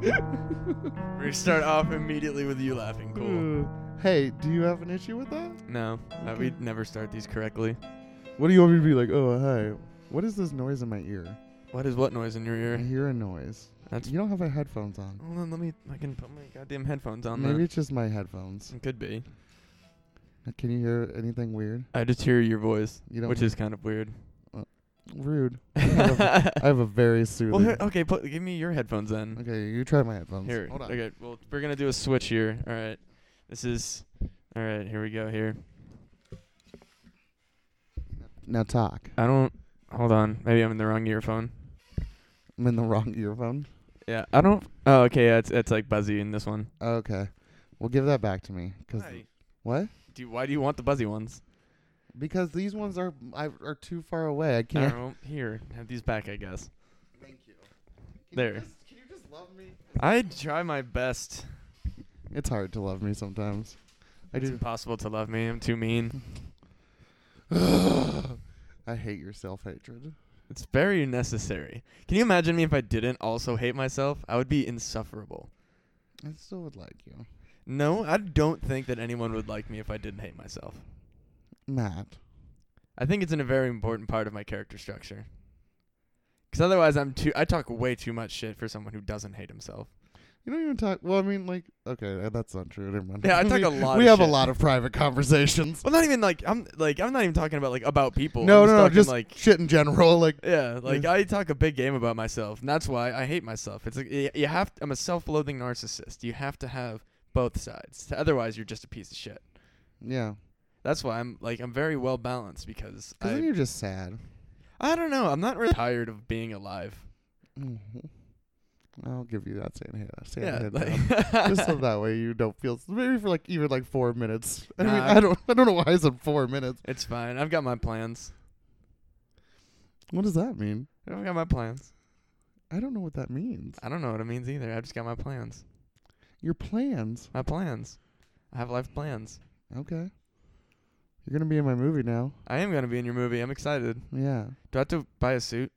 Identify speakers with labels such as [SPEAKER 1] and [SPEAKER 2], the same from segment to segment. [SPEAKER 1] We're gonna start off immediately with you laughing. Cool.
[SPEAKER 2] Uh, Hey, do you have an issue with that?
[SPEAKER 1] No, uh, we never start these correctly.
[SPEAKER 2] What do you want me to be like? Oh, hi. What is this noise in my ear?
[SPEAKER 1] What is what noise in your
[SPEAKER 2] I
[SPEAKER 1] ear?
[SPEAKER 2] hear a noise.
[SPEAKER 1] That's.
[SPEAKER 2] You don't have my headphones on.
[SPEAKER 1] Hold on, let me. I can put my goddamn headphones on.
[SPEAKER 2] Maybe
[SPEAKER 1] Maybe.
[SPEAKER 2] it's just my headphones. Uh,
[SPEAKER 1] Could be.
[SPEAKER 2] Can you hear anything weird?
[SPEAKER 1] I just hear your voice,
[SPEAKER 2] You don't.
[SPEAKER 1] which is kind of weird.
[SPEAKER 2] rude. I have a- I have a very soothing.
[SPEAKER 1] Well, here, okay, put, give me your headphones then.
[SPEAKER 2] okay, you try my headphones.
[SPEAKER 1] Here.
[SPEAKER 2] Hold on.
[SPEAKER 1] Okay. Well, we're gonna do a switch here. All right. This is. All right. Here we go. Here.
[SPEAKER 2] Now talk.
[SPEAKER 1] I don't. Hold on. Maybe I'm in the wrong earphone.
[SPEAKER 2] I'm in the wrong earphone.
[SPEAKER 1] Yeah. I don't. Oh, okay. Yeah. It's it's like buzzy in this one.
[SPEAKER 2] Okay. Well, give that back to me. Cause what?
[SPEAKER 1] Do you, why do you want the buzzy ones?
[SPEAKER 2] Because these ones are I, are too far away. I
[SPEAKER 1] All
[SPEAKER 2] can't.
[SPEAKER 1] right, well, here. Have these back, I guess.
[SPEAKER 2] Thank you.
[SPEAKER 1] you There.
[SPEAKER 2] just, can you just love me?
[SPEAKER 1] I try my best.
[SPEAKER 2] It's hard to love me sometimes. I
[SPEAKER 1] It's
[SPEAKER 2] do.
[SPEAKER 1] impossible to love me. I'm too mean.
[SPEAKER 2] I hate your self hatred.
[SPEAKER 1] It's very necessary. Can you imagine me if I didn't also hate myself? I would be insufferable.
[SPEAKER 2] I still would like you.
[SPEAKER 1] No, I don't think that anyone would like me if I didn't hate myself.
[SPEAKER 2] Matt.
[SPEAKER 1] I think it's in a very important part of my character structure. Cause otherwise, I'm too. I talk way too much shit for someone who doesn't hate himself.
[SPEAKER 2] You don't even talk. Well, I mean, like, okay, uh, that's not true. Never mind.
[SPEAKER 1] Yeah, I talk
[SPEAKER 2] We-
[SPEAKER 1] a lot
[SPEAKER 2] We
[SPEAKER 1] of
[SPEAKER 2] have a
[SPEAKER 1] shit.
[SPEAKER 2] lot of private conversations.
[SPEAKER 1] Well, not even like I'm like I'm not even talking about like about people.
[SPEAKER 2] no,
[SPEAKER 1] I'm
[SPEAKER 2] no, no,
[SPEAKER 1] talking,
[SPEAKER 2] just
[SPEAKER 1] like
[SPEAKER 2] shit in general. Like,
[SPEAKER 1] Yeah, like
[SPEAKER 2] Yeah.
[SPEAKER 1] I talk a big game about myself, and that's why I hate myself. It's like y- you have. I'm a self-loathing narcissist. You have to have both sides. Otherwise, you're just a piece of shit.
[SPEAKER 2] yeah,
[SPEAKER 1] That's why I'm like I'm very well balanced because
[SPEAKER 2] because then
[SPEAKER 1] I
[SPEAKER 2] you're just sad.
[SPEAKER 1] I don't know. I'm not really tired of being alive.
[SPEAKER 2] hmm I'll give you that same hit. uh, Same
[SPEAKER 1] Yeah,
[SPEAKER 2] hit job.
[SPEAKER 1] like,
[SPEAKER 2] just so that way you don't feel maybe for like even like four minutes. I mean,
[SPEAKER 1] Nah.
[SPEAKER 2] I don't, I don't know why I said four minutes.
[SPEAKER 1] it's fine. I've got my plans.
[SPEAKER 2] What does that mean?
[SPEAKER 1] I've got my plans.
[SPEAKER 2] I don't know what that means.
[SPEAKER 1] I don't know what it means either. I've just got my plans.
[SPEAKER 2] Your plans,
[SPEAKER 1] My plans. I have life plans.
[SPEAKER 2] okay? You're gonna be in my movie now.
[SPEAKER 1] I am gonna be in your movie. I'm excited.
[SPEAKER 2] Yeah.
[SPEAKER 1] Do I have to buy a suit?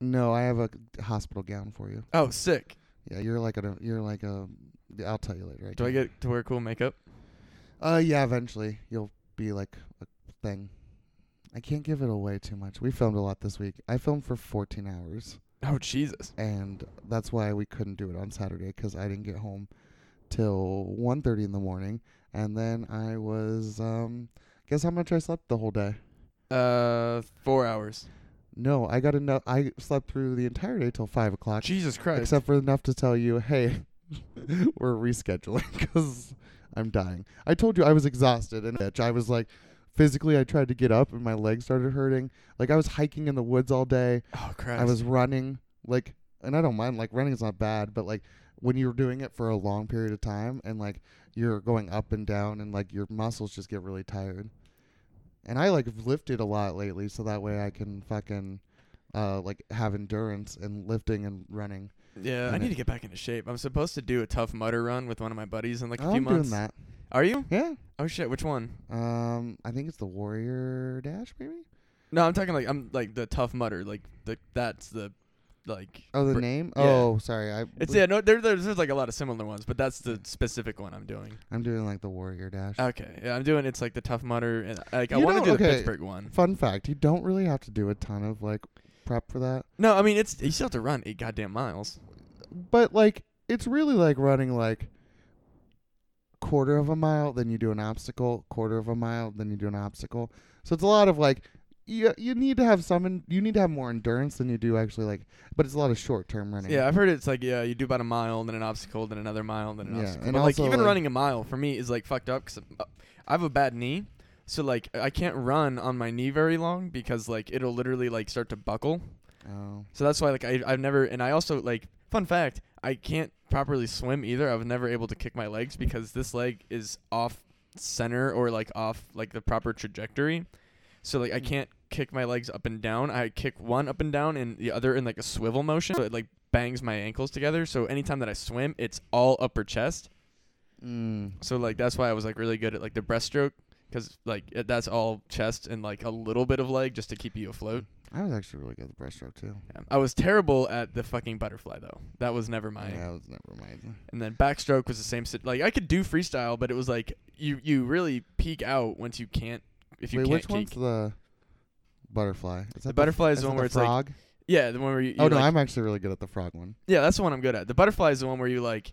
[SPEAKER 2] No, I have a hospital gown for you.
[SPEAKER 1] Oh, sick.
[SPEAKER 2] Yeah, you're like a you're like a. I'll tell you later.
[SPEAKER 1] Do I
[SPEAKER 2] can't-
[SPEAKER 1] get to wear cool makeup?
[SPEAKER 2] Uh, yeah. Eventually, you'll be like a thing. I can't give it away too much. We filmed a lot this week. I filmed for 14 hours,
[SPEAKER 1] Oh Jesus.
[SPEAKER 2] and that's why we couldn't do it on Saturday because I didn't get home till 1:30 in the morning, and then I was um. Guess how much I slept the whole day?
[SPEAKER 1] Uh, four hours.
[SPEAKER 2] No, I got enough. I slept through the entire day till five o'clock.
[SPEAKER 1] Jesus Christ.
[SPEAKER 2] except for enough to tell you, hey, we're rescheduling because I'm dying. I told you I was exhausted and bitch. I was like, physically, I tried to get up and my legs started hurting. Like I was hiking in the woods all day.
[SPEAKER 1] oh Christ.
[SPEAKER 2] I was running, like, and I don't mind. Like running is not bad, but like when you're doing it for a long period of time and like you're going up and down and like your muscles just get really tired. And I like have lifted a lot lately, so that way I can fucking uh, like have endurance and lifting and running.
[SPEAKER 1] yeah, I
[SPEAKER 2] and
[SPEAKER 1] need
[SPEAKER 2] it-
[SPEAKER 1] to get back into shape. I'm supposed to do a tough mutter run with one of my buddies in like a
[SPEAKER 2] Oh,
[SPEAKER 1] few
[SPEAKER 2] I'm
[SPEAKER 1] months.
[SPEAKER 2] doing that.
[SPEAKER 1] Are you?
[SPEAKER 2] Yeah.
[SPEAKER 1] Oh shit, which one?
[SPEAKER 2] Um, I think it's the Warrior Dash, maybe.
[SPEAKER 1] No, I'm talking like I'm like the tough mutter, like the that's the like
[SPEAKER 2] Oh, the
[SPEAKER 1] br-
[SPEAKER 2] name.
[SPEAKER 1] yeah.
[SPEAKER 2] Oh, sorry. I
[SPEAKER 1] It's yeah, no there, there's, there's like a lot of similar ones, but that's the specific one I'm doing.
[SPEAKER 2] I'm doing like the Warrior Dash.
[SPEAKER 1] Okay. Yeah, I'm doing it's like the tough mutter and like I
[SPEAKER 2] You
[SPEAKER 1] want to
[SPEAKER 2] don't-
[SPEAKER 1] do the
[SPEAKER 2] okay.
[SPEAKER 1] Pittsburgh one.
[SPEAKER 2] Fun fact: You don't really have to do a ton of like prep for that,
[SPEAKER 1] No, I mean it's you still have to run 8 goddamn miles.
[SPEAKER 2] but like it's really like running like quarter of a mile, then you do an obstacle, quarter of a mile, then you do an obstacle. So it's a lot of like. You, you need to have some en- you need to have more endurance than you do actually like but it's a lot of short term running
[SPEAKER 1] Yeah, I've heard it's like yeah, you do about a mile, then an obstacle, then another mile, then an
[SPEAKER 2] Yeah,
[SPEAKER 1] obstacle.
[SPEAKER 2] and
[SPEAKER 1] but like
[SPEAKER 2] also,
[SPEAKER 1] even
[SPEAKER 2] like-
[SPEAKER 1] running a mile for me is like fucked up because I have a bad knee, so like I can't run on my knee very long because like it'll literally like start to buckle.
[SPEAKER 2] oh
[SPEAKER 1] So that's why like I I've never and I also like fun fact I can't properly swim either. I was never able to kick my legs because this leg is off center or like off like the proper trajectory. So like I can't kick my legs up and down. I kick one up and down and the other in like a swivel motion. So it like bangs my ankles together. So anytime that I swim, it's all upper chest.
[SPEAKER 2] mm.
[SPEAKER 1] So like that's why I was like really good at like the breaststroke because like it- that's all chest and like a little bit of leg just to keep you afloat.
[SPEAKER 2] I was actually really good at the breaststroke too.
[SPEAKER 1] Yeah. I was terrible at the fucking butterfly though. That was never my.
[SPEAKER 2] yeah, I was never mind.
[SPEAKER 1] And then backstroke was the same. Sit- like I could do freestyle, but it was like you you really peak out once you can't if you
[SPEAKER 2] Wait,
[SPEAKER 1] can't
[SPEAKER 2] which
[SPEAKER 1] keep-
[SPEAKER 2] one's the butterfly? Is that
[SPEAKER 1] The butterfly is the
[SPEAKER 2] that
[SPEAKER 1] one where it's like-
[SPEAKER 2] frog?
[SPEAKER 1] yeah, the one where you, you
[SPEAKER 2] Oh no,
[SPEAKER 1] like-
[SPEAKER 2] I'm actually really good at the frog one.
[SPEAKER 1] yeah, that's the one I'm good at. The butterfly is the one where you like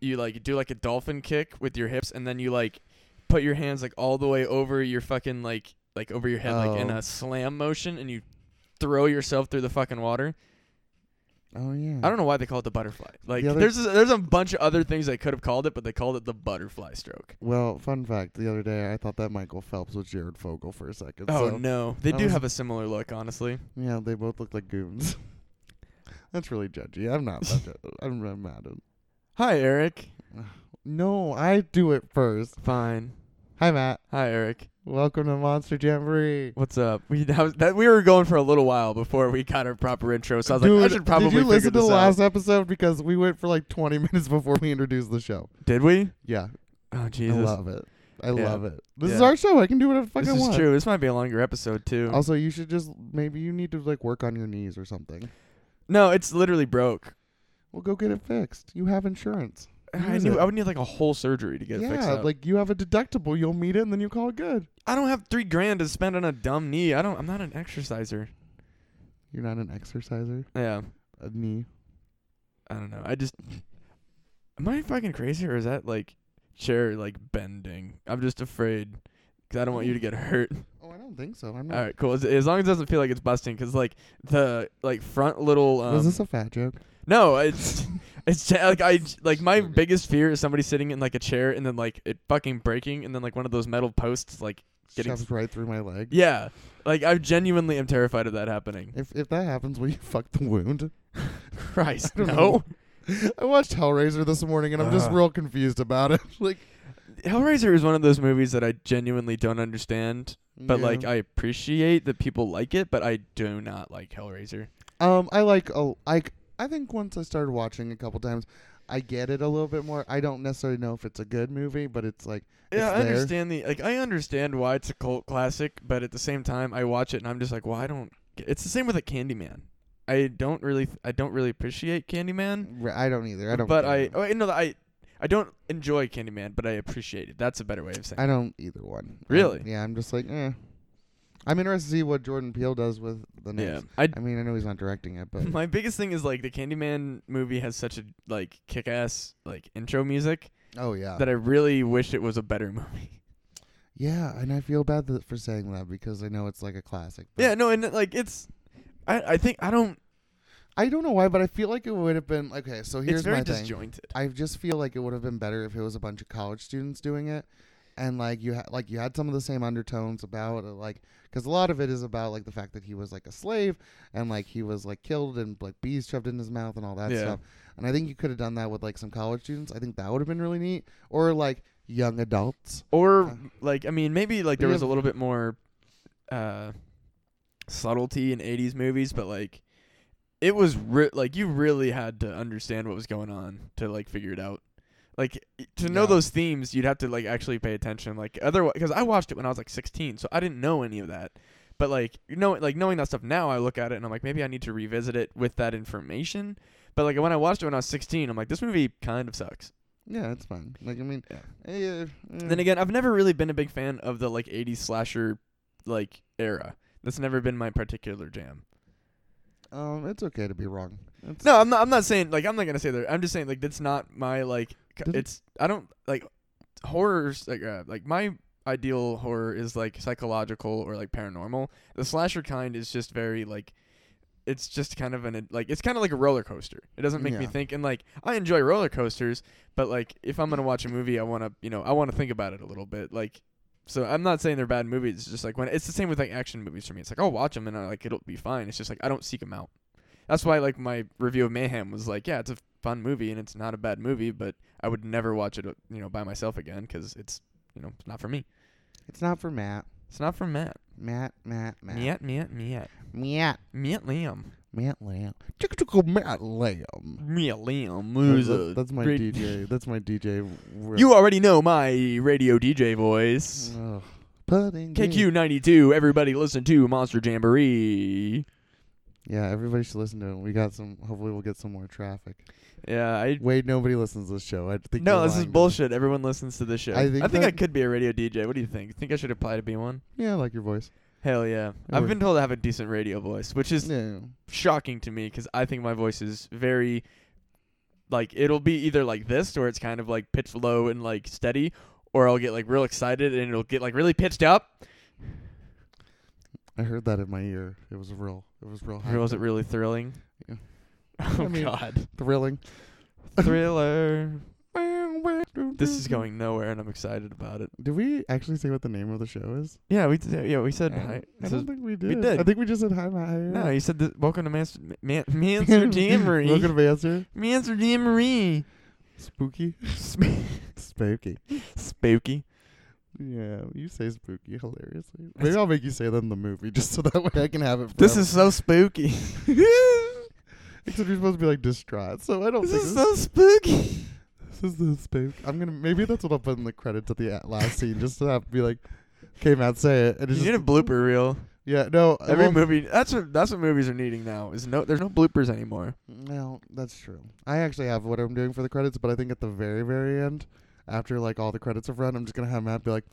[SPEAKER 1] you like do like a dolphin kick with your hips, and then you like put your hands like all the way over your fucking like like over your head like in
[SPEAKER 2] Oh.
[SPEAKER 1] a slam motion, and you throw yourself through the fucking water.
[SPEAKER 2] Oh yeah.
[SPEAKER 1] I don't know why they call it the butterfly. Like
[SPEAKER 2] other-
[SPEAKER 1] there's a, there's a bunch of other things they could have called it, but they called it the butterfly stroke.
[SPEAKER 2] Well, fun fact: the other day I thought that Michael Phelps was Jared Fogle for a second.
[SPEAKER 1] Oh
[SPEAKER 2] so,
[SPEAKER 1] no, they
[SPEAKER 2] that
[SPEAKER 1] do
[SPEAKER 2] was-
[SPEAKER 1] have a similar look, honestly.
[SPEAKER 2] Yeah, they both look like goons. That's really judgy. I'm not. That ju- I'm, I'm mad at.
[SPEAKER 1] Hi Eric.
[SPEAKER 2] No, I do it first.
[SPEAKER 1] Fine.
[SPEAKER 2] Hi Matt.
[SPEAKER 1] Hi Eric.
[SPEAKER 2] Welcome to Monster Jamboree.
[SPEAKER 1] What's up? We that, was- that we were going for a little while before we got our proper intro, so I was
[SPEAKER 2] Dude,
[SPEAKER 1] like, I should probably
[SPEAKER 2] did you
[SPEAKER 1] figure
[SPEAKER 2] listen to
[SPEAKER 1] this
[SPEAKER 2] the
[SPEAKER 1] out.
[SPEAKER 2] last episode because we went for like 20 minutes before we introduced the show.
[SPEAKER 1] Did we?
[SPEAKER 2] Yeah,
[SPEAKER 1] Oh Jesus,
[SPEAKER 2] I love it. I
[SPEAKER 1] Yeah.
[SPEAKER 2] love it. This is
[SPEAKER 1] Yeah.
[SPEAKER 2] our show. I can do whatever the fuck
[SPEAKER 1] this
[SPEAKER 2] I
[SPEAKER 1] is
[SPEAKER 2] want.
[SPEAKER 1] true. This might be a longer episode too.
[SPEAKER 2] Also, you should just maybe you need to like work on your knees or something.
[SPEAKER 1] no, it's literally broke.
[SPEAKER 2] Well, go get it fixed. You have insurance.
[SPEAKER 1] I
[SPEAKER 2] Use
[SPEAKER 1] knew
[SPEAKER 2] it.
[SPEAKER 1] I would need like a whole surgery to get it fixed
[SPEAKER 2] yeah,
[SPEAKER 1] up.
[SPEAKER 2] like you have a deductible. You'll meet it and then you call it good.
[SPEAKER 1] I don't have three grand to spend on a dumb knee. I don't. I'm not an exerciser.
[SPEAKER 2] You're not an exerciser.
[SPEAKER 1] Yeah.
[SPEAKER 2] A knee.
[SPEAKER 1] I don't know. I just am I fucking crazy or is that like chair like bending? I'm just afraid because I don't want you to get hurt.
[SPEAKER 2] Oh, I don't think so. I'm not.
[SPEAKER 1] All right, cool. As, as long as it doesn't feel like it's busting, because like the like front little um,
[SPEAKER 2] Was this a fat joke?
[SPEAKER 1] no, it's it's ja- like I like my
[SPEAKER 2] Okay.
[SPEAKER 1] biggest fear is somebody sitting in like a chair and then like it fucking breaking and then like one of those metal posts like getting
[SPEAKER 2] Shoved right through my leg.
[SPEAKER 1] yeah like I genuinely am terrified of that happening.
[SPEAKER 2] If if that happens, will you fuck the wound?
[SPEAKER 1] Christ,
[SPEAKER 2] I don't
[SPEAKER 1] no. Uh-huh.
[SPEAKER 2] I watched Hellraiser this morning and I'm just
[SPEAKER 1] Ugh.
[SPEAKER 2] real confused about it. like,
[SPEAKER 1] Hellraiser is one of those movies that I genuinely don't understand. But
[SPEAKER 2] yeah.
[SPEAKER 1] like I appreciate that people like it, but I do not like Hellraiser.
[SPEAKER 2] um, I like a like. I think once I started watching a couple times, I get it a little bit more. I don't necessarily know if it's a good movie, but it's like
[SPEAKER 1] Yeah,
[SPEAKER 2] It's
[SPEAKER 1] I
[SPEAKER 2] there.
[SPEAKER 1] understand the like I understand why it's a cult classic, but at the same time I watch it and I'm just like, well, I don't. Get, it's the same with like Candyman. I don't really, I don't really appreciate Candyman,
[SPEAKER 2] r- I don't either. I don't.
[SPEAKER 1] but
[SPEAKER 2] get
[SPEAKER 1] I,
[SPEAKER 2] it.
[SPEAKER 1] oh, no, I, I don't enjoy Candyman, but I appreciate it. That's a better way of saying.
[SPEAKER 2] I don't either one. I-
[SPEAKER 1] Really?
[SPEAKER 2] yeah, I'm just like, eh. I'm interested to see what Jordan Peele does with the
[SPEAKER 1] it.
[SPEAKER 2] next.
[SPEAKER 1] yeah, I
[SPEAKER 2] I mean, I know he's not directing it, but
[SPEAKER 1] My biggest thing is like the Candyman movie has such a like kick-ass like intro music
[SPEAKER 2] oh yeah,
[SPEAKER 1] that I really wish it was a better movie.
[SPEAKER 2] yeah. And I feel bad that, for saying that because I know it's like a classic. but
[SPEAKER 1] yeah, no, and like it's, I I think I don't.
[SPEAKER 2] I don't know why, but I feel like it would have been okay. So here's
[SPEAKER 1] it's very
[SPEAKER 2] my thing.
[SPEAKER 1] disjointed.
[SPEAKER 2] I just feel like it would have been better if it was a bunch of college students doing it, and like you had like you had some of the same undertones about it, like because a lot of it is about like the fact that he was like a slave and like he was like killed and like bees shoved in his mouth and all that
[SPEAKER 1] Yeah.
[SPEAKER 2] stuff. And I think you could have done that with like some college students. I think that would have been really neat, or like young adults.
[SPEAKER 1] Or
[SPEAKER 2] Uh,
[SPEAKER 1] like I mean, maybe like
[SPEAKER 2] we
[SPEAKER 1] there was a
[SPEAKER 2] have-
[SPEAKER 1] little bit more, uh, subtlety in '80s movies, but like, it was re- like you really had to understand what was going on to like figure it out. Like y- to know
[SPEAKER 2] Yeah.
[SPEAKER 1] those themes, you'd have to like actually pay attention. Like otherwise, because I watched it when I was like 16, so I didn't know any of that. But like you know, like knowing that stuff now, I look at it and I'm like, maybe I need to revisit it with that information. But like when I watched it when I was 16, I'm like, this movie kind of sucks.
[SPEAKER 2] Yeah, it's fun. Like I mean,
[SPEAKER 1] Yeah.
[SPEAKER 2] eh, eh,
[SPEAKER 1] Then again, I've never really been a big fan of the like '80s slasher like era. That's never been my particular jam.
[SPEAKER 2] um, it's okay to be wrong. It's,
[SPEAKER 1] No, I'm not. I'm not saying like I'm not gonna say that. I'm just saying like that's not my like. c-
[SPEAKER 2] Didn't-
[SPEAKER 1] It's I don't like horrors like uh, like my ideal horror is like psychological or like paranormal. The slasher kind is just very like. It's just kind of an ad- like it's kind of like a roller coaster. It doesn't make me
[SPEAKER 2] Yeah.
[SPEAKER 1] think, and like I enjoy roller coasters, but like if I'm gonna watch a movie, I want to you know I want to think about it a little bit. Like so I'm not saying they're bad movies. It's just like when it's the same with like action movies for me. It's like I'll watch them and I like it'll be fine. It's just like I don't seek them out. That's why like my review of Mayhem was like, yeah, it's a fun movie and it's not a bad movie, but I would never watch it, uh, you know, by myself again because it's you know it's not for me.
[SPEAKER 2] it's not for Matt.
[SPEAKER 1] It's not for Matt.
[SPEAKER 2] Matt, Matt, Matt,
[SPEAKER 1] Miat, Miat, Miat,
[SPEAKER 2] Matt,
[SPEAKER 1] Miat Liam,
[SPEAKER 2] Matt Lamb, Chicka chicka Matt Lamb.
[SPEAKER 1] Miat Liam.
[SPEAKER 2] That's,
[SPEAKER 1] who's
[SPEAKER 2] that's-
[SPEAKER 1] a
[SPEAKER 2] that's my
[SPEAKER 1] great-
[SPEAKER 2] DJ. That's my DJ. rip. Mm,
[SPEAKER 1] You already know my radio DJ voice.
[SPEAKER 2] Ugh. Putting you-
[SPEAKER 1] KQ ninety two. Everybody listen to Monster Jamboree.
[SPEAKER 2] Yeah, everybody should listen to it. We got some. Hopefully, we'll get some more traffic.
[SPEAKER 1] Yeah, I
[SPEAKER 2] Wade, nobody listens to this show. I think
[SPEAKER 1] no,
[SPEAKER 2] you're
[SPEAKER 1] this is
[SPEAKER 2] lying to me.
[SPEAKER 1] bullshit. Everyone listens to this show.
[SPEAKER 2] I think
[SPEAKER 1] I, think I
[SPEAKER 2] that-
[SPEAKER 1] could be a radio DJ. What do you think? Think I should apply to be one?
[SPEAKER 2] Yeah, I like your voice.
[SPEAKER 1] Hell yeah!
[SPEAKER 2] I
[SPEAKER 1] I've
[SPEAKER 2] would.
[SPEAKER 1] been told I have a decent radio voice, which is
[SPEAKER 2] Yeah.
[SPEAKER 1] shocking to me because I think my voice is very, like, it'll be either like this or it's kind of like pitched low and like steady, or I'll get like real excited and it'll get like really pitched up,
[SPEAKER 2] I heard that in my ear. It was real. It was real.
[SPEAKER 1] or was it really thrilling?
[SPEAKER 2] Yeah.
[SPEAKER 1] Oh
[SPEAKER 2] I mean-
[SPEAKER 1] God!
[SPEAKER 2] thrilling?
[SPEAKER 1] Thriller. This
[SPEAKER 2] Mm-hmm.
[SPEAKER 1] is going nowhere, and I'm excited about it.
[SPEAKER 2] Did we actually say what the name of the show is?
[SPEAKER 1] Yeah, we did, yeah we said
[SPEAKER 2] I don't-
[SPEAKER 1] hi.
[SPEAKER 2] I
[SPEAKER 1] so-
[SPEAKER 2] don't think we did. I
[SPEAKER 1] did.
[SPEAKER 2] think we just said hi, hi.
[SPEAKER 1] no, you said that, welcome to Master Man, Manster Dan Marie.
[SPEAKER 2] Welcome to Answer.
[SPEAKER 1] Manster Dan Marie.
[SPEAKER 2] Spooky.
[SPEAKER 1] Sp-
[SPEAKER 2] Spooky.
[SPEAKER 1] Spooky.
[SPEAKER 2] Yeah, you say spooky hilariously. Maybe I'll make you say that in the movie just so that way I can have it. Forever.
[SPEAKER 1] This is so spooky.
[SPEAKER 2] Except you're supposed to be like distraught, so I don't
[SPEAKER 1] this
[SPEAKER 2] think
[SPEAKER 1] is so spooky.
[SPEAKER 2] This is the spook. I'm gonna maybe that's what I'll put in the credits at the a- last scene, just to have to be like, "Okay, Matt, say it." And it's
[SPEAKER 1] You need a
[SPEAKER 2] just,
[SPEAKER 1] blooper reel.
[SPEAKER 2] yeah, no, I
[SPEAKER 1] Every
[SPEAKER 2] won't-
[SPEAKER 1] movie. That's what that's what movies are needing now. Is no there's no bloopers anymore.
[SPEAKER 2] No, that's true. I actually have what I'm doing for the credits, but I think at the very, very end, after like all the credits have run, I'm just gonna have Matt be like,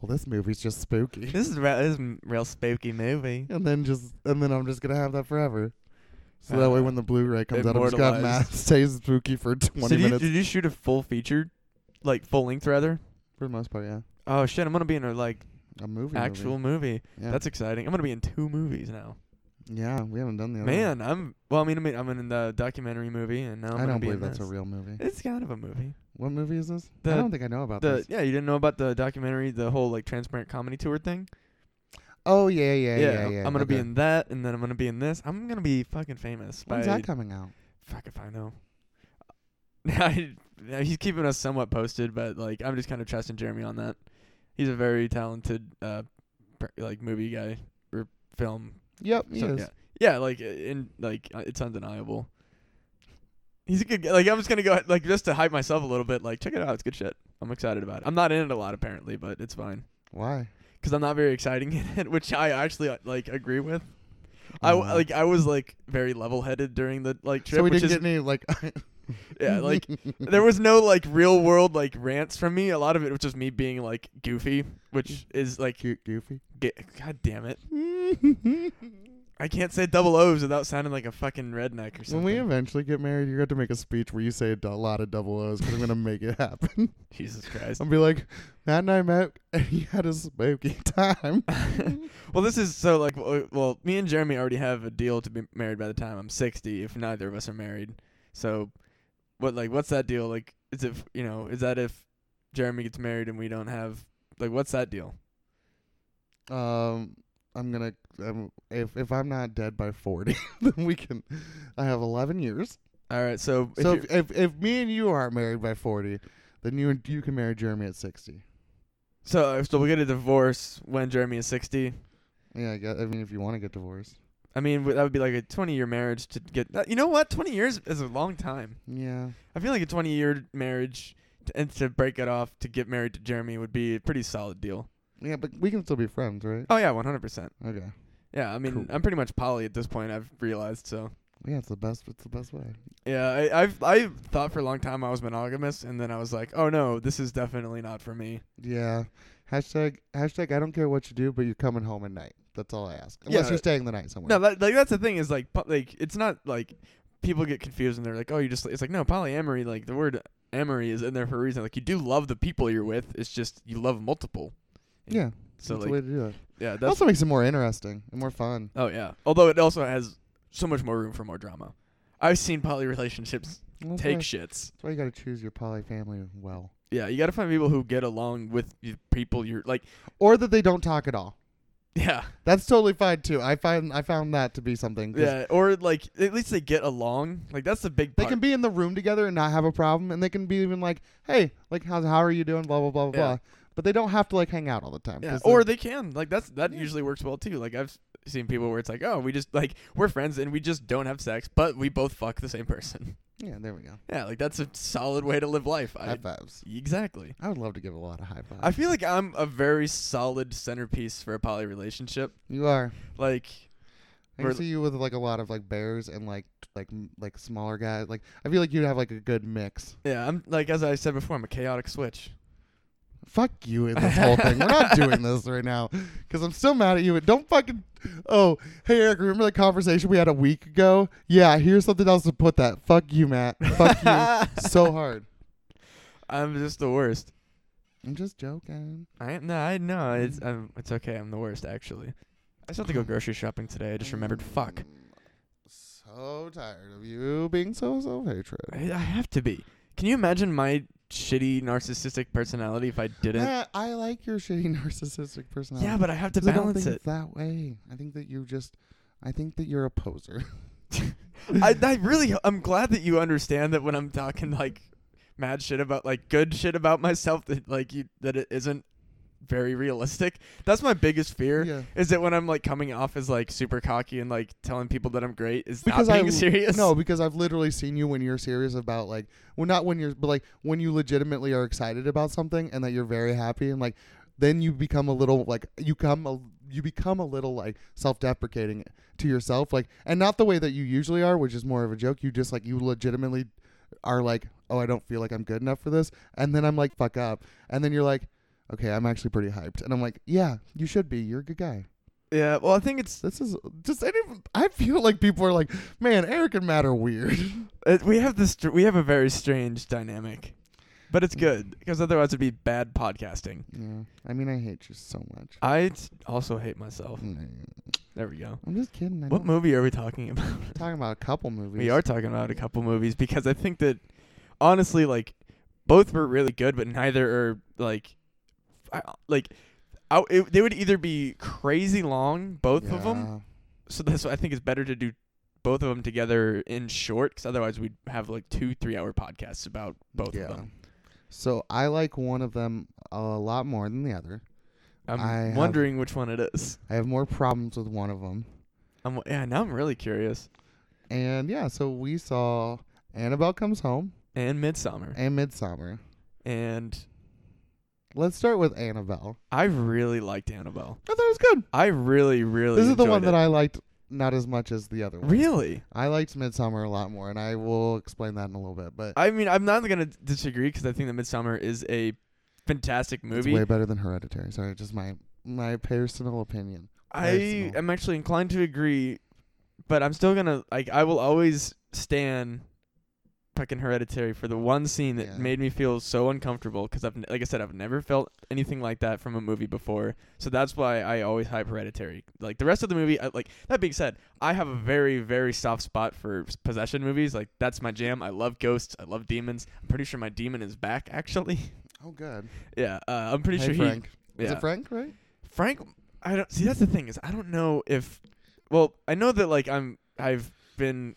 [SPEAKER 2] "Well, this movie's just spooky,"
[SPEAKER 1] This is re- this is a real spooky movie.
[SPEAKER 2] and then just and then I'm just gonna have that forever. So that way,
[SPEAKER 1] Uh,
[SPEAKER 2] when the Blu-ray comes out, I'm just gonna have Matt
[SPEAKER 1] immortalized.
[SPEAKER 2] say spooky for 20
[SPEAKER 1] So did you,
[SPEAKER 2] minutes
[SPEAKER 1] did you shoot a full featured, like full length rather?
[SPEAKER 2] for the most part. Yeah,
[SPEAKER 1] Oh shit! I'm gonna be in a like
[SPEAKER 2] a movie.
[SPEAKER 1] actual
[SPEAKER 2] movie.
[SPEAKER 1] movie.
[SPEAKER 2] Yeah.
[SPEAKER 1] That's exciting. I'm gonna be in two movies now.
[SPEAKER 2] yeah. We haven't done the other one.
[SPEAKER 1] Man, I'm well. I mean, I mean, I'm in the documentary movie, and now I'm
[SPEAKER 2] I
[SPEAKER 1] gonna
[SPEAKER 2] don't
[SPEAKER 1] be
[SPEAKER 2] believe
[SPEAKER 1] in
[SPEAKER 2] that's
[SPEAKER 1] this.
[SPEAKER 2] a real movie.
[SPEAKER 1] It's kind of a movie.
[SPEAKER 2] What movie is this? I
[SPEAKER 1] The-
[SPEAKER 2] don't think I know about
[SPEAKER 1] The
[SPEAKER 2] this.
[SPEAKER 1] yeah, you didn't know about the documentary, the whole like transparent comedy tour thing.
[SPEAKER 2] Oh yeah, yeah, yeah, yeah.
[SPEAKER 1] I'm gonna be
[SPEAKER 2] okay.
[SPEAKER 1] in that, and then I'm gonna be in this. I'm gonna be fucking famous.
[SPEAKER 2] When's
[SPEAKER 1] by,
[SPEAKER 2] that coming out?
[SPEAKER 1] Fuck if I know. I, he's keeping us somewhat posted, but like I'm just kind of trusting Jeremy on that. He's a very talented, uh, pr- like movie guy or film.
[SPEAKER 2] Yep, he
[SPEAKER 1] so,
[SPEAKER 2] is.
[SPEAKER 1] yeah, yeah, like uh, in like uh, it's undeniable. He's a good guy. Like I'm just gonna go like just to hype myself a little bit. Like check it out, it's good shit. I'm excited about it. I'm not in it a lot apparently, but it's fine
[SPEAKER 2] Why?
[SPEAKER 1] because I'm not very exciting in it, which I actually uh, like agree with. I w-
[SPEAKER 2] Uh,
[SPEAKER 1] like I was like very level-headed during the like trip,
[SPEAKER 2] So we
[SPEAKER 1] which
[SPEAKER 2] didn't
[SPEAKER 1] is
[SPEAKER 2] get any like.
[SPEAKER 1] yeah, like there was no like real world like rants from me. A lot of it was just me being like goofy, which is like
[SPEAKER 2] cute goofy.
[SPEAKER 1] ga- god damn it. I can't say double O's without sounding like a fucking redneck or something.
[SPEAKER 2] When we eventually get married, you're going to make a speech where you say a d- lot of double O's because I'm going to make it happen.
[SPEAKER 1] Jesus Christ.
[SPEAKER 2] I'm be like, Matt and I met and he had a spooky time.
[SPEAKER 1] well, this is so like w- well, me and Jeremy already have a deal to be married by the time I'm 60 if neither of us are married. So what like what's that deal? Like is if, you know, is that if Jeremy gets married and we don't have like what's that deal?
[SPEAKER 2] Um, I'm gonna um, if if I'm not dead by 40, then we can. I have 11 years.
[SPEAKER 1] All right, so if
[SPEAKER 2] So
[SPEAKER 1] you're-
[SPEAKER 2] if, if if me and you aren't married by 40, then you and you can marry Jeremy at 60.
[SPEAKER 1] So, uh, so we get a divorce when Jeremy is sixty.
[SPEAKER 2] Yeah, I, guess, I mean, if you want to get divorced.
[SPEAKER 1] I mean, w- that would be like a twenty-year marriage to get. that- You know what? Twenty years is a long time.
[SPEAKER 2] Yeah.
[SPEAKER 1] I feel like a twenty-year marriage to, and to break it off to get married to Jeremy would be a pretty solid deal.
[SPEAKER 2] Yeah, but we can still be friends, right?
[SPEAKER 1] Oh yeah, one hundred percent.
[SPEAKER 2] Okay.
[SPEAKER 1] Yeah, I mean,
[SPEAKER 2] Cool.
[SPEAKER 1] I'm pretty much poly at this point. I've realized so.
[SPEAKER 2] Yeah, it's the best. It's the best way.
[SPEAKER 1] Yeah, I, I've I thought for a long time I was monogamous, and then I was like, oh no, this is definitely not for me.
[SPEAKER 2] Yeah. Hashtag hashtag. I don't care what you do, but you're coming home at night. That's all I ask. Unless
[SPEAKER 1] Yeah.
[SPEAKER 2] you're staying the night somewhere.
[SPEAKER 1] No, that, like that's the thing is like po- like it's not like people get confused and they're like, oh, you just it's like no polyamory. Like the word amory is in there for a reason. Like you do love the people you're with. It's just you love multiple.
[SPEAKER 2] yeah.
[SPEAKER 1] So
[SPEAKER 2] that's
[SPEAKER 1] like
[SPEAKER 2] the way to do it.
[SPEAKER 1] yeah,
[SPEAKER 2] It
[SPEAKER 1] that's
[SPEAKER 2] also makes it more interesting and more fun.
[SPEAKER 1] oh yeah. Although it also has so much more room for more drama. I've seen poly relationships
[SPEAKER 2] Well, that's
[SPEAKER 1] take
[SPEAKER 2] why-
[SPEAKER 1] shits.
[SPEAKER 2] That's why you got to choose your poly family well,
[SPEAKER 1] Yeah, you got to find people who get along with the people you're like.
[SPEAKER 2] or that they don't talk at all.
[SPEAKER 1] Yeah,
[SPEAKER 2] That's totally fine too. I find I found that to be something. 'cause
[SPEAKER 1] yeah, or like at least they get along. Like that's the big.
[SPEAKER 2] They
[SPEAKER 1] part.
[SPEAKER 2] can be in the room together and not have a problem, and they can be even like, "Hey, like, how how are you doing?" Blah blah blah blah.
[SPEAKER 1] Yeah.
[SPEAKER 2] blah. But they don't have to like hang out all the time.
[SPEAKER 1] Yeah,
[SPEAKER 2] 'cause
[SPEAKER 1] or they
[SPEAKER 2] they're-
[SPEAKER 1] can like that's that
[SPEAKER 2] Yeah.
[SPEAKER 1] usually works well too. Like I've s- seen people where it's like, oh, we just like we're friends and we just don't have sex, but we both fuck the same person.
[SPEAKER 2] Yeah, there we go.
[SPEAKER 1] Yeah, like that's a solid way to live life.
[SPEAKER 2] High
[SPEAKER 1] I,
[SPEAKER 2] fives.
[SPEAKER 1] exactly.
[SPEAKER 2] I would love to give a lot of high fives.
[SPEAKER 1] I feel like I'm a very solid centerpiece for a poly relationship.
[SPEAKER 2] you are.
[SPEAKER 1] Like,
[SPEAKER 2] I can
[SPEAKER 1] We're-
[SPEAKER 2] see you with like a lot of like bears and like t- like m- like smaller guys. Like I feel like you'd have like a good mix.
[SPEAKER 1] yeah, I'm like as I said before, I'm a chaotic switch.
[SPEAKER 2] Fuck you in this whole thing. We're not doing this right now because I'm still mad at you. And don't fucking. Oh, hey Eric, remember the conversation we had a week ago? Yeah, here's something else to put that. Fuck you, Matt. Fuck you so hard.
[SPEAKER 1] I'm just the worst.
[SPEAKER 2] I'm just joking.
[SPEAKER 1] I no, I no, it's i it's okay. I'm the worst actually. I still have to go grocery shopping today. I just remembered. Fuck.
[SPEAKER 2] I'm So tired of you being so self hatred.
[SPEAKER 1] I, I have to be. Can you imagine my shitty narcissistic personality if I didn't?
[SPEAKER 2] Matt, I like your shitty narcissistic personality.
[SPEAKER 1] yeah, but I have to
[SPEAKER 2] 'Cause I don't
[SPEAKER 1] balance
[SPEAKER 2] think
[SPEAKER 1] it.
[SPEAKER 2] it's that way. I think that you just. I think that you're a poser.
[SPEAKER 1] I, I really I'm glad that you understand that when I'm talking like mad shit about like good shit about myself that like you that it isn't very realistic. That's my biggest fear
[SPEAKER 2] Yeah.
[SPEAKER 1] is that when I'm like coming off as like super cocky and like telling people that I'm great is
[SPEAKER 2] Because
[SPEAKER 1] not
[SPEAKER 2] I
[SPEAKER 1] being serious.
[SPEAKER 2] No, because I've literally seen you when you're serious about like, well, not when you're, but like when you legitimately are excited about something and that you're very happy and like, then you become a little like you come a you become a little like self-deprecating to yourself like, and not the way that you usually are, which is more of a joke. You just like you legitimately are like, oh, I don't feel like I'm good enough for this, and then I'm like, fuck up, and then you're like. Okay, I'm actually pretty hyped, and I'm like, yeah, you should be. You're a good guy.
[SPEAKER 1] Yeah, well I think it's
[SPEAKER 2] This is just. I, didn't, I feel like people are like, man, Eric and Matt are weird.
[SPEAKER 1] it, Uh, we have this we have a very strange dynamic. But it's good because otherwise it'd be bad podcasting.
[SPEAKER 2] Yeah, I mean, I hate you so much.
[SPEAKER 1] I t- also hate myself.
[SPEAKER 2] I'm
[SPEAKER 1] There we go.
[SPEAKER 2] just kidding. I
[SPEAKER 1] Oh. What
[SPEAKER 2] don't-
[SPEAKER 1] movie are we talking about?
[SPEAKER 2] talking about a couple movies.
[SPEAKER 1] We are talking about a couple movies because I think that honestly, like both were really good, but neither are like I- like I, it, they would either be crazy long, both of them. So that's why I think it's better to do both of them together in short, because otherwise we'd have like two three-hour podcasts about both of them.
[SPEAKER 2] So I like one of them a lot more than the other.
[SPEAKER 1] I'm
[SPEAKER 2] I have-
[SPEAKER 1] wondering which one it is.
[SPEAKER 2] I have more problems with one of them.
[SPEAKER 1] I'm yeah, now I'm really curious.
[SPEAKER 2] And yeah, so we saw Annabelle Comes Home
[SPEAKER 1] And Midsummer,
[SPEAKER 2] and Midsummer.
[SPEAKER 1] and
[SPEAKER 2] Let's start with Annabelle.
[SPEAKER 1] I really liked Annabelle.
[SPEAKER 2] I thought it was good.
[SPEAKER 1] I really, really.
[SPEAKER 2] This is the
[SPEAKER 1] enjoyed
[SPEAKER 2] one
[SPEAKER 1] it.
[SPEAKER 2] that I liked not as much as the other one.
[SPEAKER 1] really.
[SPEAKER 2] I liked Midsummer a lot more, and I will explain that in a little bit. But
[SPEAKER 1] I mean, I'm not gonna disagree because I think that Midsummer is a fantastic
[SPEAKER 2] It's
[SPEAKER 1] movie.
[SPEAKER 2] way better than Hereditary. Sorry, just my my personal opinion.
[SPEAKER 1] I
[SPEAKER 2] personal.
[SPEAKER 1] am actually inclined to agree, but I'm still gonna like. I will always stand fucking Hereditary for the one scene that
[SPEAKER 2] Yeah.
[SPEAKER 1] made me feel so uncomfortable because I've n- like I said I've never felt anything like that from a movie before. So that's why I always hype Hereditary. Like the rest of the movie, I, like that being said, I have a very very soft spot for s- possession movies. Like that's my jam. I love ghosts. I love demons. I'm pretty sure my demon is back actually.
[SPEAKER 2] Oh, good.
[SPEAKER 1] Yeah, uh, I'm pretty
[SPEAKER 2] hey,
[SPEAKER 1] sure
[SPEAKER 2] Frank.
[SPEAKER 1] he. Yeah.
[SPEAKER 2] Is it Frank? Right?
[SPEAKER 1] Frank, I don't see. That's the thing is, I don't know if. Well, I know that like I'm. I've been,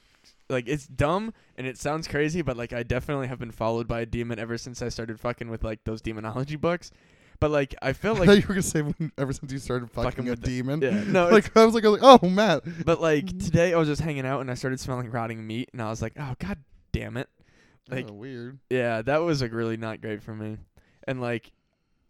[SPEAKER 1] like it's dumb and it sounds crazy, but like I definitely have been followed by a demon ever since I started fucking with like those demonology books. But like I feel
[SPEAKER 2] I thought
[SPEAKER 1] like,
[SPEAKER 2] you were gonna say when, ever since you started fucking,
[SPEAKER 1] Fucking
[SPEAKER 2] a
[SPEAKER 1] with the-
[SPEAKER 2] demon.
[SPEAKER 1] yeah, no,
[SPEAKER 2] like I was like, I was like, oh Matt.
[SPEAKER 1] but like today I was just hanging out and I started smelling rotting meat and I was like, oh god damn it, like
[SPEAKER 2] oh, weird.
[SPEAKER 1] Yeah, that was like really not great for me, and like,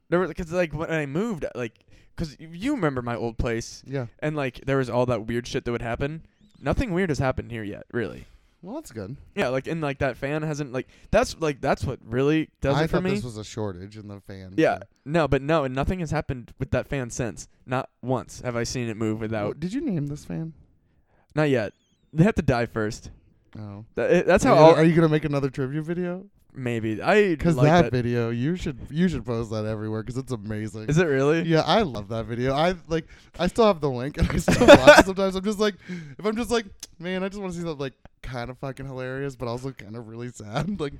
[SPEAKER 1] there was because like when I moved, like, cause you remember my old place,
[SPEAKER 2] Yeah.
[SPEAKER 1] and like there was all that weird shit that would happen. Nothing weird has happened here yet, really.
[SPEAKER 2] Well, that's good.
[SPEAKER 1] Yeah, like and like that fan hasn't like that's like that's what really does
[SPEAKER 2] I
[SPEAKER 1] it for
[SPEAKER 2] thought
[SPEAKER 1] me.
[SPEAKER 2] this was a shortage in the fan.
[SPEAKER 1] yeah,
[SPEAKER 2] thing.
[SPEAKER 1] no, but no, and nothing has happened with that fan since. Not once have I seen it move
[SPEAKER 2] Oh,
[SPEAKER 1] without.
[SPEAKER 2] did you name this fan?
[SPEAKER 1] Not yet. They have to die first.
[SPEAKER 2] Oh.
[SPEAKER 1] That, that's
[SPEAKER 2] Are
[SPEAKER 1] how
[SPEAKER 2] you, gonna-
[SPEAKER 1] all
[SPEAKER 2] are you gonna make another tribute video?
[SPEAKER 1] maybe I
[SPEAKER 2] Because
[SPEAKER 1] like
[SPEAKER 2] that,
[SPEAKER 1] that.
[SPEAKER 2] video, you should you should post that everywhere because it's amazing.
[SPEAKER 1] Is it really?
[SPEAKER 2] Yeah, I love that video. I like I still have the link and I still watch it sometimes. I'm just like if I'm just like, man, I just want to see something like kind of fucking hilarious, but also kind of really sad. Like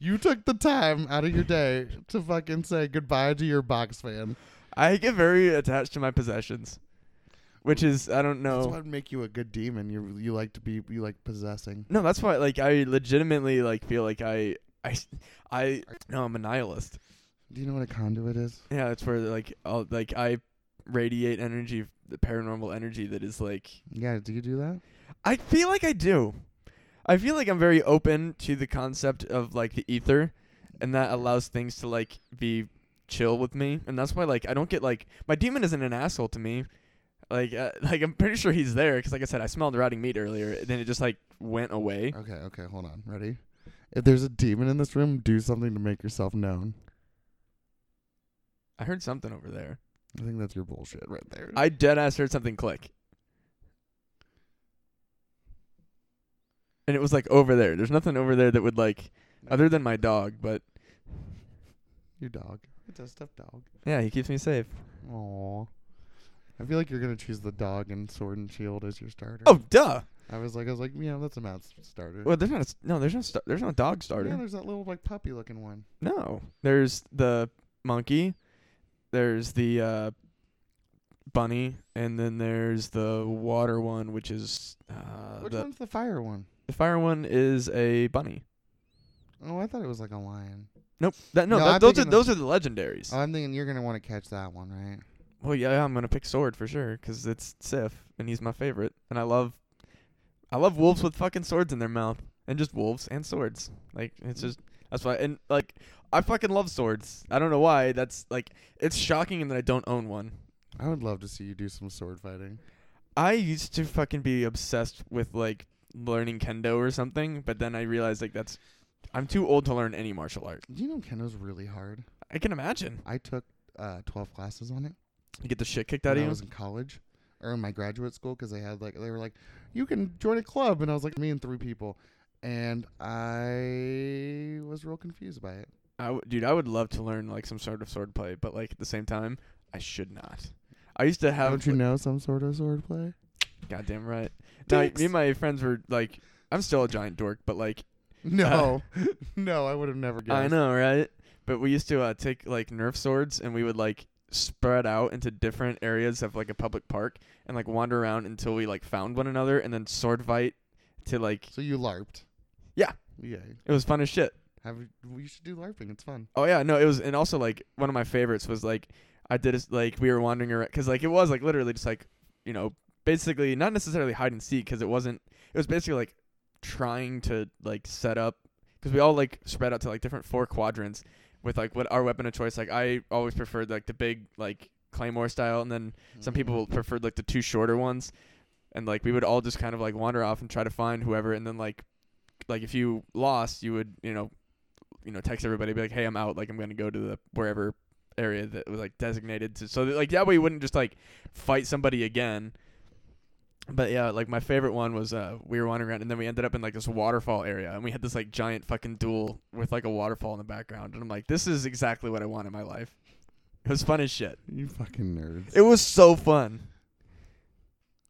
[SPEAKER 2] you took the time out of your day to fucking say goodbye to your box fan.
[SPEAKER 1] I get very attached to my possessions, which is I don't know.
[SPEAKER 2] That's what would make you a good demon. You you like to be you like possessing.
[SPEAKER 1] no, that's why like I legitimately like feel like I I I no I'm a nihilist.
[SPEAKER 2] Do you know what a conduit is?
[SPEAKER 1] Yeah, that's where like all like I radiate energy, the paranormal energy that is like
[SPEAKER 2] Yeah, do you do that?
[SPEAKER 1] I feel like I do. I feel like I'm very open to the concept of like the ether, and that allows things to like be chill with me, and that's why like I don't get like my demon isn't an asshole to me. Like, uh, like I'm pretty sure he's there because, like I said, I smelled rotting meat earlier. And then it just like went away.
[SPEAKER 2] Okay, okay, hold on. Ready? If there's a demon in this room, do something to make yourself known.
[SPEAKER 1] I heard something over there.
[SPEAKER 2] I think that's your bullshit right there.
[SPEAKER 1] I dead ass heard something click. And it was like over there. There's nothing over there that would like other than my dog, but
[SPEAKER 2] your dog. It's a stuffed dog.
[SPEAKER 1] yeah, he keeps me safe.
[SPEAKER 2] Aw. I feel like you're gonna choose the dog and sword and shield as your starter.
[SPEAKER 1] Oh duh.
[SPEAKER 2] I was like, I was like, yeah, that's a mouse starter.
[SPEAKER 1] Well, there's not a, s- no, there's no sta- there's no dog
[SPEAKER 2] Yeah,
[SPEAKER 1] starter.
[SPEAKER 2] there's that little like puppy looking one.
[SPEAKER 1] No. There's the monkey. There's the uh bunny and then there's the water one which is uh
[SPEAKER 2] Which
[SPEAKER 1] the,
[SPEAKER 2] one's the fire one?
[SPEAKER 1] the fire one is a bunny.
[SPEAKER 2] Oh, I thought it was like a lion.
[SPEAKER 1] Nope. That no,
[SPEAKER 2] No,
[SPEAKER 1] that,
[SPEAKER 2] I'm
[SPEAKER 1] those are
[SPEAKER 2] thinking
[SPEAKER 1] those are the legendaries.
[SPEAKER 2] Oh, I'm thinking you're gonna want to catch that one, right?
[SPEAKER 1] Well, yeah, I'm gonna pick Sword for sure, 'cause it's Sif, and he's my favorite, and I love, I love wolves with fucking swords in their mouth, and just wolves and swords. Like it's just that's why, and like I fucking love swords. I don't know why. That's like it's shocking, and that I don't own one.
[SPEAKER 2] I would love to see you do some sword fighting.
[SPEAKER 1] I used to fucking be obsessed with like learning kendo or something, but then I realized like that's I'm too old to learn any martial art.
[SPEAKER 2] Do you know kendo's really hard?
[SPEAKER 1] I can imagine
[SPEAKER 2] I took uh, 12 classes on it
[SPEAKER 1] you get the shit kicked out
[SPEAKER 2] when
[SPEAKER 1] of
[SPEAKER 2] I
[SPEAKER 1] you.
[SPEAKER 2] was in college or in my graduate school because they had like they were like you can join a club and I was like me and three people and I was real confused by it.
[SPEAKER 1] I w- dude, I would love to learn like some sort of swordplay, but like at the same time, I should not. I used to have.
[SPEAKER 2] Don't you know some sort of sword play?
[SPEAKER 1] Goddamn right. Now, me
[SPEAKER 2] Dicks.
[SPEAKER 1] and my friends were like, I'm still a giant dork, but like,
[SPEAKER 2] No, no, I would have never guessed.
[SPEAKER 1] Uh, I know, right? But we used to uh, take like Nerf swords and we would like spread out into different areas of like a public park and like wander around until we like found one another and then sword fight to like
[SPEAKER 2] So you larped.
[SPEAKER 1] Yeah.
[SPEAKER 2] Yeah.
[SPEAKER 1] it was fun as shit.
[SPEAKER 2] Have we should do larping? It's fun.
[SPEAKER 1] Oh yeah, no, it was, and also like one of my favorites was like I did is, like we were wandering around because like it was like literally just like you know basically not necessarily hide and seek because it wasn't it was basically like trying to like set up because we all like spread out to like different four quadrants with like what our weapon of choice like I always preferred like the big like claymore style and then some people preferred like the two shorter ones and like we would all just kind of like wander off and try to find whoever and then like like if you lost you would you know you know text everybody be like hey i'm out like i'm gonna go to the wherever area that was like designated to so that, like that way you wouldn't just like fight somebody again but yeah like my favorite one was uh we were wandering around and then we ended up in like this waterfall area and we had this like giant fucking duel with like a waterfall in the background and i'm like this is exactly what i want in my life it was fun as shit
[SPEAKER 2] You fucking nerds.
[SPEAKER 1] it was so fun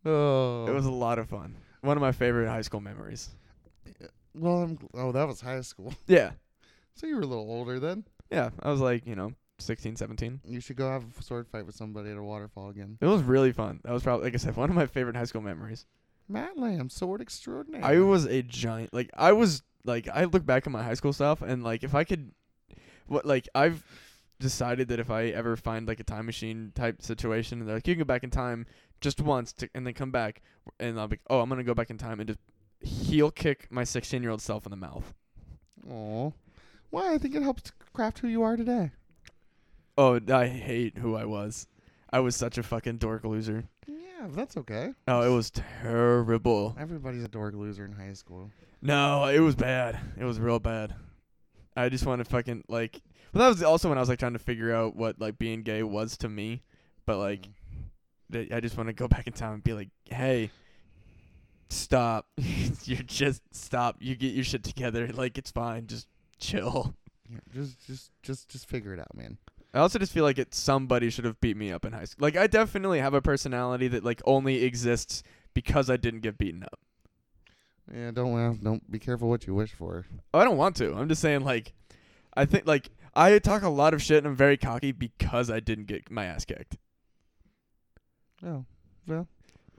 [SPEAKER 2] oh.
[SPEAKER 1] it was a lot of fun. One of my favorite high school memories.
[SPEAKER 2] Well, I'm, gl- oh, that was high school.
[SPEAKER 1] Yeah.
[SPEAKER 2] So you were a little older then.
[SPEAKER 1] Yeah. I was like, you know, 16, 17.
[SPEAKER 2] You should go have a sword fight with somebody at a waterfall again.
[SPEAKER 1] It was really fun. That was probably, like I said, one of my favorite high school memories.
[SPEAKER 2] Matt Lamb, sword extraordinary.
[SPEAKER 1] I was a giant. Like, I was, like, I look back at my high school stuff and, like, if I could, what, like, I've decided that if I ever find, like, a time machine type situation and they're like, you can go back in time just once to, and then come back, and I'll be, oh, I'm going to go back in time and just heel kick my 16 year old self in the mouth.
[SPEAKER 2] Aw. Well, I think it helps craft who you are today.
[SPEAKER 1] Oh, I hate who I was. I was such a fucking dork loser.
[SPEAKER 2] Yeah, that's okay.
[SPEAKER 1] Oh, it was terrible.
[SPEAKER 2] Everybody's a dork loser in high school.
[SPEAKER 1] No, it was bad. It was real bad. I just want to fucking like. Well, that was also when I was like trying to figure out what like being gay was to me. But like,
[SPEAKER 2] Mm.
[SPEAKER 1] th- I just want to go back in time and be like, hey, stop. You're just stop. You get your shit together. Like it's fine. Just chill.
[SPEAKER 2] Yeah, just, just, just, just figure it out, man.
[SPEAKER 1] I also just feel like it somebody should have beat me up in high school. Like I definitely have a personality that like only exists because I didn't get beaten up.
[SPEAKER 2] Yeah, don't laugh. Don't be careful what you wish for.
[SPEAKER 1] Oh, I don't want to. I'm just saying like I think like I talk a lot of shit and I'm very cocky because I didn't get my ass kicked.
[SPEAKER 2] No. Well,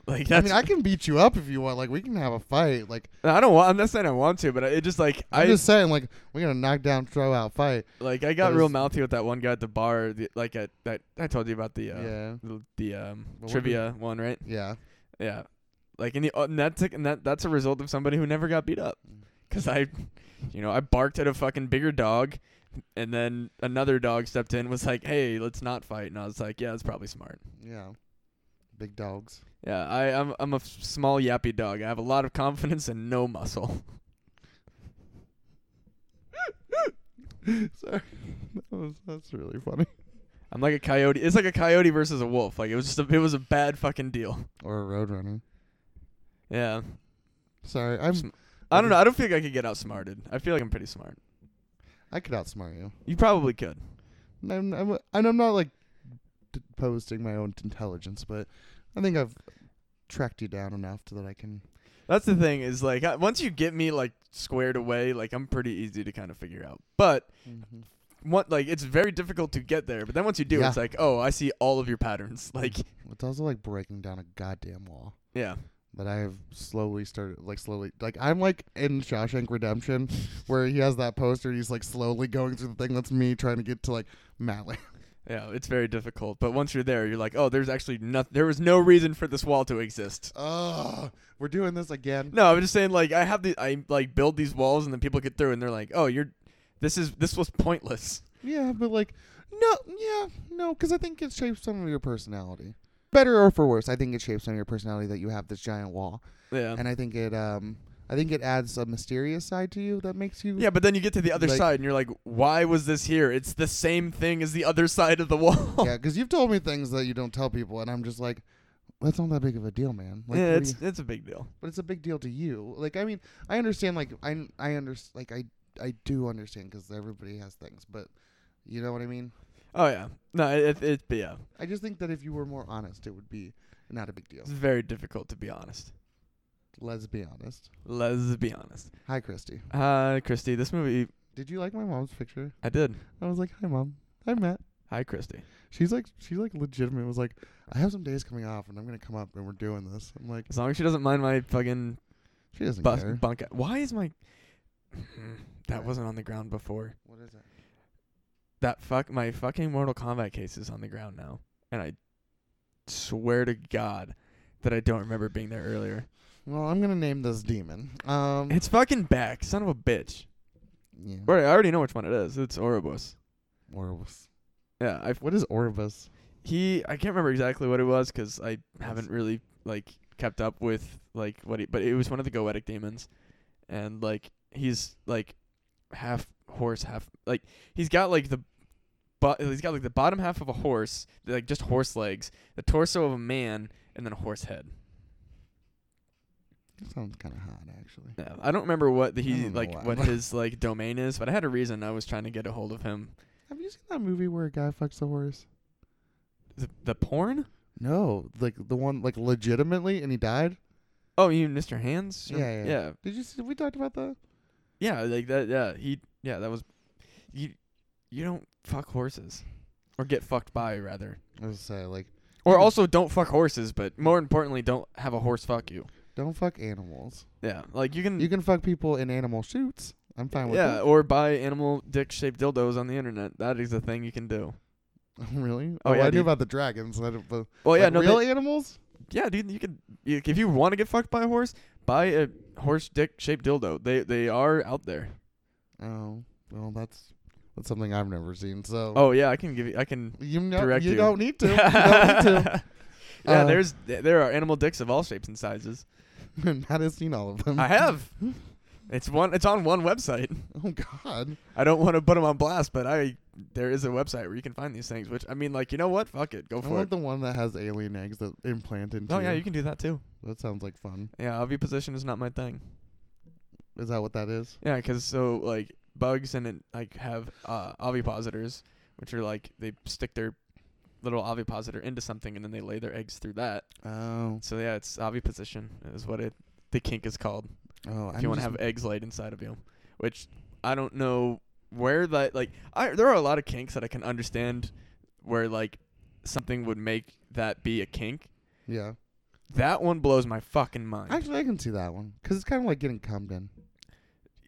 [SPEAKER 1] Like
[SPEAKER 2] I
[SPEAKER 1] that's
[SPEAKER 2] mean, I can beat you up if you want. Like, we can have a fight. Like,
[SPEAKER 1] I don't want I'm not saying I want to, but I, it just like
[SPEAKER 2] I'm
[SPEAKER 1] I
[SPEAKER 2] just saying, like, we're gonna knock down, throw out, fight.
[SPEAKER 1] like I got
[SPEAKER 2] I
[SPEAKER 1] real
[SPEAKER 2] was-
[SPEAKER 1] mouthy with that one guy at the bar the, like at that I told you about the uh
[SPEAKER 2] yeah,
[SPEAKER 1] the, the um
[SPEAKER 2] Well, what
[SPEAKER 1] trivia one, right?
[SPEAKER 2] yeah.
[SPEAKER 1] Yeah. Like in the uh, and that's a, and that that's a result of somebody who never got beat up. Cause I, you know, I barked at a fucking bigger dog, and then another dog stepped in was like, "Hey, let's not fight." And I was like, "Yeah, that's probably smart."
[SPEAKER 2] Yeah. Big dogs.
[SPEAKER 1] Yeah, I I'm I'm a f- small yappy dog. I have a lot of confidence and no muscle.
[SPEAKER 2] Sorry. That was, that's really funny.
[SPEAKER 1] I'm like a coyote. It's like a coyote versus a wolf. Like it was just a, it was a bad fucking deal.
[SPEAKER 2] Or a roadrunner.
[SPEAKER 1] Yeah.
[SPEAKER 2] Sorry, I'm.
[SPEAKER 1] Sm- I don't know. I don't feel like I could get outsmarted. I feel like I'm pretty smart.
[SPEAKER 2] I could outsmart you.
[SPEAKER 1] You probably could.
[SPEAKER 2] And I'm, I'm, and I'm not like d- posting my own intelligence, but I think I've tracked you down enough so that I can.
[SPEAKER 1] That's the thing is like I- once you get me like squared away, like I'm pretty easy to kind of figure out. But what like it's very difficult to get there. But then once you do,
[SPEAKER 2] Yeah.
[SPEAKER 1] it's like oh, I see all of your patterns. Like
[SPEAKER 2] It's also like breaking down a goddamn wall.
[SPEAKER 1] yeah,
[SPEAKER 2] But I have slowly started, like slowly, like I'm like in Shawshank Redemption, where he has that poster. He's like slowly going through the thing. That's me trying to get to like Matley.
[SPEAKER 1] yeah, it's very difficult. But once you're there, you're like oh, there's actually nothing. There was no reason for this wall to exist.
[SPEAKER 2] Oh, we're doing this again.
[SPEAKER 1] No, I'm just saying like I have the I like build these walls and then people get through and they're like oh, you're this is this was pointless.
[SPEAKER 2] Yeah, but like, no, yeah, no, because I think it shapes some of your personality, better or for worse. I think it shapes some of your personality that you have this giant wall,
[SPEAKER 1] Yeah.
[SPEAKER 2] and I think it, um, I think it adds a mysterious side to you that makes you.
[SPEAKER 1] Yeah, but then you get to the other
[SPEAKER 2] Like-
[SPEAKER 1] side and you're like, why was this here? It's the same thing as the other side of the wall.
[SPEAKER 2] Yeah, because you've told me things that you don't tell people, and I'm just like, that's not that big of a deal, man. Like,
[SPEAKER 1] yeah,
[SPEAKER 2] what do
[SPEAKER 1] it's
[SPEAKER 2] you-
[SPEAKER 1] it's a big deal.
[SPEAKER 2] but it's a big deal to you. Like, I mean, I understand. Like, I, I understand. Like, I, I do understand because everybody has things, but you know what I mean.
[SPEAKER 1] Oh yeah, no, it, it, it yeah,
[SPEAKER 2] I just think that if you were more honest, it would be not a big deal.
[SPEAKER 1] it's very difficult to be honest.
[SPEAKER 2] Let's be honest.
[SPEAKER 1] Let's be honest.
[SPEAKER 2] Hi, Christy.
[SPEAKER 1] Uh, Christy, this movie
[SPEAKER 2] Did you like my mom's picture?
[SPEAKER 1] I did.
[SPEAKER 2] I was like, "Hi, mom. Hi, Matt."
[SPEAKER 1] Hi, Christy.
[SPEAKER 2] She's like, she like legitimate was like, "I have some days coming off, and I'm gonna come up, and we're doing this." I'm like,
[SPEAKER 1] As long as she doesn't mind my fucking
[SPEAKER 2] she doesn't
[SPEAKER 1] bus
[SPEAKER 2] care.
[SPEAKER 1] bunk. Why is my that wasn't on the ground before?
[SPEAKER 2] What is it?
[SPEAKER 1] That fuck my fucking Mortal Kombat case is on the ground now, and I swear to God that I don't remember being there earlier.
[SPEAKER 2] Well, I'm gonna name this demon. Um,
[SPEAKER 1] It's fucking back, son of a bitch.
[SPEAKER 2] yeah.
[SPEAKER 1] Or I already know which one it is. It's Oribus.
[SPEAKER 2] Oribus.
[SPEAKER 1] Yeah, I
[SPEAKER 2] What is Oribus?
[SPEAKER 1] he I can't remember exactly what it was because I haven't really like kept up with like what he, but it was one of the goetic demons, and like he's like half horse, half like he's got like the but he's got like the bottom half of a horse, like just horse legs, the torso of a man, and then a horse head.
[SPEAKER 2] That sounds kind of hot, actually.
[SPEAKER 1] Yeah, I don't remember what the,
[SPEAKER 2] I
[SPEAKER 1] he
[SPEAKER 2] don't know
[SPEAKER 1] like
[SPEAKER 2] why.
[SPEAKER 1] what his like domain is, but I had a reason I was trying to get a hold of him.
[SPEAKER 2] Have you seen that movie where a guy fucks a horse?
[SPEAKER 1] The, the porn?
[SPEAKER 2] No, like the one like legitimately, and he died.
[SPEAKER 1] Oh, you mean Mr. Hands? Or-
[SPEAKER 2] Yeah, yeah.
[SPEAKER 1] yeah.
[SPEAKER 2] Did you? See, we talked about that.
[SPEAKER 1] Yeah, like that. Yeah, he. Yeah, that was. You, you don't fuck horses, or get fucked by rather,
[SPEAKER 2] I was gonna say like,
[SPEAKER 1] or also don't fuck horses, but more importantly, don't have a horse fuck you.
[SPEAKER 2] don't fuck animals.
[SPEAKER 1] Yeah, like you can.
[SPEAKER 2] You can fuck people in animal shoots. I'm fine with
[SPEAKER 1] yeah,
[SPEAKER 2] that.
[SPEAKER 1] or buy animal dick shaped dildos on the internet. That is a thing you can do.
[SPEAKER 2] really?
[SPEAKER 1] Oh,
[SPEAKER 2] Oh,
[SPEAKER 1] yeah,
[SPEAKER 2] I knew
[SPEAKER 1] dude.
[SPEAKER 2] about the dragons. I don't- but
[SPEAKER 1] Well, yeah,
[SPEAKER 2] like,
[SPEAKER 1] no,
[SPEAKER 2] real
[SPEAKER 1] they-
[SPEAKER 2] animals.
[SPEAKER 1] yeah, dude, you could. You, if you want to get fucked by a horse, buy a horse dick shaped dildo. They they are out there.
[SPEAKER 2] Oh, well, that's that's something I've never seen. So
[SPEAKER 1] Oh yeah, I can give you. I can.
[SPEAKER 2] you know,
[SPEAKER 1] direct
[SPEAKER 2] you
[SPEAKER 1] you.
[SPEAKER 2] don't need to. You don't need to.
[SPEAKER 1] yeah,
[SPEAKER 2] Uh,
[SPEAKER 1] there's there are animal dicks of all shapes and sizes.
[SPEAKER 2] And Matt has seen all of them.
[SPEAKER 1] I have. It's one. It's on one website.
[SPEAKER 2] oh God.
[SPEAKER 1] I don't want to put them on blast, but I there is a website where you can find these things. Which I mean, like you know what? Fuck it, go
[SPEAKER 2] I
[SPEAKER 1] for
[SPEAKER 2] want
[SPEAKER 1] it.
[SPEAKER 2] the one that has alien eggs that implant into.
[SPEAKER 1] Oh yeah, you can do that too.
[SPEAKER 2] That sounds like fun.
[SPEAKER 1] Yeah, oviposition is not my thing.
[SPEAKER 2] Is that what that is?
[SPEAKER 1] Yeah, 'cause so like bugs and it, like have uh, ovipositors, which are like they stick their little ovipositor into something and then they lay their eggs through that.
[SPEAKER 2] Oh.
[SPEAKER 1] So yeah, it's oviposition is what it the kink is called.
[SPEAKER 2] Oh.
[SPEAKER 1] if you want to have eggs laid inside of you, which I don't know where that like I there are a lot of kinks that I can understand where like something would make that be a kink.
[SPEAKER 2] Yeah.
[SPEAKER 1] That one blows my fucking mind.
[SPEAKER 2] Actually, I can see that one because it's kind of like getting cummed in.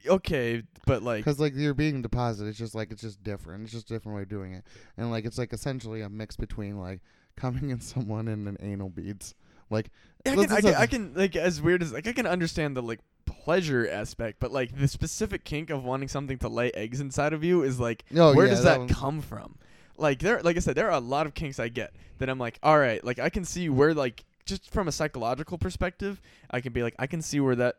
[SPEAKER 1] okay, but like
[SPEAKER 2] Because like you're being deposited, it's just like it's just different. It's just a different way of doing it, and like it's like essentially a mix between like coming in someone and an anal beads. Like
[SPEAKER 1] I
[SPEAKER 2] this
[SPEAKER 1] can, I,
[SPEAKER 2] is
[SPEAKER 1] can,
[SPEAKER 2] a-
[SPEAKER 1] I can like as weird as like I can understand the like pleasure aspect, but like the specific kink of wanting something to lay eggs inside of you is like
[SPEAKER 2] Oh,
[SPEAKER 1] where
[SPEAKER 2] yeah,
[SPEAKER 1] does
[SPEAKER 2] that
[SPEAKER 1] that,
[SPEAKER 2] one-
[SPEAKER 1] come from? Like there like I said, there are a lot of kinks I get that I'm like, all right, like I can see where like just from a psychological perspective, I can be like, I can see where that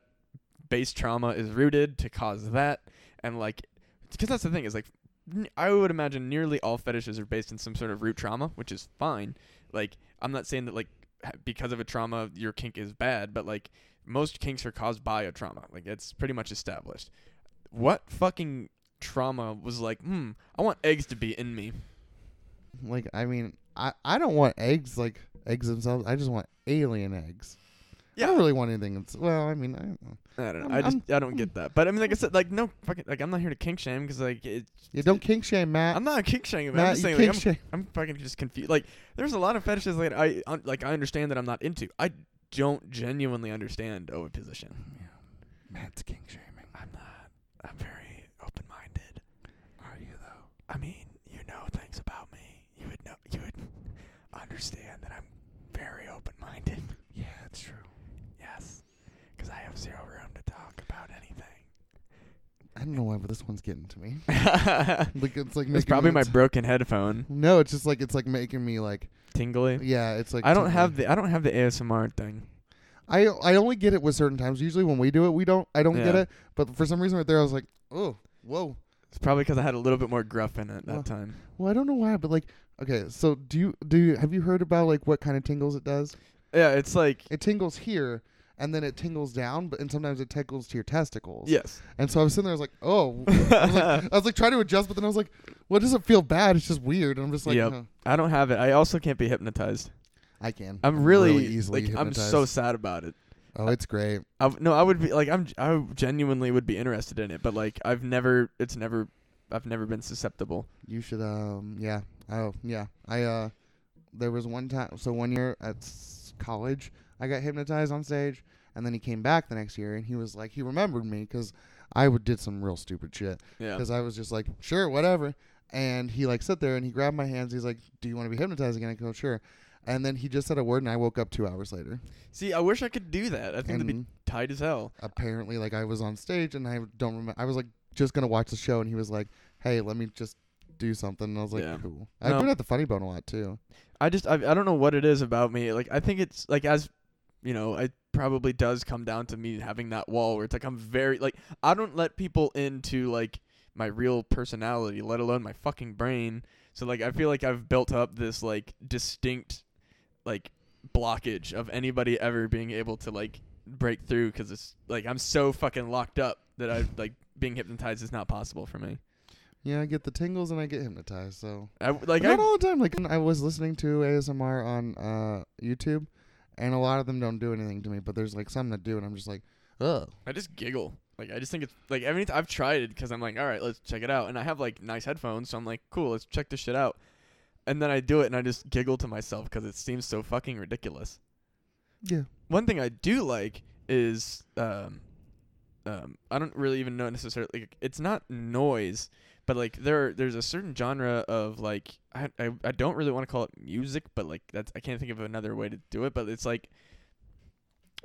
[SPEAKER 1] base trauma is rooted to cause that and like because that's the thing is like n- I would imagine nearly all fetishes are based in some sort of root trauma, which is fine. Like I'm not saying that like ha- because of a trauma your kink is bad, but like most kinks are caused by a trauma. Like it's pretty much established. What fucking trauma was like, hmm, I want eggs to be in me.
[SPEAKER 2] like I mean, I I don't want eggs like eggs themselves. I just want alien eggs. I
[SPEAKER 1] Yeah.
[SPEAKER 2] don't really want anything. That's, well, I mean, I don't know.
[SPEAKER 1] I don't know.
[SPEAKER 2] I'm-
[SPEAKER 1] i just I don't
[SPEAKER 2] I'm-
[SPEAKER 1] get that. But I mean like I said like no fucking like I'm not here to kink shame cuz like it's
[SPEAKER 2] You don't kink shame, Matt.
[SPEAKER 1] I'm not a kink shame. I'm
[SPEAKER 2] Matt,
[SPEAKER 1] just
[SPEAKER 2] Uh, you
[SPEAKER 1] saying
[SPEAKER 2] kink
[SPEAKER 1] like, I'm
[SPEAKER 2] shame.
[SPEAKER 1] I'm fucking just confused. Like, there's a lot of fetishes that I un- like. I understand that I'm not into. I don't genuinely understand of a position.
[SPEAKER 2] Matt's kink shaming.
[SPEAKER 1] I'm not. I'm very open-minded.
[SPEAKER 2] Are you though?
[SPEAKER 1] I mean, you know things about me. You would know. You would understand that I'm very open-minded.
[SPEAKER 2] Yeah, it's true.
[SPEAKER 1] Yes, because I have zero room to talk about
[SPEAKER 2] I don't know why, but this one's getting to me.
[SPEAKER 1] anything.
[SPEAKER 2] Like it's like
[SPEAKER 1] it's
[SPEAKER 2] making
[SPEAKER 1] probably
[SPEAKER 2] me
[SPEAKER 1] my
[SPEAKER 2] t-
[SPEAKER 1] broken headphone
[SPEAKER 2] no, it's just like it's like making me like
[SPEAKER 1] tingly.
[SPEAKER 2] yeah, it's like
[SPEAKER 1] I don't
[SPEAKER 2] tingly.
[SPEAKER 1] have the I don't have the ASMR thing.
[SPEAKER 2] I I only get it with certain times. Usually when we do it, we don't. I don't get
[SPEAKER 1] Yeah.
[SPEAKER 2] it. But for some reason, right there, I was like, oh, whoa.
[SPEAKER 1] It's probably because I had a little bit more gruff in it that
[SPEAKER 2] Well,
[SPEAKER 1] time.
[SPEAKER 2] Well, I don't know why, but like, okay. So do you do you, have you heard about like what kind of tingles it does?
[SPEAKER 1] Yeah, it's like
[SPEAKER 2] It tingles here, and then it tingles down, but and sometimes it tingles to your testicles.
[SPEAKER 1] yes.
[SPEAKER 2] And so I was sitting there, I was like, oh, I was like, I was like trying to adjust, but then I was like, well, it doesn't feel bad. It's just weird. And I'm just like,
[SPEAKER 1] Yep.
[SPEAKER 2] huh,
[SPEAKER 1] I don't have it. I also can't be hypnotized.
[SPEAKER 2] I can.
[SPEAKER 1] I'm really,
[SPEAKER 2] easily
[SPEAKER 1] like I'm
[SPEAKER 2] hypnotized.
[SPEAKER 1] so sad about it.
[SPEAKER 2] Oh, it's great.
[SPEAKER 1] I w- no, I would be like I'm I genuinely would be interested in it, but like I've never it's never I've never been susceptible.
[SPEAKER 2] You should um yeah. Oh, yeah. I uh there was one time so one year at s- college, I got hypnotized on stage and then he came back the next year and he was like he remembered me cuz I would did some real stupid shit
[SPEAKER 1] Yeah.
[SPEAKER 2] cuz I was just like, "Sure, whatever." And he like sat there and he grabbed my hands. He's like, "Do you want to be hypnotized again?" I go, "Sure." And then he just said a word and I woke up 2 hours later.
[SPEAKER 1] See, I wish I could do that. I think it'd be
[SPEAKER 2] And
[SPEAKER 1] tight as hell.
[SPEAKER 2] apparently like I was on stage and I don't remember I was like just going to watch the show and he was like, "Hey, let me just do something." And I was like,
[SPEAKER 1] Yeah.
[SPEAKER 2] "Cool."
[SPEAKER 1] No.
[SPEAKER 2] I've been at the funny bone a lot too.
[SPEAKER 1] I just I, I don't know what it is about me. Like I think it's like as you know, it probably does come down to me having that wall where it's like I'm very like I don't let people into like my real personality, let alone my fucking brain. So like I feel like I've built up this like distinct like blockage of anybody ever being able to like break through cuz it's like I'm so fucking locked up that I like being hypnotized is not possible for me.
[SPEAKER 2] Yeah, I get the tingles and I get hypnotized. So
[SPEAKER 1] I like
[SPEAKER 2] But not
[SPEAKER 1] I
[SPEAKER 2] all the time. Like I was listening to ASMR on uh, YouTube, and a lot of them don't do anything to me. But there's like some that do, and I'm just like, oh,
[SPEAKER 1] I just giggle. Like I just think it's like every I've tried it because I'm like, all right, let's check it out, and I have like nice headphones, so I'm like, cool, let's check this shit out, and then I do it and I just giggle to myself because it seems so fucking ridiculous.
[SPEAKER 2] yeah.
[SPEAKER 1] One thing I do like is um, um, I don't really even know necessarily. Like, it's not noise, but like there there's a certain genre of like I I, I don't really want to call it music, but like that's I can't think of another way to do it, but it's like.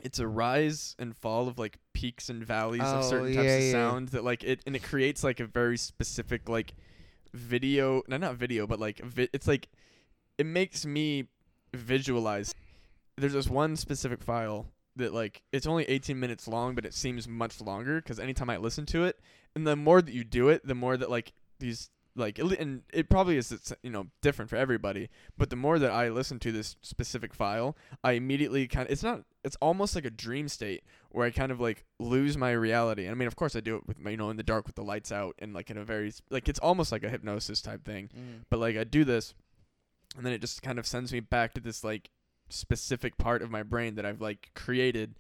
[SPEAKER 1] It's a rise and fall of like peaks and valleys of
[SPEAKER 2] Oh,
[SPEAKER 1] certain types
[SPEAKER 2] yeah,
[SPEAKER 1] of
[SPEAKER 2] yeah.
[SPEAKER 1] sounds that like it and it creates like a very specific like video no not video but like vi- it's like it makes me visualize there's this one specific file that like it's only 18 minutes long but it seems much longer because anytime i listen to it and the more that you do it the more that like these like at le- and it probably is it's you know different for everybody but the more that i listen to this specific file i immediately kind of it's not it's almost like a dream state where i kind of like lose my reality and i mean of course i do it with my, you know in the dark with the lights out and like in a very s- like it's almost like a hypnosis type thing
[SPEAKER 2] Mm. Mm-hmm.
[SPEAKER 1] but like I do this, and then it just kind of sends me back to this like specific part of my brain that I've like created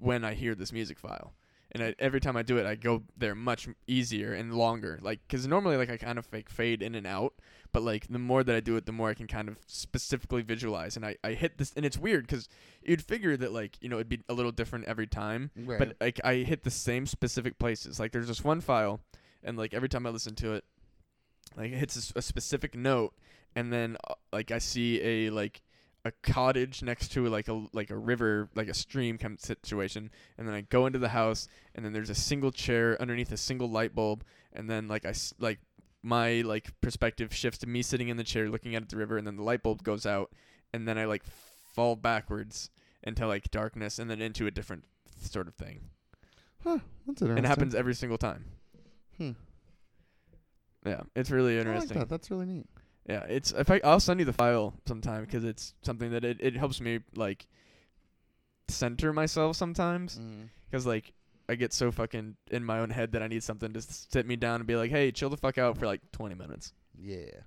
[SPEAKER 1] when I hear this music file. And I, every time I do it, I go there much easier and longer. Like, cause normally like I kind of like fade in and out, but like the more that I do it, the more I can kind of specifically visualize. And I, I hit this, and it's weird because you'd figure that like you know it'd be a little different every time,
[SPEAKER 2] Right.
[SPEAKER 1] but like I hit the same specific places. Like there's this one file, and like every time I listen to it, like it hits a s- a, specific note, and then uh, like I see a like a cottage next to like a like a river, like a stream kind of situation, and then I go into the house, and then there's a single chair underneath a single light bulb, and then like I s- like my like perspective shifts to me sitting in the chair looking at the river, and then the light bulb goes out, and then I like fall backwards into like darkness, and then into a different sort of thing.
[SPEAKER 2] Huh. That's
[SPEAKER 1] It
[SPEAKER 2] interesting.
[SPEAKER 1] happens every single time.
[SPEAKER 2] Hmm.
[SPEAKER 1] Yeah, it's really
[SPEAKER 2] I like
[SPEAKER 1] interesting.
[SPEAKER 2] that. That's really neat.
[SPEAKER 1] Yeah, it's if I I'll send you the file sometime 'cause it's something that it, it helps me like center myself sometimes. 'Cause
[SPEAKER 2] Mm.
[SPEAKER 1] like I get so fucking in my own head that I need something to s- sit me down and be like, hey, chill the fuck out for like 20 minutes.
[SPEAKER 2] Yeah.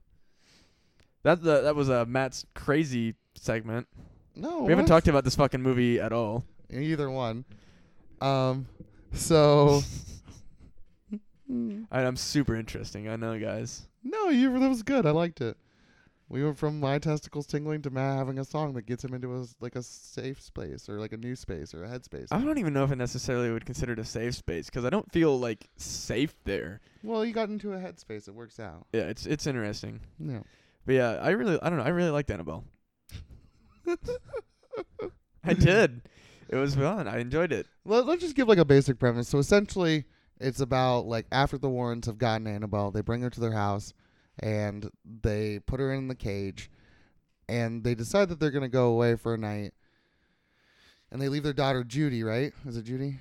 [SPEAKER 1] That the, that was uh, Matt's crazy segment.
[SPEAKER 2] No.
[SPEAKER 1] we haven't
[SPEAKER 2] Oh, what?
[SPEAKER 1] talked about this fucking movie at all.
[SPEAKER 2] either one. Um. So.
[SPEAKER 1] I, I'm super interesting. I know, guys.
[SPEAKER 2] No, you that was good. I liked it. We went from my testicles tingling to Matt having a song that gets him into a s- like a safe space or like a new space or a headspace.
[SPEAKER 1] I don't e even know if I necessarily would consider it a safe space 'cause I don't feel like safe there.
[SPEAKER 2] well, you got into a headspace. It works out.
[SPEAKER 1] Yeah, it's it's interesting.
[SPEAKER 2] No.
[SPEAKER 1] But yeah, I really, I don't know, I really liked Annabelle. I did. It was fun. I enjoyed it.
[SPEAKER 2] Let, let's just give like a basic premise. So essentially, it's about like after the Warrens have gotten Annabelle, they bring her to their house, and they put her in the cage, and they decide that they're gonna go away for a night, and they leave their daughter Judy. Right? Is it Judy?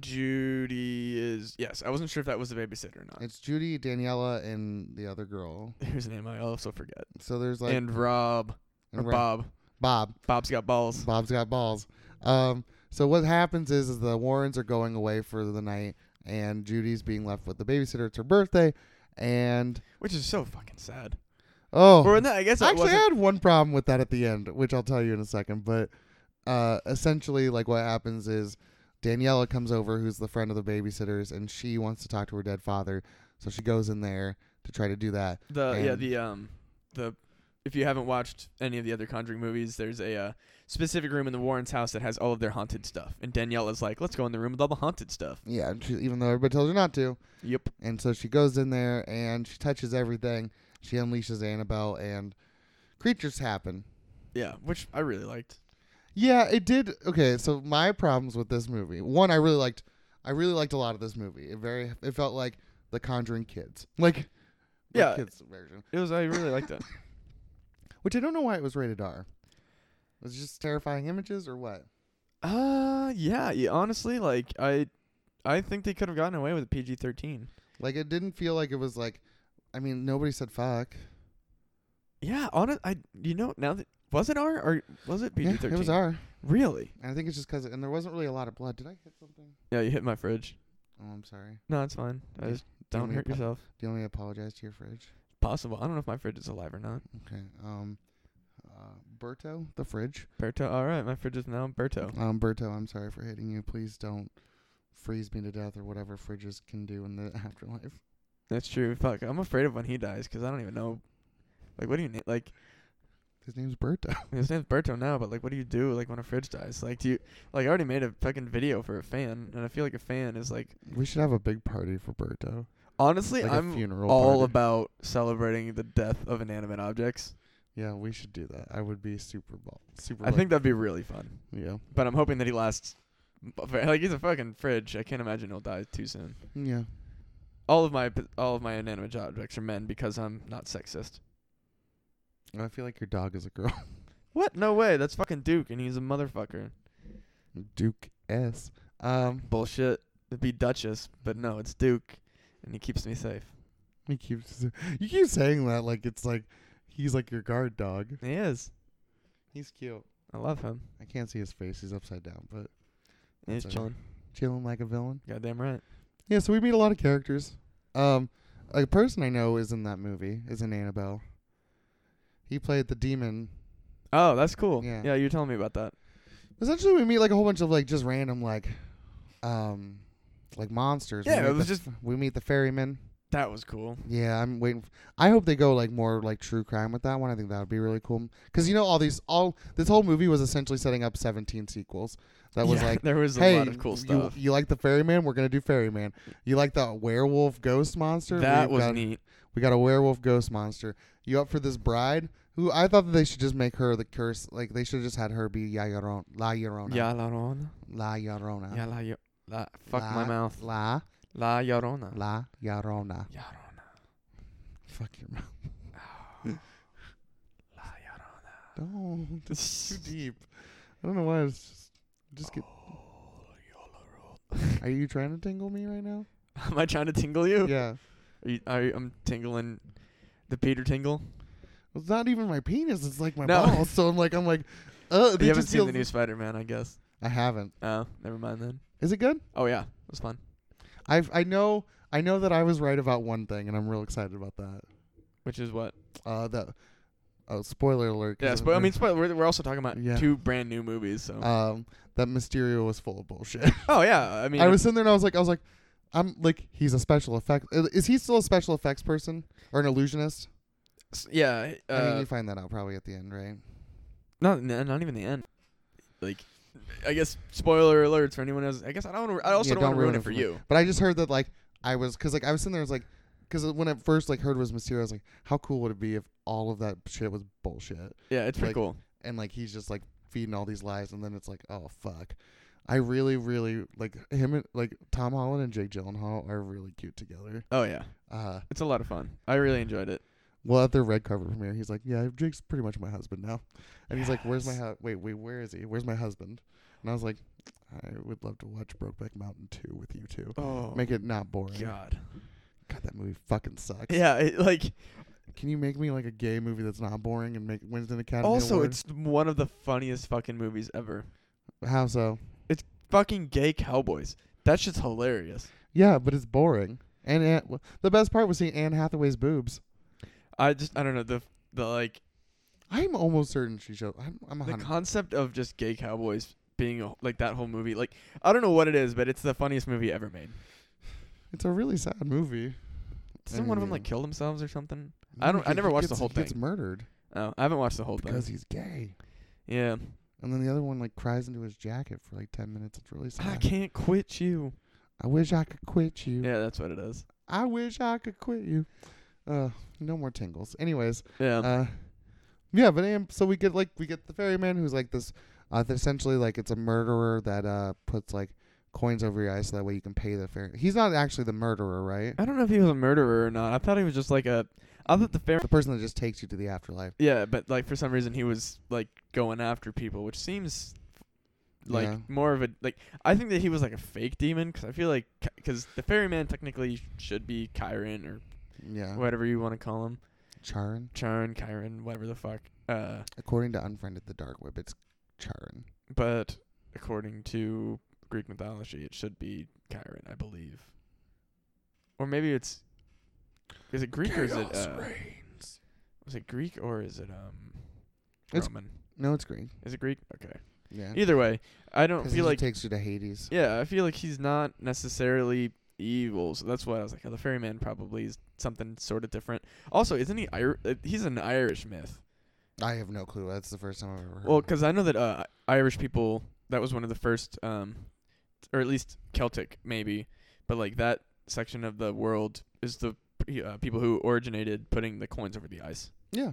[SPEAKER 1] Judy is yes. I wasn't sure if that was the babysitter or not.
[SPEAKER 2] It's Judy, Daniela, and the other girl.
[SPEAKER 1] Whose name I also forget.
[SPEAKER 2] So there's like
[SPEAKER 1] and Rob or
[SPEAKER 2] and Ra-
[SPEAKER 1] Bob.
[SPEAKER 2] Bob.
[SPEAKER 1] Bob's got balls.
[SPEAKER 2] Bob's got balls. Um, so what happens is, is the Warrens are going away for the night, and Judy's being left with the babysitter. It's her birthday, and
[SPEAKER 1] Which is so fucking sad.
[SPEAKER 2] oh,
[SPEAKER 1] Or no, I guess it
[SPEAKER 2] actually, I
[SPEAKER 1] wasn't.
[SPEAKER 2] had one problem with that at the end, which I'll tell you in a second. But uh, essentially, like what happens is Daniela comes over, who's the friend of the babysitters, and she wants to talk to her dead father, so she goes in there to try to do that.
[SPEAKER 1] The yeah,
[SPEAKER 2] and-
[SPEAKER 1] the um the if you haven't watched any of the other Conjuring movies, there's a uh, specific room in the Warrens' house that has all of their haunted stuff. And Danielle is like, "Let's go in the room with all the haunted stuff."
[SPEAKER 2] Yeah, and she, even though everybody tells her not to,
[SPEAKER 1] Yep.
[SPEAKER 2] And so she goes in there and she touches everything. She unleashes Annabelle and creatures happen.
[SPEAKER 1] Yeah, which I really liked.
[SPEAKER 2] Yeah, it did. Okay, so my problems with this movie. One, I really liked I really liked a lot of this movie. It very it felt like The Conjuring Kids. Like the
[SPEAKER 1] Yeah.
[SPEAKER 2] kids version,
[SPEAKER 1] It was I really liked it.
[SPEAKER 2] which I don't know why it was rated R. Was it just terrifying images or what?
[SPEAKER 1] Uh yeah, yeah, honestly like I I think they could have gotten away with PG-13.
[SPEAKER 2] Like it didn't feel like it was like I mean, nobody said fuck.
[SPEAKER 1] Yeah, honest I you know now that was it R or was it
[SPEAKER 2] Yeah,
[SPEAKER 1] PG-13?
[SPEAKER 2] it was R.
[SPEAKER 1] Really?
[SPEAKER 2] And I think it's just cuz and there wasn't really a lot of blood. Did I hit something?
[SPEAKER 1] Yeah, you hit my fridge.
[SPEAKER 2] Oh, I'm sorry.
[SPEAKER 1] No, it's fine. I
[SPEAKER 2] Yeah.
[SPEAKER 1] just
[SPEAKER 2] Do you
[SPEAKER 1] don't
[SPEAKER 2] want me to
[SPEAKER 1] hurt
[SPEAKER 2] pop-
[SPEAKER 1] yourself.
[SPEAKER 2] Do you want me to apologize to your fridge?
[SPEAKER 1] Possible. I don't know if my fridge is alive or not.
[SPEAKER 2] Okay. Um, uh, Berto, the fridge.
[SPEAKER 1] Berto. All right, my fridge is now Berto.
[SPEAKER 2] Um, Berto, I'm sorry for hitting you. Please don't freeze me to death or whatever fridges can do in the afterlife.
[SPEAKER 1] That's true. Fuck, I'm afraid of when he dies cuz I don't even know like what do you name like
[SPEAKER 2] His name's Berto.
[SPEAKER 1] his name's Berto now, but like what do you do like when a fridge dies? Like do you like I already made a fucking video for a fan and I feel like a fan is like
[SPEAKER 2] We should have a big party for Berto.
[SPEAKER 1] honestly
[SPEAKER 2] Like a
[SPEAKER 1] I'm
[SPEAKER 2] funeral
[SPEAKER 1] all
[SPEAKER 2] party.
[SPEAKER 1] about celebrating the death of inanimate objects.
[SPEAKER 2] yeah, we should do that. I would be super ball. Super.
[SPEAKER 1] I think that'd be really fun.
[SPEAKER 2] like- Yeah.
[SPEAKER 1] But I'm hoping that he lasts. Like he's a fucking fridge. I can't imagine he'll die too soon.
[SPEAKER 2] Yeah.
[SPEAKER 1] All of my all of my inanimate objects are men because I'm not sexist.
[SPEAKER 2] I feel like your dog is a girl.
[SPEAKER 1] What? No way. That's fucking Duke, and he's a motherfucker.
[SPEAKER 2] Duke S. Um,
[SPEAKER 1] Bullshit. It'd be Duchess, but no, it's Duke, and he keeps me safe.
[SPEAKER 2] he keeps. You keep saying that like it's like he's like your guard dog.
[SPEAKER 1] He is.
[SPEAKER 2] He's cute.
[SPEAKER 1] I love him.
[SPEAKER 2] I can't see his face. He's upside down, but
[SPEAKER 1] He's
[SPEAKER 2] That's
[SPEAKER 1] chilling.
[SPEAKER 2] chilling like a villain.
[SPEAKER 1] Goddamn right.
[SPEAKER 2] Yeah, so we meet a lot of characters. Um, a person I know is in that movie, is in Annabelle. He played the demon.
[SPEAKER 1] Oh, that's cool.
[SPEAKER 2] Yeah.
[SPEAKER 1] yeah, you're telling me about that.
[SPEAKER 2] Essentially, we meet like a whole bunch of like just random like, um, like monsters. We
[SPEAKER 1] Yeah, it
[SPEAKER 2] meet
[SPEAKER 1] was
[SPEAKER 2] the-
[SPEAKER 1] just-
[SPEAKER 2] we meet the ferryman.
[SPEAKER 1] That was cool.
[SPEAKER 2] Yeah, I'm waiting. f I I hope they go like more like true crime with that one. I think that would be really cool because you know all these all this whole movie was essentially setting up 17 sequels. That was
[SPEAKER 1] Yeah,
[SPEAKER 2] like
[SPEAKER 1] there was
[SPEAKER 2] hey,
[SPEAKER 1] a lot of cool
[SPEAKER 2] you-
[SPEAKER 1] stuff.
[SPEAKER 2] You, like the ferryman? We're gonna do ferryman. You like the werewolf ghost monster?
[SPEAKER 1] that
[SPEAKER 2] We've
[SPEAKER 1] was
[SPEAKER 2] got-
[SPEAKER 1] neat.
[SPEAKER 2] We got a werewolf ghost monster. You up for this bride? Who I thought that they should just make her the curse. Like they should have just had her be Ya Lloron, La Llorona.
[SPEAKER 1] Ya la Llorona.
[SPEAKER 2] La Llorona.
[SPEAKER 1] Ya la, yo- la Fuck
[SPEAKER 2] la,
[SPEAKER 1] my mouth.
[SPEAKER 2] La
[SPEAKER 1] La Llorona.
[SPEAKER 2] La Llorona.
[SPEAKER 1] Llorona.
[SPEAKER 2] Fuck your mouth.
[SPEAKER 1] La Llorona.
[SPEAKER 2] No, that's too deep. I don't know why it's just just get.
[SPEAKER 1] Oh,
[SPEAKER 2] Are you trying to tingle me right now?
[SPEAKER 1] Am I trying to tingle you?
[SPEAKER 2] yeah.
[SPEAKER 1] Are you, are you, I'm tingling the Peter tingle.
[SPEAKER 2] It's not even my penis. It's like my
[SPEAKER 1] No.
[SPEAKER 2] balls. So I'm like, I'm like, uh. They
[SPEAKER 1] you haven't
[SPEAKER 2] just
[SPEAKER 1] seen
[SPEAKER 2] feel-
[SPEAKER 1] the new Spider Man, I guess.
[SPEAKER 2] I haven't.
[SPEAKER 1] Oh, never mind then.
[SPEAKER 2] Is it good?
[SPEAKER 1] Oh yeah, it was fun.
[SPEAKER 2] I've I know I know that I was right about one thing, and I'm real excited about that.
[SPEAKER 1] Which is what?
[SPEAKER 2] Uh, that. Oh, spoiler alert. 'cause
[SPEAKER 1] Yeah,
[SPEAKER 2] it-
[SPEAKER 1] spo- I mean, oh. spoil we're, we're also talking about
[SPEAKER 2] Yeah.
[SPEAKER 1] two brand new movies. So.
[SPEAKER 2] um, that Mysterio was full of bullshit.
[SPEAKER 1] oh yeah, I mean,
[SPEAKER 2] I was sitting there and I was like, I was like, I'm like, he's a special effect. i- Is he still a special effects person or an illusionist?
[SPEAKER 1] s- yeah. Uh,
[SPEAKER 2] I mean, you find that out probably at the end, right?
[SPEAKER 1] not n- not even the end. Like, I guess spoiler alerts for anyone else. I guess I don't. wanna- I also
[SPEAKER 2] Yeah,
[SPEAKER 1] don't want
[SPEAKER 2] don't
[SPEAKER 1] to ruin
[SPEAKER 2] ruin
[SPEAKER 1] it
[SPEAKER 2] it
[SPEAKER 1] for
[SPEAKER 2] for me.
[SPEAKER 1] you.
[SPEAKER 2] But I just heard that like I was because like I was sitting there, I was like, because when I first like heard was Mysterio, I was like, how cool would it be if all of that shit was bullshit?
[SPEAKER 1] Yeah, it's pretty
[SPEAKER 2] Like,
[SPEAKER 1] cool.
[SPEAKER 2] and like he's just like feeding all these lies and then it's like oh fuck i really really like him and like tom holland and jake gyllenhaal are really cute together
[SPEAKER 1] Oh yeah,
[SPEAKER 2] uh
[SPEAKER 1] it's a lot of fun. I really enjoyed it.
[SPEAKER 2] well at their red carpet premiere he's like yeah jake's pretty much my husband now and he's like where's my
[SPEAKER 1] Yes.
[SPEAKER 2] hu- wait wait where is he where's my husband and i was like i would love to watch brokeback mountain 2 with you two
[SPEAKER 1] Oh
[SPEAKER 2] make it not boring
[SPEAKER 1] God.
[SPEAKER 2] God, that movie fucking sucks
[SPEAKER 1] Yeah, it, like
[SPEAKER 2] can you make me like a gay movie that's not boring and make wins an academy
[SPEAKER 1] also
[SPEAKER 2] Award?
[SPEAKER 1] it's one of the funniest fucking movies ever.
[SPEAKER 2] how so
[SPEAKER 1] Fucking gay cowboys. That shit's hilarious.
[SPEAKER 2] Yeah, but it's boring. And Anne, w- the best part was seeing Anne Hathaway's boobs.
[SPEAKER 1] I just I don't know the the like
[SPEAKER 2] I'm almost certain she showed. I'm, I'm a
[SPEAKER 1] the
[SPEAKER 2] hundred.
[SPEAKER 1] concept of just gay cowboys being a, like that whole movie. Like I don't know what it is, but it's the funniest movie ever made.
[SPEAKER 2] it's a really sad movie.
[SPEAKER 1] Didn't one of them
[SPEAKER 2] Yeah.
[SPEAKER 1] like kill themselves or something? I don't- I
[SPEAKER 2] He
[SPEAKER 1] never watched the
[SPEAKER 2] gets-
[SPEAKER 1] whole
[SPEAKER 2] he Gets
[SPEAKER 1] thing.
[SPEAKER 2] murdered
[SPEAKER 1] Oh, I haven't watched the whole
[SPEAKER 2] because
[SPEAKER 1] thing.
[SPEAKER 2] he's gay.
[SPEAKER 1] Yeah,
[SPEAKER 2] And then the other one like cries into his jacket for like ten minutes. It's really sad.
[SPEAKER 1] I can't quit you.
[SPEAKER 2] I wish I could quit you.
[SPEAKER 1] Yeah, that's what it is.
[SPEAKER 2] I wish I could quit you. Uh, no more tingles. Anyways,
[SPEAKER 1] Yeah,
[SPEAKER 2] Uh, yeah, but um, so we get like we get the ferryman who's like this, uh, th- essentially like it's a murderer that uh puts like coins over your eyes so that way you can pay the ferry. He's not actually the murderer, right?
[SPEAKER 1] I don't know if he was a murderer or not. I thought he was just like a. I thought the fair.
[SPEAKER 2] The person that just takes you to the afterlife.
[SPEAKER 1] Yeah, but like for some reason he was like going after people, which seems like
[SPEAKER 2] Yeah.
[SPEAKER 1] more of a like. I think that he was like a fake demon because I feel like because the ferryman technically should be Chiron or
[SPEAKER 2] Yeah,
[SPEAKER 1] whatever you want to call him,
[SPEAKER 2] Charon.
[SPEAKER 1] Charon, Chiron, whatever the fuck. Uh,
[SPEAKER 2] According to Unfriended the Dark Web, it's Charon.
[SPEAKER 1] but according to Greek mythology, it should be Chiron, I believe, or maybe it's. Is it Greek or is it? Uh, is it Greek or is it um?
[SPEAKER 2] It's-
[SPEAKER 1] Roman.
[SPEAKER 2] No, it's green.
[SPEAKER 1] Is it Greek? Okay.
[SPEAKER 2] Yeah,
[SPEAKER 1] Either way, I don't
[SPEAKER 2] 'Cause he
[SPEAKER 1] feel
[SPEAKER 2] just
[SPEAKER 1] like
[SPEAKER 2] takes you to Hades.
[SPEAKER 1] yeah, I feel like he's not necessarily evil. So that's why I was like, oh, the ferryman probably is something sort of different. Also, isn't he Ir- uh, he's an Irish myth.
[SPEAKER 2] I have no clue. That's the first time I've ever heard.
[SPEAKER 1] Well,
[SPEAKER 2] of it.
[SPEAKER 1] cuz I know that uh, Irish people that was one of the first um or at least Celtic maybe, but like that section of the world is the uh, people who originated putting the coins over the ice.
[SPEAKER 2] yeah,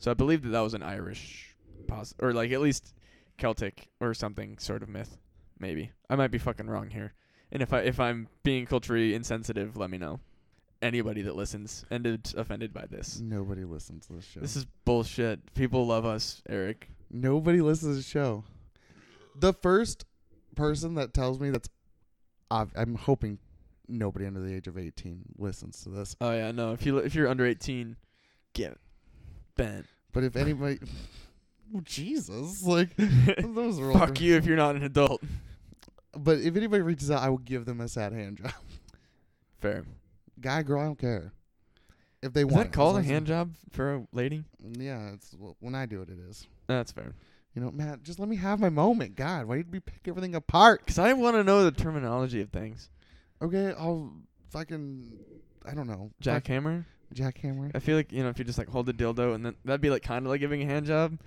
[SPEAKER 1] So I believe that that was an Irish, pos- or like at least Celtic or something sort of myth. Maybe I might be fucking wrong here, and if I if I'm being culturally insensitive, let me know. Anybody that listens and is offended by this,
[SPEAKER 2] nobody listens to this show.
[SPEAKER 1] this is bullshit. People love us, Eric.
[SPEAKER 2] Nobody listens to the show. The first person that tells me that's, ob- I'm hoping nobody under the age of 18 listens to this.
[SPEAKER 1] Oh yeah, no. If you if you're under 18, get bent.
[SPEAKER 2] But if anybody, oh, Jesus, like those are all
[SPEAKER 1] Fuck you if you're not an adult.
[SPEAKER 2] But if anybody reaches out, I will give them a sad hand job.
[SPEAKER 1] Fair.
[SPEAKER 2] Guy, girl, I don't care. If they
[SPEAKER 1] Is
[SPEAKER 2] want,
[SPEAKER 1] that called a
[SPEAKER 2] it, as long
[SPEAKER 1] hand job for a lady?
[SPEAKER 2] as- Yeah, it's when I do it, it is.
[SPEAKER 1] That's fair.
[SPEAKER 2] You know, Matt, just let me have my moment. God, why did we pick everything apart?
[SPEAKER 1] Cause I want to know the terminology of things.
[SPEAKER 2] Okay, I'll fucking, I don't know, Fuck-
[SPEAKER 1] Jackhammer.
[SPEAKER 2] jackhammer.
[SPEAKER 1] I feel like you know if you just like hold the dildo and then that'd be like kind of like giving a hand job.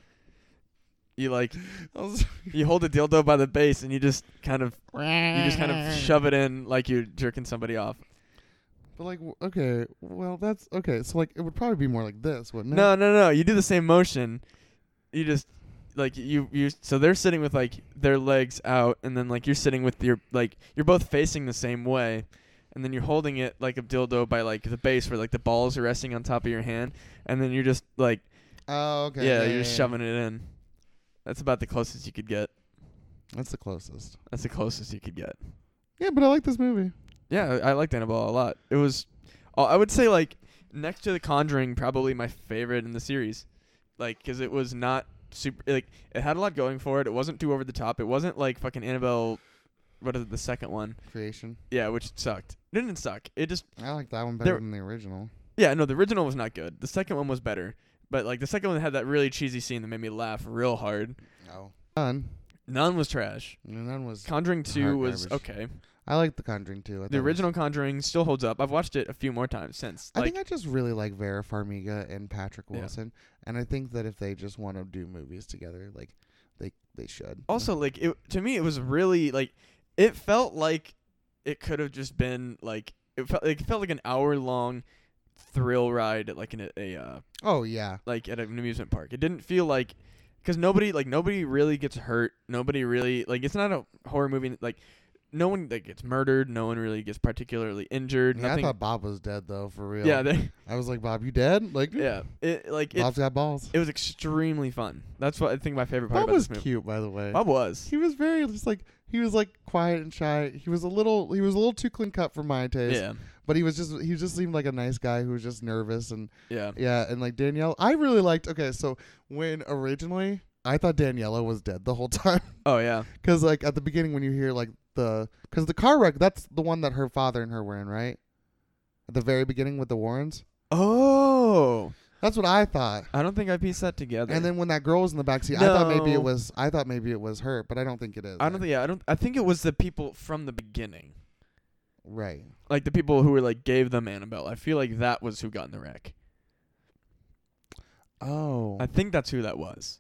[SPEAKER 1] You like
[SPEAKER 2] I was-
[SPEAKER 1] you hold the dildo by the base and you just kind of you just kind of shove it in like you're jerking somebody off.
[SPEAKER 2] But like, w- okay, well, that's okay. So like, it would probably be more like this, wouldn't it?
[SPEAKER 1] No, no, no. You do the same motion. You just like you you so they're sitting with like their legs out and then like you're sitting with your like you're both facing the same way and then you're holding it like a dildo by like the base where like the balls are resting on top of your hand and then you're just like
[SPEAKER 2] Oh, okay.
[SPEAKER 1] yeah, you're just shoving it in. That's about the closest you could get.
[SPEAKER 2] That's the closest.
[SPEAKER 1] That's the closest you could get.
[SPEAKER 2] Yeah, but I like this movie.
[SPEAKER 1] Yeah, I I liked Annabelle a lot. It was, uh, I would say like next to The Conjuring, probably my favorite in the series, like because it was not super like it had a lot going for it. It wasn't too over the top. It wasn't like fucking Annabelle, what is it, the second one?
[SPEAKER 2] Creation.
[SPEAKER 1] Yeah, which sucked. It didn't suck. It just
[SPEAKER 2] I like that one better
[SPEAKER 1] There-
[SPEAKER 2] than the original.
[SPEAKER 1] yeah no the original was not good. The second one was better, but like the second one had that really cheesy scene that made me laugh real hard.
[SPEAKER 2] No. None.
[SPEAKER 1] None was trash.
[SPEAKER 2] None was.
[SPEAKER 1] Conjuring two
[SPEAKER 2] Hot
[SPEAKER 1] was
[SPEAKER 2] garbage.
[SPEAKER 1] okay.
[SPEAKER 2] I like The Conjuring too. I thought it
[SPEAKER 1] The
[SPEAKER 2] was-
[SPEAKER 1] original Conjuring still holds up. I've watched it a few more times since.
[SPEAKER 2] I
[SPEAKER 1] Like,
[SPEAKER 2] think I just really like Vera Farmiga and Patrick
[SPEAKER 1] Yeah.
[SPEAKER 2] Wilson, and I think that if they just want to do movies together, like they they should.
[SPEAKER 1] also like it to me it was really like it felt like it could have just been like it felt it felt like an hour long thrill ride at like in a, a uh,
[SPEAKER 2] Oh yeah.
[SPEAKER 1] like at an amusement park it didn't feel like because nobody like nobody really gets hurt nobody really like it's not a horror movie like no one like gets murdered no one really gets particularly injured
[SPEAKER 2] Yeah, I
[SPEAKER 1] nothing
[SPEAKER 2] thought Bob was dead though, for real.
[SPEAKER 1] yeah they,
[SPEAKER 2] I was like, Bob, you dead? Like,
[SPEAKER 1] yeah it like it,
[SPEAKER 2] Bob's got balls.
[SPEAKER 1] it was extremely fun that's what i think my favorite part
[SPEAKER 2] Bob
[SPEAKER 1] about
[SPEAKER 2] was
[SPEAKER 1] this movie
[SPEAKER 2] cute, by the way.
[SPEAKER 1] bob was
[SPEAKER 2] He was very just like he was like quiet and shy. He was a little he was a little too clean cut for my taste.
[SPEAKER 1] yeah
[SPEAKER 2] But he was just he just seemed like a nice guy who was just nervous and
[SPEAKER 1] yeah
[SPEAKER 2] yeah and like Danielle. I really liked. Okay, so when originally I thought Daniela was dead the whole time
[SPEAKER 1] oh yeah
[SPEAKER 2] because like at the beginning when you hear like the because the car wreck that's the one that her father and her were in right at the very beginning with the Warrens.
[SPEAKER 1] oh
[SPEAKER 2] That's what I thought.
[SPEAKER 1] I don't think I pieced that together.
[SPEAKER 2] And then when that girl was in the backseat, I thought maybe
[SPEAKER 1] No.
[SPEAKER 2] it was I thought maybe it was her, but I don't think it is.
[SPEAKER 1] I don't think. Yeah, I don't. I think it was the people from the beginning,
[SPEAKER 2] right.
[SPEAKER 1] like the people who were like gave them Annabelle. I feel like that was who got in the wreck.
[SPEAKER 2] Oh.
[SPEAKER 1] I think that's who that was,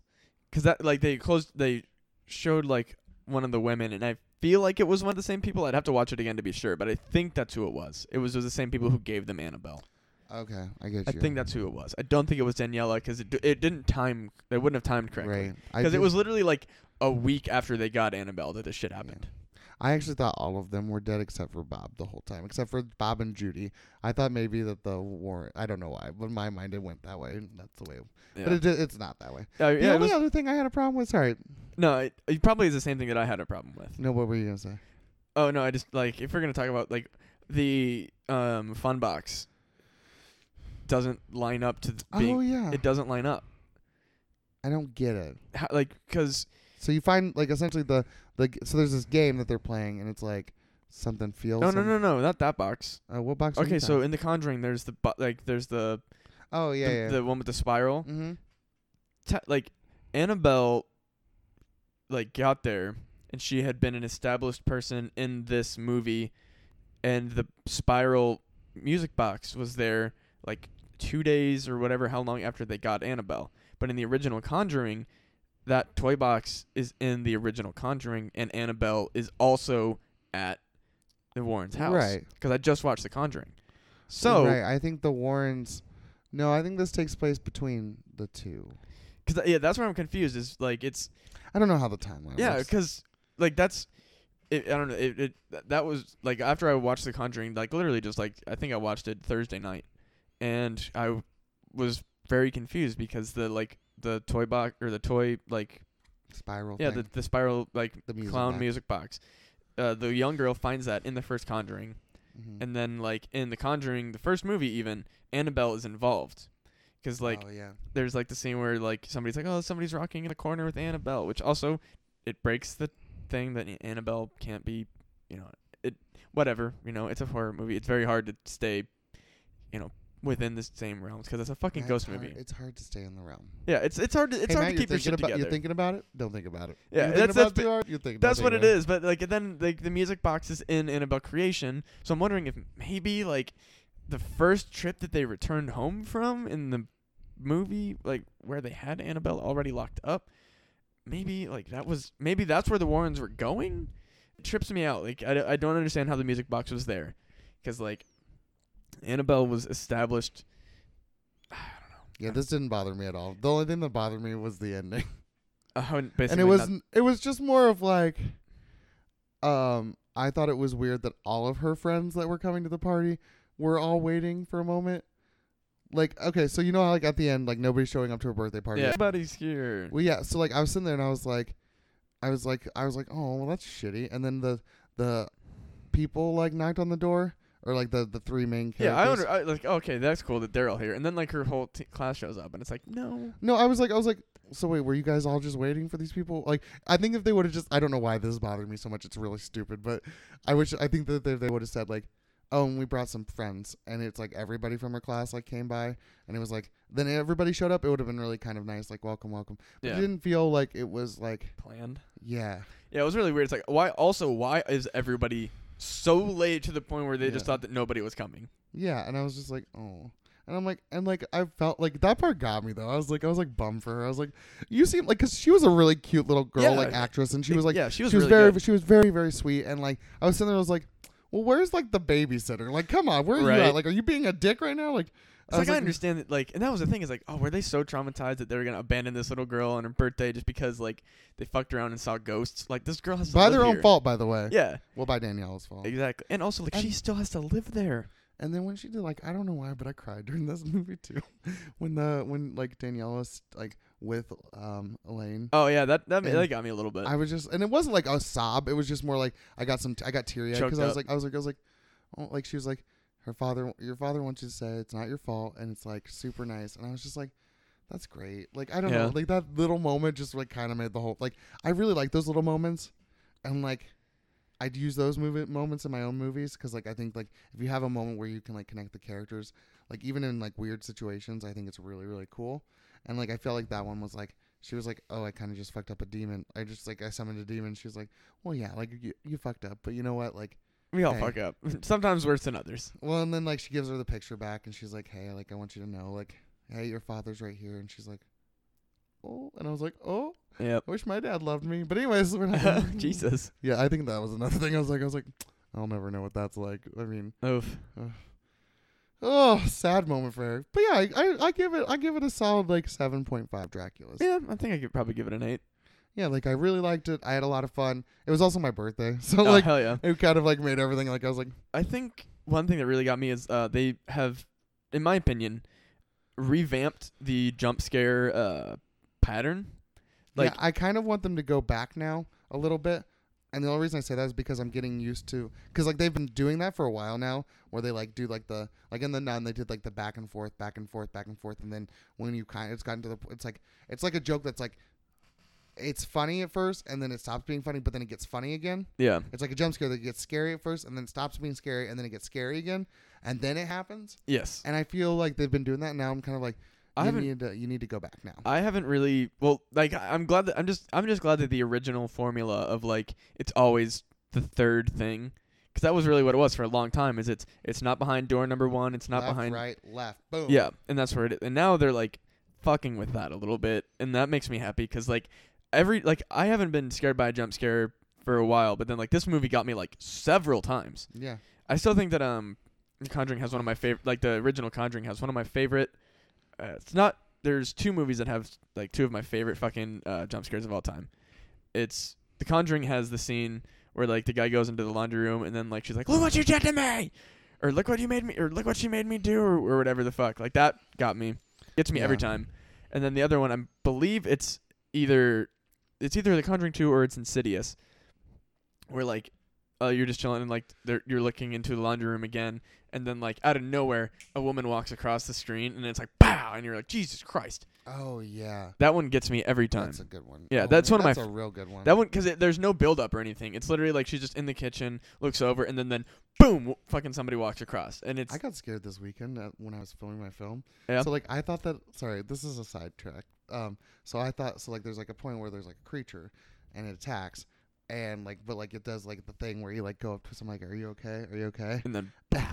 [SPEAKER 1] because that like they closed. They showed like one of the women, and I feel like it was one of the same people. I'd have to watch it again to be sure, but I think that's who it was. It was, it was the same people who gave them Annabelle.
[SPEAKER 2] Okay, I get
[SPEAKER 1] I
[SPEAKER 2] you.
[SPEAKER 1] think that's who it was. I don't think it was Daniela because it d- it didn't time. They wouldn't have timed correctly
[SPEAKER 2] right. I
[SPEAKER 1] because it
[SPEAKER 2] did-
[SPEAKER 1] was literally like a week after they got Annabelle that this shit happened.
[SPEAKER 2] I actually thought all of them were dead except for Bob the whole time, except for Bob and Judy. I thought maybe that the war. I don't know why, but in my mind it went that way. and That's the way.
[SPEAKER 1] Yeah,
[SPEAKER 2] But it, di- it's not that way.
[SPEAKER 1] Uh,
[SPEAKER 2] The
[SPEAKER 1] yeah, it
[SPEAKER 2] only
[SPEAKER 1] was-
[SPEAKER 2] other thing I had a problem with. Sorry.
[SPEAKER 1] No, it, it probably is the same thing that I had a problem with.
[SPEAKER 2] No, what were you gonna say?
[SPEAKER 1] Oh no, I just like if we're gonna talk about like the um fun box doesn't line up to th- being
[SPEAKER 2] oh yeah.
[SPEAKER 1] it doesn't line up
[SPEAKER 2] I don't get it.
[SPEAKER 1] How, like because
[SPEAKER 2] So you find like essentially the the g- so there's this game that they're playing and it's like something feels.
[SPEAKER 1] no no no no not that box.
[SPEAKER 2] Uh, what box? are you
[SPEAKER 1] Okay, so
[SPEAKER 2] talking-
[SPEAKER 1] in the Conjuring, there's the bo- like there's the
[SPEAKER 2] oh yeah
[SPEAKER 1] the,
[SPEAKER 2] yeah.
[SPEAKER 1] the one with the spiral.
[SPEAKER 2] mm-hmm.
[SPEAKER 1] Te- like Annabelle, like got there and she had been an established person in this movie, and the spiral music box was there like two days or whatever how long after they got Annabelle. But in the original Conjuring, that toy box is in the original Conjuring, and Annabelle is also at the Warrens' house.
[SPEAKER 2] Right.
[SPEAKER 1] Because I just watched The Conjuring, so
[SPEAKER 2] right, I think the Warrens. No, I think this takes place between the two.
[SPEAKER 1] because yeah, that's where I'm confused. Is like it's
[SPEAKER 2] I don't know how the timeline.
[SPEAKER 1] Yeah,
[SPEAKER 2] works.
[SPEAKER 1] because like that's, it, I don't know. It, it th- that was like after I watched The Conjuring, like literally just like I think I watched it Thursday night, and I w- was very confused because the like the toy box or the toy like
[SPEAKER 2] spiral.
[SPEAKER 1] yeah
[SPEAKER 2] thing.
[SPEAKER 1] the, the spiral like
[SPEAKER 2] The music
[SPEAKER 1] clown
[SPEAKER 2] box.
[SPEAKER 1] music box. Uh, the young girl finds that in the first Conjuring,
[SPEAKER 2] Mhm.
[SPEAKER 1] and then like in the Conjuring, the first movie even Annabelle is involved, because like
[SPEAKER 2] oh yeah,
[SPEAKER 1] there's like the scene where like somebody's like, oh, somebody's rocking in the corner with Annabelle, which also it breaks the thing that Annabelle can't be, you know, it whatever, you know, it's a horror movie. It's very hard to stay, you know, within the same realms because it's a fucking
[SPEAKER 2] Yeah,
[SPEAKER 1] ghost
[SPEAKER 2] it's hard-
[SPEAKER 1] movie.
[SPEAKER 2] It's hard to stay in the realm.
[SPEAKER 1] yeah, it's it's hard to it's
[SPEAKER 2] Hey,
[SPEAKER 1] hard
[SPEAKER 2] Matt,
[SPEAKER 1] to keep
[SPEAKER 2] you're
[SPEAKER 1] your
[SPEAKER 2] thinking
[SPEAKER 1] shit
[SPEAKER 2] about,
[SPEAKER 1] together.
[SPEAKER 2] You're thinking about it. Don't think about it.
[SPEAKER 1] Yeah,
[SPEAKER 2] You're
[SPEAKER 1] that's-
[SPEAKER 2] thinking
[SPEAKER 1] that's
[SPEAKER 2] about it too
[SPEAKER 1] ba-
[SPEAKER 2] hard. You're thinking.
[SPEAKER 1] That's
[SPEAKER 2] about
[SPEAKER 1] what it
[SPEAKER 2] about
[SPEAKER 1] is. But like then like the music box is in Annabelle Creation, so I'm wondering if maybe like the first trip that they returned home from in the movie, like where they had Annabelle already locked up, maybe like that was maybe that's where the Warrens were going. It trips me out. Like I, d- I don't understand how the music box was there, because like Annabelle was established.
[SPEAKER 2] Yeah, this didn't bother me at all. The only thing that bothered me was the ending,
[SPEAKER 1] Uh, basically
[SPEAKER 2] and it was n it was just more of like, um, I thought it was weird that all of her friends that were coming to the party were all waiting for a moment. Like, okay, so you know how like at the end, like nobody's showing up to her birthday
[SPEAKER 1] not,
[SPEAKER 2] party.
[SPEAKER 1] yeah. Nobody's here.
[SPEAKER 2] Well, yeah. So like, I was sitting there and I was like, I was like, I was like, oh, well, that's shitty. And then the the people like knocked on the door, or like the the three main characters.
[SPEAKER 1] yeah, I, under, I like okay, that's cool that they're all here, and then like her whole t- class shows up, and it's like no.
[SPEAKER 2] No, I was like, I was like, so wait, were you guys all just waiting for these people? Like, I think if they would have just, I don't know why this is bothering me so much. It's really stupid, but I wish, I think that they, they would have said like, oh, and we brought some friends, and it's like everybody from her class like came by, and it was like, then everybody showed up. It would have been really kind of nice, like welcome, welcome. But
[SPEAKER 1] Yeah,
[SPEAKER 2] it didn't feel like it was like,
[SPEAKER 1] planned.
[SPEAKER 2] yeah,
[SPEAKER 1] Yeah, it was really weird. It's like why? Also, why is everybody so late to the point where they just
[SPEAKER 2] Yeah.
[SPEAKER 1] thought that nobody was coming?
[SPEAKER 2] yeah, and I was just like, oh. And I'm like, and like, I felt like that part got me though. I was like, I was like bummed for her. I was like, you seem like, cause she was a really cute little girl,
[SPEAKER 1] Yeah.
[SPEAKER 2] like actress, and she was like,
[SPEAKER 1] yeah, she was,
[SPEAKER 2] she was
[SPEAKER 1] really
[SPEAKER 2] very
[SPEAKER 1] good.
[SPEAKER 2] she was very very sweet and like i was sitting there i was like well where's like the babysitter like come on where are you
[SPEAKER 1] Right.
[SPEAKER 2] at like are you being a dick right now like
[SPEAKER 1] It's like, I understand that, like, and that was the thing is like, oh, were they so traumatized that they were gonna abandon this little girl on her birthday just because like they fucked around and saw ghosts? Like this girl has to
[SPEAKER 2] by
[SPEAKER 1] live
[SPEAKER 2] their own
[SPEAKER 1] here.
[SPEAKER 2] fault by the way
[SPEAKER 1] Yeah,
[SPEAKER 2] well by danielle's fault
[SPEAKER 1] exactly. And also, like, she
[SPEAKER 2] And-
[SPEAKER 1] still has to live there.
[SPEAKER 2] and then when she did like i don't know why but i cried during this movie too when the when like danielle was like with um elaine
[SPEAKER 1] Oh yeah, that that, ma-
[SPEAKER 2] And
[SPEAKER 1] that got me a little bit.
[SPEAKER 2] i was just and it wasn't like a sob it was just more like i got some I got teary eyed because
[SPEAKER 1] Choked
[SPEAKER 2] i was
[SPEAKER 1] up.
[SPEAKER 2] like i was like i was like oh like she was like her father your father wants you to say it's not your fault and it's like super nice and i was just like that's great like i don't
[SPEAKER 1] Yeah.
[SPEAKER 2] know like that little moment just like kind of made the whole like i really like those little moments and like i'd use those movie moments in my own movies because like i think like if you have a moment where you can like connect the characters like even in like weird situations i think it's really really cool and like i feel like that one was like she was like oh i kind of just fucked up a demon i just like i summoned a demon she was like well yeah like you, you fucked up but you know what like
[SPEAKER 1] we all
[SPEAKER 2] hey.
[SPEAKER 1] fuck up, sometimes worse than others.
[SPEAKER 2] well, and then like she gives her the picture back, and she's like, "Hey, like I want you to know, like, hey, your father's right here." And she's like, "Oh," and I was like, "Oh,
[SPEAKER 1] Yep.
[SPEAKER 2] I wish my dad loved me." But anyways, we're not
[SPEAKER 1] Jesus.
[SPEAKER 2] Yeah, I think that was another thing. I was like, I was like, I'll never know what that's like. I mean,
[SPEAKER 1] Oof.
[SPEAKER 2] oh, sad moment for her. But yeah, I, I, I give it, I give it a solid like seven point five Draculas.
[SPEAKER 1] Yeah, I think I could probably give it an eight.
[SPEAKER 2] Yeah, like I really liked it. I had a lot of fun. It was also my birthday, so
[SPEAKER 1] oh
[SPEAKER 2] like
[SPEAKER 1] hell yeah.
[SPEAKER 2] it kind of like made everything like I was like,
[SPEAKER 1] I think one thing that really got me is uh, they have, in my opinion, revamped the jump scare uh, pattern. Like-
[SPEAKER 2] yeah, I kind of want them to go back now a little bit. And the only reason I say that is because I'm getting used to because like they've been doing that for a while now, where they like do like the like in the nun they did like the back and forth, back and forth, back and forth, and then when you kind of it's gotten to the p- it's like it's like a joke that's like it's funny at first and then it stops being funny, but then it gets funny again.
[SPEAKER 1] Yeah.
[SPEAKER 2] It's like a jump scare that gets scary at first and then stops being scary and then it gets scary again, and then it happens.
[SPEAKER 1] Yes.
[SPEAKER 2] And I feel like they've been doing that now. I'm kind of like
[SPEAKER 1] I
[SPEAKER 2] you
[SPEAKER 1] haven't.
[SPEAKER 2] need to you need to go back now.
[SPEAKER 1] I haven't really. Well, like I- I'm glad that I'm just. I'm just glad that the original formula of like it's always the third thing, because that was really what it was for a long time. Is it's it's not behind door number one. It's not
[SPEAKER 2] left,
[SPEAKER 1] behind.
[SPEAKER 2] right, left, boom.
[SPEAKER 1] Yeah, and that's where it. And now they're like fucking with that a little bit, and that makes me happy because like every like I haven't been scared by a jump scare for a while, but then like this movie got me like several times.
[SPEAKER 2] Yeah.
[SPEAKER 1] I still think that um, The Conjuring has one of my favorite, like the original Conjuring has one of my favorite. Uh, it's not. There's two movies that have like two of my favorite fucking uh, jump scares of all time. It's The Conjuring has the scene where like the guy goes into the laundry room and then like she's like, "Look what you did to me," or "Look what you made me," or "Look what she made me do," or, or whatever the fuck. Like that got me, gets me every
[SPEAKER 2] Yeah.
[SPEAKER 1] time. And then the other one, I believe it's either it's either The Conjuring Two or it's Insidious, where like uh, you're just chilling and like they're, you're looking into the laundry room again, and then like out of nowhere, a woman walks across the screen, and it's like pow, and you're like Jesus Christ.
[SPEAKER 2] Oh yeah,
[SPEAKER 1] That one gets me every time.
[SPEAKER 2] that's a good one.
[SPEAKER 1] Yeah,
[SPEAKER 2] Oh,
[SPEAKER 1] that's
[SPEAKER 2] man,
[SPEAKER 1] one of my
[SPEAKER 2] That's
[SPEAKER 1] f-
[SPEAKER 2] a real good one.
[SPEAKER 1] That one because there's no build up or anything. It's literally like she's just in the kitchen, looks over, and then then boom, w- fucking somebody walks across, and it's
[SPEAKER 2] I got scared this weekend uh, when I was filming my film.
[SPEAKER 1] Yeah.
[SPEAKER 2] So like I thought that. Sorry, this is a sidetrack. Um. So I thought so like there's like a point where there's like a creature, and it attacks, and like but like it does like the thing where you like go up to someone like Are you okay? Are you okay?
[SPEAKER 1] and then
[SPEAKER 2] the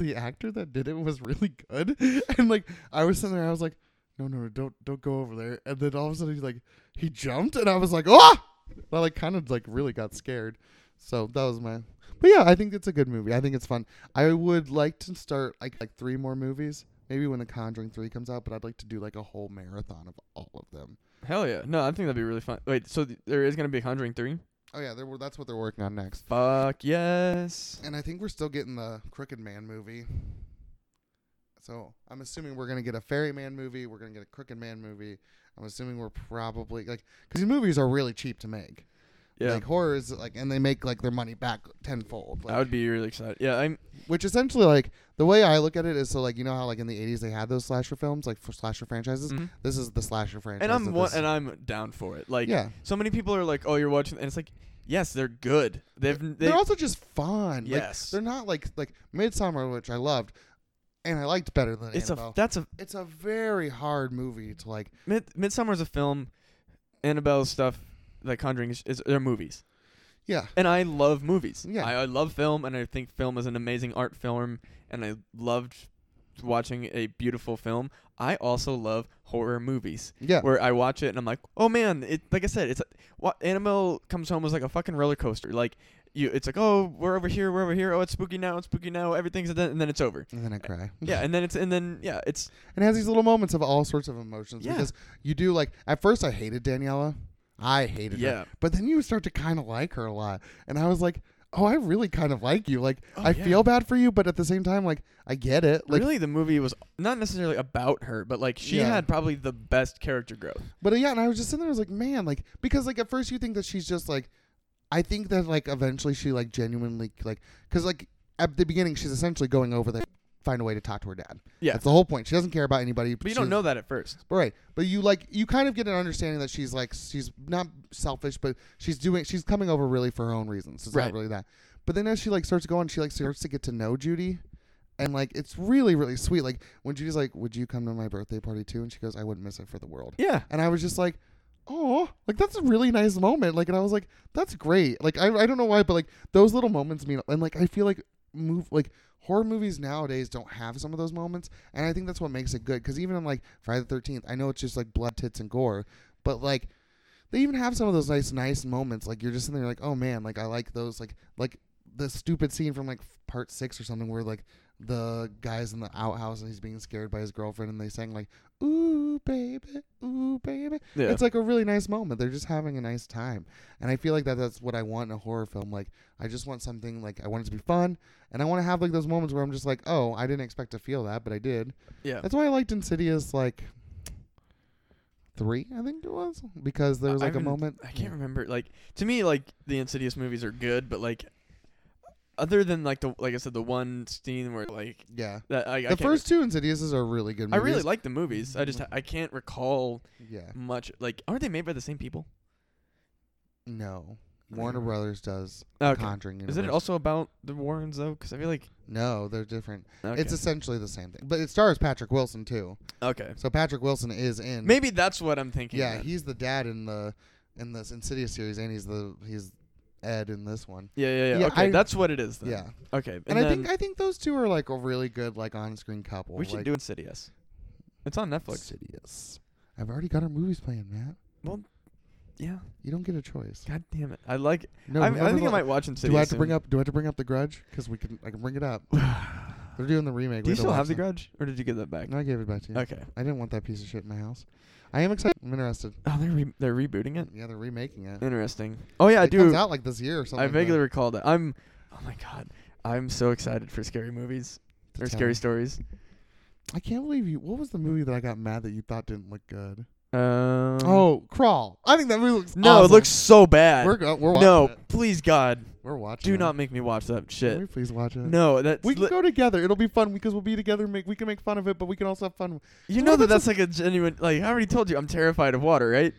[SPEAKER 2] the actor that did it was really good, and like I was sitting there, I was like, no, no, no, don't don't go over there. And then all of a sudden he's like, he jumped, and I was like, ah! And I like kind of like really got scared. So that was my. But yeah, I think it's a good movie. I think it's fun. I would like to start like like three more movies. Maybe when The Conjuring Three comes out, but I'd like to do like a whole marathon of all of them.
[SPEAKER 1] Hell yeah. No, I think that'd be really fun. Wait, so th- there is gonna be a Conjuring three?
[SPEAKER 2] Oh yeah, they're, that's what they're working on next.
[SPEAKER 1] Fuck yes.
[SPEAKER 2] And I think we're still getting the Crooked Man movie. So I'm assuming we're gonna get a Ferryman movie. We're gonna get a Crooked Man movie. I'm assuming we're probably like because these movies are really cheap to make.
[SPEAKER 1] Yeah.
[SPEAKER 2] like horrors like and they make like their money back tenfold like,
[SPEAKER 1] I would be really excited. Yeah, I'm.
[SPEAKER 2] which essentially like the way i look at it is so like you know how like in the 80s they had those slasher films like for slasher franchises
[SPEAKER 1] Mhm.
[SPEAKER 2] this is the slasher franchise
[SPEAKER 1] and I'm
[SPEAKER 2] of
[SPEAKER 1] one,
[SPEAKER 2] this-
[SPEAKER 1] and I'm down for it. Like,
[SPEAKER 2] yeah
[SPEAKER 1] so many people are like, "Oh, you're watching," and it's like, yes, they're good. They've they,
[SPEAKER 2] they're also just fun like,
[SPEAKER 1] yes,
[SPEAKER 2] they're not like like midsummer which i loved and i liked better than
[SPEAKER 1] it's
[SPEAKER 2] annabelle
[SPEAKER 1] a that's a
[SPEAKER 2] it's a very hard movie to like
[SPEAKER 1] Mid- Midsummer's a film. Annabelle stuff, like Conjuring is, is they're movies,
[SPEAKER 2] yeah
[SPEAKER 1] and I love movies.
[SPEAKER 2] Yeah.
[SPEAKER 1] I, I love film, and I think film is an amazing art form, and I loved watching a beautiful film. I also love horror movies.
[SPEAKER 2] yeah
[SPEAKER 1] where I watch it and I'm like, oh man, it like I said, it's what Annabelle comes home was like a fucking roller coaster. Like you, it's like oh we're over here, we're over here. Oh it's spooky now, it's spooky now. Everything's and then, and then it's over.
[SPEAKER 2] and then i cry
[SPEAKER 1] Yeah, and then it's and then yeah, it's
[SPEAKER 2] and it has these little moments of all sorts of emotions
[SPEAKER 1] Yeah.
[SPEAKER 2] because you do like at first I hated Daniela, I hated her,
[SPEAKER 1] Yeah.
[SPEAKER 2] but then you start to kind of like her a lot, and I was like, oh, I really kind of like you. Like
[SPEAKER 1] Oh,
[SPEAKER 2] I
[SPEAKER 1] yeah.
[SPEAKER 2] feel bad for you, but at the same time, like I get it. Like,
[SPEAKER 1] really the movie was not necessarily about her, but like she
[SPEAKER 2] Yeah.
[SPEAKER 1] had probably the best character growth.
[SPEAKER 2] but uh, yeah, and I was just sitting there, I was like, man, like because like at first you think that she's just like, I think that like eventually she like genuinely like because like at the beginning she's essentially going over there. to Find a way to talk to her dad.
[SPEAKER 1] Yeah.
[SPEAKER 2] that's the whole point. She doesn't care about anybody.
[SPEAKER 1] But you
[SPEAKER 2] she's-
[SPEAKER 1] don't know that at first.
[SPEAKER 2] But right. But you like you kind of get an understanding that she's like she's not selfish, but she's doing she's coming over really for her own reasons. It's
[SPEAKER 1] Right.
[SPEAKER 2] not really that. But then as she like starts to go on, she like starts to get to know Judy. And like it's really, really sweet. Like when Judy's like, Would you come to my birthday party too? And she goes, I wouldn't miss it for the world.
[SPEAKER 1] Yeah,
[SPEAKER 2] And I was just like, Oh, like that's a really nice moment. Like and I was like, That's great. Like I I don't know why, but like those little moments mean and like I feel like move like horror movies nowadays don't have some of those moments and i think that's what makes it good because even on like friday the 13th i know it's just like blood tits and gore but like they even have some of those nice nice moments like you're just sitting there like oh man like i like those like like the stupid scene from like part six or something where like the guy's in the outhouse and he's being scared by his girlfriend and they sang like ooh baby ooh baby
[SPEAKER 1] yeah.
[SPEAKER 2] it's like a really nice moment. They're just having a nice time, and I feel like that that's what I want in a horror film. Like I just want something like I want it to be fun, and I want to have like those moments where I'm just like, oh, I didn't expect to feel that, but I did.
[SPEAKER 1] yeah.
[SPEAKER 2] That's why I liked Insidious like three, I think it was, because there was
[SPEAKER 1] I
[SPEAKER 2] like a
[SPEAKER 1] haven't-
[SPEAKER 2] moment.
[SPEAKER 1] I can't remember. Like to me, like the Insidious movies are good, but like other than like the like I said, the one scene where like
[SPEAKER 2] Yeah,
[SPEAKER 1] that I, I
[SPEAKER 2] the
[SPEAKER 1] can't
[SPEAKER 2] first two Insidiouses are really good.
[SPEAKER 1] I
[SPEAKER 2] Movies. Mm-hmm.
[SPEAKER 1] really like the movies. I just I can't recall
[SPEAKER 2] Yeah.
[SPEAKER 1] much. Like, aren't they made by the same people?
[SPEAKER 2] No.
[SPEAKER 1] I don't
[SPEAKER 2] Warner
[SPEAKER 1] remember.
[SPEAKER 2] Brothers does
[SPEAKER 1] Okay.
[SPEAKER 2] Conjuring.
[SPEAKER 1] Is it
[SPEAKER 2] Universe.
[SPEAKER 1] also about the Warrens though? Because I feel like
[SPEAKER 2] No, they're different.
[SPEAKER 1] okay.
[SPEAKER 2] It's essentially the same thing, but it stars Patrick Wilson too.
[SPEAKER 1] okay.
[SPEAKER 2] So Patrick Wilson is in.
[SPEAKER 1] Maybe that's what I'm thinking.
[SPEAKER 2] Yeah,
[SPEAKER 1] then.
[SPEAKER 2] he's the dad in the in this Insidious series, and he's the he's Ed in this one.
[SPEAKER 1] yeah, yeah, yeah.
[SPEAKER 2] Yeah,
[SPEAKER 1] okay,
[SPEAKER 2] I-
[SPEAKER 1] that's what it is. Then.
[SPEAKER 2] Yeah,
[SPEAKER 1] Okay. And,
[SPEAKER 2] and, I
[SPEAKER 1] then
[SPEAKER 2] think I think those two are like a really good like on screen couple.
[SPEAKER 1] we should
[SPEAKER 2] like,
[SPEAKER 1] do Insidious. It's on Netflix.
[SPEAKER 2] Insidious. I've already got our movies playing, Matt.
[SPEAKER 1] Yeah.
[SPEAKER 2] You don't get a choice.
[SPEAKER 1] God damn it. I like.
[SPEAKER 2] No,
[SPEAKER 1] I, I
[SPEAKER 2] remember
[SPEAKER 1] think I
[SPEAKER 2] the-
[SPEAKER 1] might watch Insidious.
[SPEAKER 2] Do I have to bring up? Do I have to bring up the Grudge? Because we can, I can bring it up. They're doing the remake.
[SPEAKER 1] Do
[SPEAKER 2] we
[SPEAKER 1] you
[SPEAKER 2] to
[SPEAKER 1] still
[SPEAKER 2] watch
[SPEAKER 1] have the
[SPEAKER 2] that.
[SPEAKER 1] grudge, or did you give that back?
[SPEAKER 2] No, I gave it back to you.
[SPEAKER 1] Okay.
[SPEAKER 2] I didn't want that piece of shit in my house. I am excited. I'm interested.
[SPEAKER 1] Oh, they're re- they're rebooting it.
[SPEAKER 2] Yeah, they're remaking it.
[SPEAKER 1] Interesting. Oh yeah,
[SPEAKER 2] it
[SPEAKER 1] dude.
[SPEAKER 2] comes out like this year or something.
[SPEAKER 1] I
[SPEAKER 2] but
[SPEAKER 1] vaguely recall that. I'm. Oh my god. I'm so excited for scary movies
[SPEAKER 2] the
[SPEAKER 1] or
[SPEAKER 2] town-
[SPEAKER 1] scary stories.
[SPEAKER 2] I can't believe you. What was the movie that I got mad that you thought didn't look good?
[SPEAKER 1] Um,
[SPEAKER 2] Oh, Crawl. I think that movie looks
[SPEAKER 1] no!
[SPEAKER 2] awesome.
[SPEAKER 1] It looks so bad.
[SPEAKER 2] We're go- we're watching
[SPEAKER 1] no,
[SPEAKER 2] it.
[SPEAKER 1] please God,
[SPEAKER 2] We're watching.
[SPEAKER 1] do
[SPEAKER 2] it.
[SPEAKER 1] not make me watch that
[SPEAKER 2] Can we
[SPEAKER 1] shit.
[SPEAKER 2] please watch it?
[SPEAKER 1] No, that's
[SPEAKER 2] We can
[SPEAKER 1] li-
[SPEAKER 2] go together. It'll be fun because we'll be together. and Make we can make fun of it, but we can also have fun.
[SPEAKER 1] you
[SPEAKER 2] Well,
[SPEAKER 1] know that
[SPEAKER 2] that's
[SPEAKER 1] that's like a genuine like I already told you I'm terrified of water, right?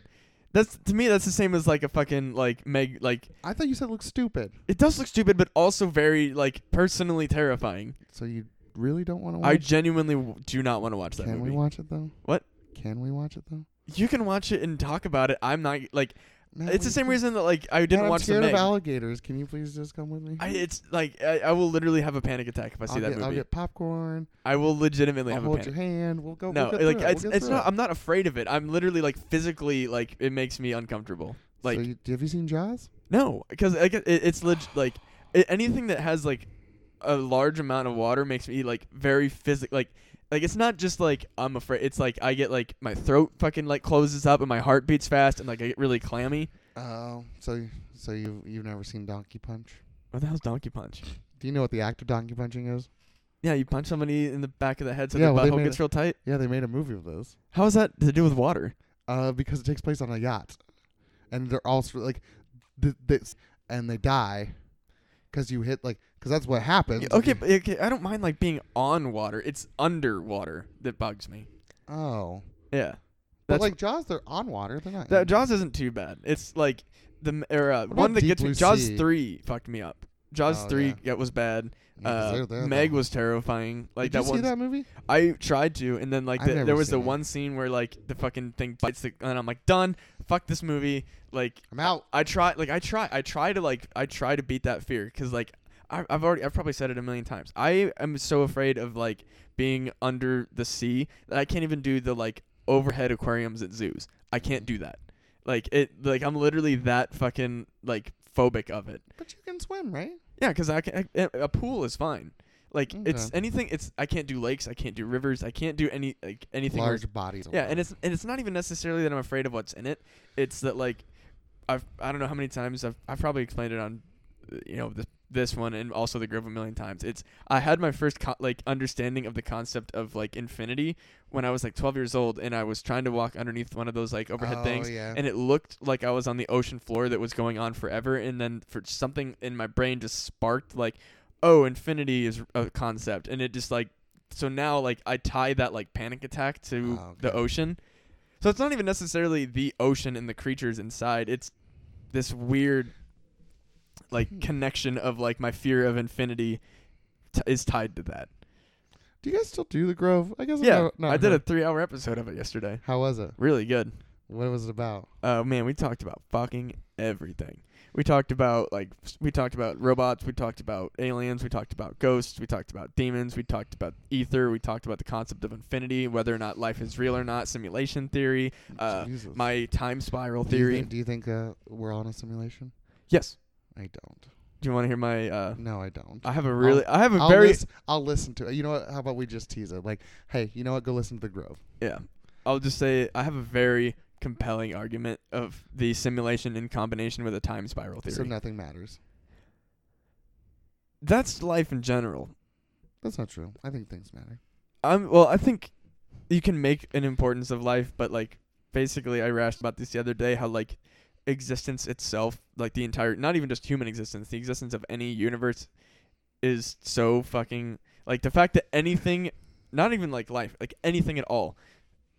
[SPEAKER 1] That's to me that's the same as like a fucking like Meg like
[SPEAKER 2] I thought you said it looked stupid,
[SPEAKER 1] it does look stupid but also very like personally terrifying.
[SPEAKER 2] so you really don't want to watch.
[SPEAKER 1] I
[SPEAKER 2] it?
[SPEAKER 1] genuinely w- do not want to watch that
[SPEAKER 2] can we
[SPEAKER 1] movie.
[SPEAKER 2] watch it though?
[SPEAKER 1] What?
[SPEAKER 2] Can we watch it though?
[SPEAKER 1] you can watch it and talk about it. I'm not like
[SPEAKER 2] Matt,
[SPEAKER 1] it's the
[SPEAKER 2] we-
[SPEAKER 1] same reason that like I
[SPEAKER 2] Matt,
[SPEAKER 1] didn't
[SPEAKER 2] I'm
[SPEAKER 1] watch the
[SPEAKER 2] scared
[SPEAKER 1] Meg.
[SPEAKER 2] of alligators. Can you please just come with me?
[SPEAKER 1] I, it's like I, I will literally have a panic attack if I see
[SPEAKER 2] will
[SPEAKER 1] that
[SPEAKER 2] get,
[SPEAKER 1] movie.
[SPEAKER 2] I'll get popcorn.
[SPEAKER 1] I will legitimately
[SPEAKER 2] I'll
[SPEAKER 1] have a
[SPEAKER 2] hold
[SPEAKER 1] panic.
[SPEAKER 2] your hand. We'll go.
[SPEAKER 1] no,
[SPEAKER 2] we'll get
[SPEAKER 1] like
[SPEAKER 2] through it.
[SPEAKER 1] it's,
[SPEAKER 2] We'll get
[SPEAKER 1] it's
[SPEAKER 2] through
[SPEAKER 1] not.
[SPEAKER 2] it.
[SPEAKER 1] I'm not afraid of it. I'm literally like physically like it makes me uncomfortable. Like
[SPEAKER 2] so you, have you seen Jaws?
[SPEAKER 1] no, because I get, it, it's leg- like i anything that has like a large amount of water makes me like very physic like like it's not just like I'm afraid. It's like I get like my throat fucking like closes up and my heart beats fast and like I get really clammy.
[SPEAKER 2] Oh, so you- so you you've never seen Donkey Punch?
[SPEAKER 1] What the hell's Donkey Punch?
[SPEAKER 2] Do you know what the act of donkey punching is?
[SPEAKER 1] Yeah, you punch somebody in the back of the head so
[SPEAKER 2] Yeah,
[SPEAKER 1] their
[SPEAKER 2] well, they
[SPEAKER 1] butthole
[SPEAKER 2] made
[SPEAKER 1] gets
[SPEAKER 2] a-
[SPEAKER 1] real tight.
[SPEAKER 2] Yeah, they made a movie of this.
[SPEAKER 1] How is that to do with water?
[SPEAKER 2] Uh, because it takes place on a yacht, and they're all sort of like, th- this, and they die, because you hit like, because that's what happens.
[SPEAKER 1] Yeah, Okay, but, okay, I don't mind like being on water. It's underwater that bugs me.
[SPEAKER 2] Oh,
[SPEAKER 1] Yeah,
[SPEAKER 2] but
[SPEAKER 1] that's
[SPEAKER 2] like Jaws, they're on water. They're not.
[SPEAKER 1] that.
[SPEAKER 2] in-
[SPEAKER 1] Jaws isn't too bad. It's like the m- or, uh,
[SPEAKER 2] about
[SPEAKER 1] one that
[SPEAKER 2] Deep
[SPEAKER 1] gets me.
[SPEAKER 2] Blue
[SPEAKER 1] Jaws
[SPEAKER 2] Sea?
[SPEAKER 1] three fucked me up. Jaws
[SPEAKER 2] Oh,
[SPEAKER 1] three
[SPEAKER 2] yeah.
[SPEAKER 1] that was bad.
[SPEAKER 2] Yeah, 'cause
[SPEAKER 1] Uh,
[SPEAKER 2] they're there,
[SPEAKER 1] Meg
[SPEAKER 2] though.
[SPEAKER 1] was terrifying. Like
[SPEAKER 2] Did
[SPEAKER 1] that
[SPEAKER 2] you
[SPEAKER 1] one.
[SPEAKER 2] see that movie?
[SPEAKER 1] I tried to, and then like
[SPEAKER 2] I've
[SPEAKER 1] the,
[SPEAKER 2] never
[SPEAKER 1] there was the
[SPEAKER 2] seen it.
[SPEAKER 1] one scene where like the fucking thing bites the, and I'm like done. Fuck this movie. Like
[SPEAKER 2] I'm out.
[SPEAKER 1] I try, like I try, I try to like I try to beat that fear because like I, I've already, I've probably said it a million times. I am so afraid of like being under the sea that I can't even do the like overhead aquariums at zoos. I can't do that. Like it, like I'm literally that fucking like phobic of it.
[SPEAKER 2] But you can swim, right?
[SPEAKER 1] Yeah, because I can. I, a pool is fine. Like it's
[SPEAKER 2] Okay.
[SPEAKER 1] anything. It's I can't do lakes. I can't do rivers. I can't do any like anything. where-
[SPEAKER 2] Large bodies. of
[SPEAKER 1] yeah,
[SPEAKER 2] water.
[SPEAKER 1] and it's and it's not even necessarily that I'm afraid of what's in it. It's that like I've I don't know how many times I've I've probably explained it on uh, you know this this one and also the Grove a million times. It's I had my first co- like understanding of the concept of like infinity when I was like 12 years old and I was trying to walk underneath one of those like overhead
[SPEAKER 2] oh,
[SPEAKER 1] things
[SPEAKER 2] Yeah.
[SPEAKER 1] and it looked like I was on the ocean floor that was going on forever. And then for something in my brain just sparked like, oh, infinity is a concept, and it just like so now like I tie that like panic attack to
[SPEAKER 2] Ah, okay.
[SPEAKER 1] the ocean. So it's not even necessarily the ocean and the creatures inside. It's this weird
[SPEAKER 2] Hmm.
[SPEAKER 1] like connection of like my fear of infinity t- is tied to that.
[SPEAKER 2] do you guys still do the Grove? I guess.
[SPEAKER 1] yeah,
[SPEAKER 2] No,
[SPEAKER 1] I did a three-hour episode of it yesterday.
[SPEAKER 2] How was it?
[SPEAKER 1] Really good.
[SPEAKER 2] What was it about?
[SPEAKER 1] Oh man, we talked about fucking everything. We talked about like s- we talked about robots, we talked about aliens, we talked about ghosts, we talked about demons, we talked about ether, we talked about the concept of infinity, whether or not life is real or not, simulation theory, uh,
[SPEAKER 2] Jesus.
[SPEAKER 1] my time spiral
[SPEAKER 2] Do you thi-
[SPEAKER 1] theory.
[SPEAKER 2] Do you think uh, we're on a simulation?
[SPEAKER 1] yes.
[SPEAKER 2] I don't.
[SPEAKER 1] Do you want to hear my? Uh,
[SPEAKER 2] No, I don't.
[SPEAKER 1] I have a really, I have a
[SPEAKER 2] I'll,
[SPEAKER 1] very,
[SPEAKER 2] lis- I'll listen to it. You know what? How about we just tease it? Like, hey, you know what? Go listen to the Grove.
[SPEAKER 1] yeah. I'll just say I have a very compelling argument of the simulation in combination with a time spiral theory.
[SPEAKER 2] So nothing matters.
[SPEAKER 1] That's life in general.
[SPEAKER 2] That's not true. I think things matter.
[SPEAKER 1] I'm well. I think you can make an importance of life, but like basically, I rashed about this the other day. How like existence itself, like the entire, not even just human existence, the existence of any universe is so fucking like the fact that anything, not even like life, like anything at all,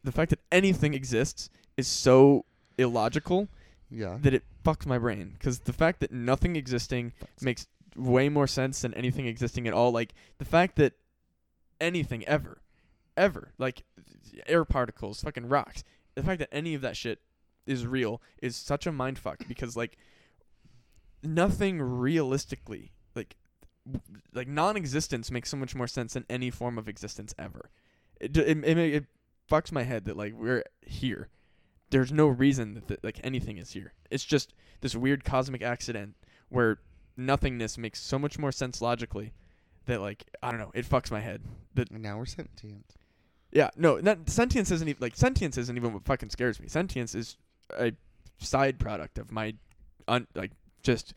[SPEAKER 1] the fact that anything exists is so illogical
[SPEAKER 2] Yeah.
[SPEAKER 1] that it fucks my brain because the fact that nothing existing makes way more sense than anything existing at all. Like the fact that anything ever, ever, like air particles, fucking rocks, the fact that any of that shit is real is such a mind fuck because like nothing realistically, like w- like non-existence makes so much more sense than any form of existence ever. It d- it it, ma- it fucks my head that like we're here. There's no reason that th- like anything is here. It's just this weird cosmic accident where nothingness makes so much more sense logically that like I don't know, it fucks my head. That
[SPEAKER 2] And now we're sentient.
[SPEAKER 1] yeah, no, not, sentience isn't even like sentience isn't even what fucking scares me. Sentience is a side product of my un, like just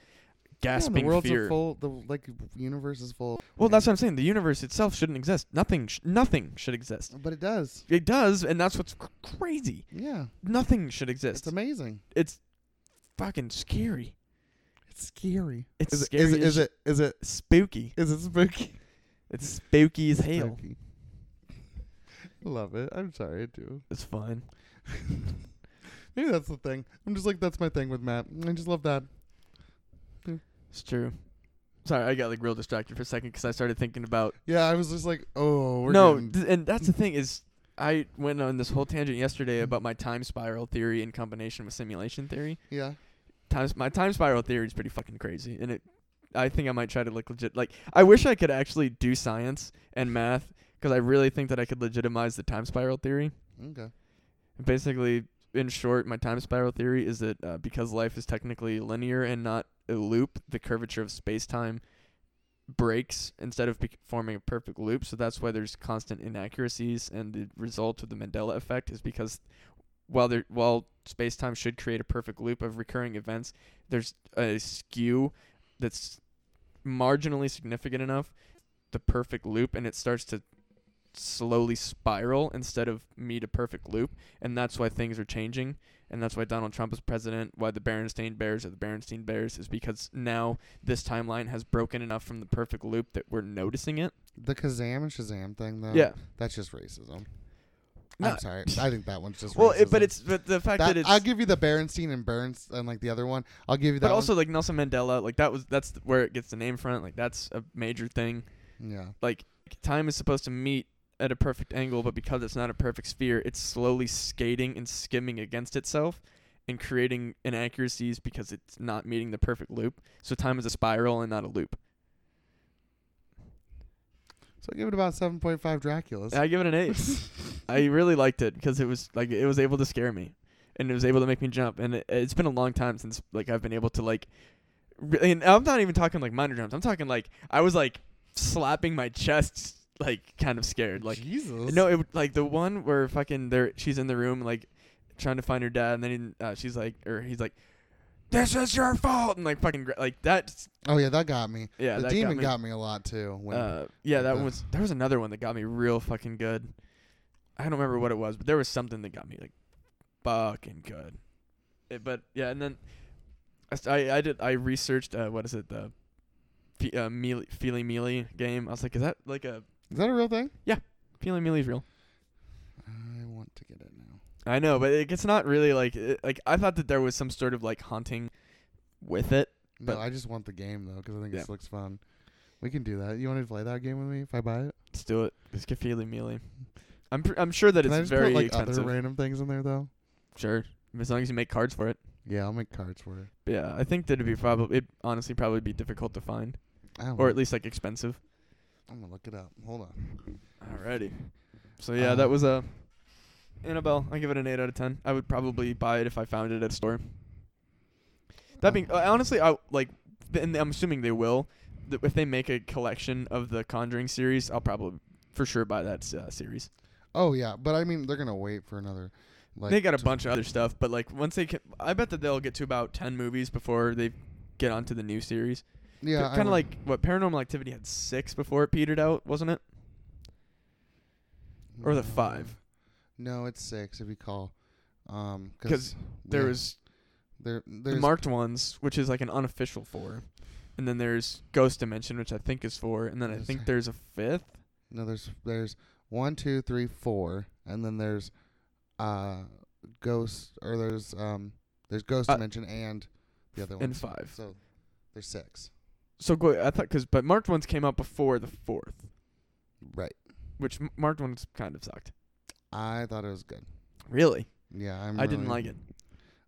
[SPEAKER 2] yeah, and
[SPEAKER 1] gasping
[SPEAKER 2] the world's a
[SPEAKER 1] fear.
[SPEAKER 2] full. The like universe is full.
[SPEAKER 1] well, that's what I'm saying. The universe itself shouldn't exist. Nothing sh- nothing should exist.
[SPEAKER 2] But it does.
[SPEAKER 1] It does, and that's what's cr- crazy.
[SPEAKER 2] Yeah.
[SPEAKER 1] Nothing should
[SPEAKER 2] It's
[SPEAKER 1] exist. It's,
[SPEAKER 2] amazing.
[SPEAKER 1] fucking scary.
[SPEAKER 2] It's scary.
[SPEAKER 1] It's
[SPEAKER 2] is
[SPEAKER 1] scary
[SPEAKER 2] It,
[SPEAKER 1] as
[SPEAKER 2] is, it, is it?
[SPEAKER 1] Spooky.
[SPEAKER 2] Is it? Is it spooky?
[SPEAKER 1] It's spooky as hell.
[SPEAKER 2] Spooky. Love it. I'm sorry. I do.
[SPEAKER 1] It's fun.
[SPEAKER 2] Maybe that's the thing. I'm just like that's my thing with Matt. I just love that.
[SPEAKER 1] It's true. Sorry, I got like real distracted for a second because I started thinking about
[SPEAKER 2] Yeah, I was just like, oh, we're
[SPEAKER 1] no,
[SPEAKER 2] getting-
[SPEAKER 1] th- and that's the thing is, I went on this whole tangent yesterday about my time spiral theory in combination with simulation theory.
[SPEAKER 2] yeah.
[SPEAKER 1] Times my time spiral theory is pretty fucking crazy, and it, I think I might try to like legit like I wish I could actually do science and math because I really think that I could legitimize the time spiral theory.
[SPEAKER 2] Okay.
[SPEAKER 1] Basically, in short, my time spiral theory is that uh, because life is technically linear and not a loop, the curvature of space time breaks instead of bec forming a perfect loop. So that's why there's constant inaccuracies, and the result of the Mandela effect is because while there, while space time should create a perfect loop of recurring events, there's a skew that's marginally significant enough, the perfect loop, and it starts to slowly spiral instead of meet a perfect loop. And that's why things are changing. And that's why Donald Trump is president, why the Berenstain Bears are the Berenstain Bears, is because now this timeline has broken enough from the perfect loop that we're noticing it.
[SPEAKER 2] The Kazam and Shazam thing, though.
[SPEAKER 1] Yeah.
[SPEAKER 2] That's just racism.
[SPEAKER 1] No.
[SPEAKER 2] I'm sorry. I think that one's just
[SPEAKER 1] Well,
[SPEAKER 2] racism.
[SPEAKER 1] it, but it's but the fact that,
[SPEAKER 2] That,
[SPEAKER 1] it's
[SPEAKER 2] I'll give you the Berenstein and Burns and like the other one. I'll give you that.
[SPEAKER 1] but
[SPEAKER 2] one.
[SPEAKER 1] also like Nelson Mandela, like that was that's where it gets the name from. Like that's a major thing.
[SPEAKER 2] yeah.
[SPEAKER 1] like time is supposed to meet at a perfect angle, but because it's not a perfect sphere, it's slowly skating and skimming against itself and creating inaccuracies because it's not meeting the perfect loop. So time is a spiral and not a loop.
[SPEAKER 2] So I give it about seven point five Draculas.
[SPEAKER 1] I give it an eight. I really liked it because it was like it was able to scare me, and it was able to make me jump. And it, it's been a long time since like I've been able to like, re- and I'm not even talking like minor jumps. I'm talking like I was like slapping my chest, like kind of scared, like.
[SPEAKER 2] Jesus.
[SPEAKER 1] No, it w- like the one where fucking there she's in the room like trying to find her dad, and then uh, she's like, or he's like, "This is your fault," and like fucking gra- like that's
[SPEAKER 2] Oh yeah, that got me.
[SPEAKER 1] yeah.
[SPEAKER 2] the
[SPEAKER 1] that
[SPEAKER 2] demon
[SPEAKER 1] got,
[SPEAKER 2] me a lot too.
[SPEAKER 1] me.
[SPEAKER 2] When
[SPEAKER 1] uh, yeah, that
[SPEAKER 2] Ugh.
[SPEAKER 1] one was there was another one that got me real fucking good. I don't remember what it was, but there was something that got me like fucking good. It- but yeah, and then I s- I, I did I researched uh, what is it the fe- uh, mealy, feely mealy game. I was like, is that like a
[SPEAKER 2] is that a real thing?
[SPEAKER 1] feely mealy's real?
[SPEAKER 2] I want to get it now.
[SPEAKER 1] I know, but it, it's not really like it, like I thought that there was some sort of like haunting with it.
[SPEAKER 2] No,
[SPEAKER 1] But-
[SPEAKER 2] I just want the game though because I think
[SPEAKER 1] Yeah.
[SPEAKER 2] this looks fun. We can do that. You want to play that game with me if I buy it?
[SPEAKER 1] Let's do it. Let's get feely mealy. I'm pr- I'm sure that
[SPEAKER 2] can I
[SPEAKER 1] it's
[SPEAKER 2] just
[SPEAKER 1] very
[SPEAKER 2] put like
[SPEAKER 1] expensive.
[SPEAKER 2] other random things in there though?
[SPEAKER 1] sure, as long as you make cards for it.
[SPEAKER 2] Yeah, I'll make cards for it.
[SPEAKER 1] But yeah, I think that it'd be probably it honestly probably be difficult to find,
[SPEAKER 2] I don't
[SPEAKER 1] or
[SPEAKER 2] know.
[SPEAKER 1] at least like expensive.
[SPEAKER 2] I'm gonna look it up. Hold on.
[SPEAKER 1] Alrighty. So yeah, that
[SPEAKER 2] Um,
[SPEAKER 1] was a. Annabelle, I give it an eight out of ten. I would probably buy it if I found it at a store. That being uh, honestly, I like, th- and I'm assuming they will. Th- if they make a collection of the Conjuring series, I'll probably for sure buy that uh, series.
[SPEAKER 2] Oh yeah, but I mean they're gonna wait for another. Like
[SPEAKER 1] they got a bunch of other stuff, but like once they, can, I bet that they'll get to about ten movies before they get onto the new series.
[SPEAKER 2] Yeah, I
[SPEAKER 1] kind of
[SPEAKER 2] would-
[SPEAKER 1] like what Paranormal Activity had six before it petered out, wasn't it? or the
[SPEAKER 2] No.
[SPEAKER 1] five.
[SPEAKER 2] No, it's six if you call. Um,
[SPEAKER 1] 'Cause There
[SPEAKER 2] yeah,
[SPEAKER 1] was
[SPEAKER 2] there
[SPEAKER 1] the
[SPEAKER 2] there's
[SPEAKER 1] marked ones, which is like an unofficial four, and then there's Ghost Dimension, which I think is four, and then I
[SPEAKER 2] Yes.
[SPEAKER 1] think there's a fifth.
[SPEAKER 2] no there's there's one two three four and then there's uh ghost or there's um there's ghost
[SPEAKER 1] Uh,
[SPEAKER 2] dimension and the other one
[SPEAKER 1] and five.
[SPEAKER 2] so there's six
[SPEAKER 1] So go, I thought because but marked ones came out before the fourth,
[SPEAKER 2] right.
[SPEAKER 1] which m- marked ones kind of sucked.
[SPEAKER 2] I thought it was good.
[SPEAKER 1] Really,
[SPEAKER 2] Yeah, I'm.
[SPEAKER 1] I didn't
[SPEAKER 2] really-
[SPEAKER 1] like it.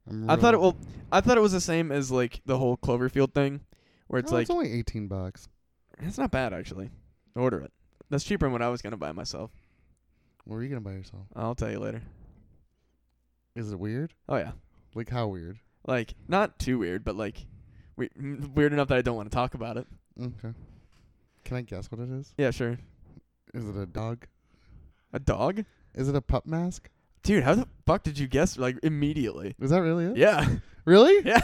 [SPEAKER 2] I'm
[SPEAKER 1] I thought it
[SPEAKER 2] really-
[SPEAKER 1] well, I thought it was the same as like the whole Cloverfield thing, where it's
[SPEAKER 2] Oh,
[SPEAKER 1] like
[SPEAKER 2] it's only eighteen bucks.
[SPEAKER 1] it's not bad actually. Order it. That's cheaper than what I was gonna buy myself.
[SPEAKER 2] What were you gonna buy yourself?
[SPEAKER 1] I'll tell you later.
[SPEAKER 2] Is it weird?
[SPEAKER 1] Oh yeah,
[SPEAKER 2] Like how weird?
[SPEAKER 1] like not too weird, but like we- m weird enough that I don't want to talk about it.
[SPEAKER 2] Okay. Can I guess what it is?
[SPEAKER 1] Yeah, sure.
[SPEAKER 2] Is it a dog?
[SPEAKER 1] A dog.
[SPEAKER 2] Is it a pup mask?
[SPEAKER 1] Dude, how the fuck did you guess like immediately?
[SPEAKER 2] Is that really it?
[SPEAKER 1] Yeah.
[SPEAKER 2] Really?
[SPEAKER 1] Yeah.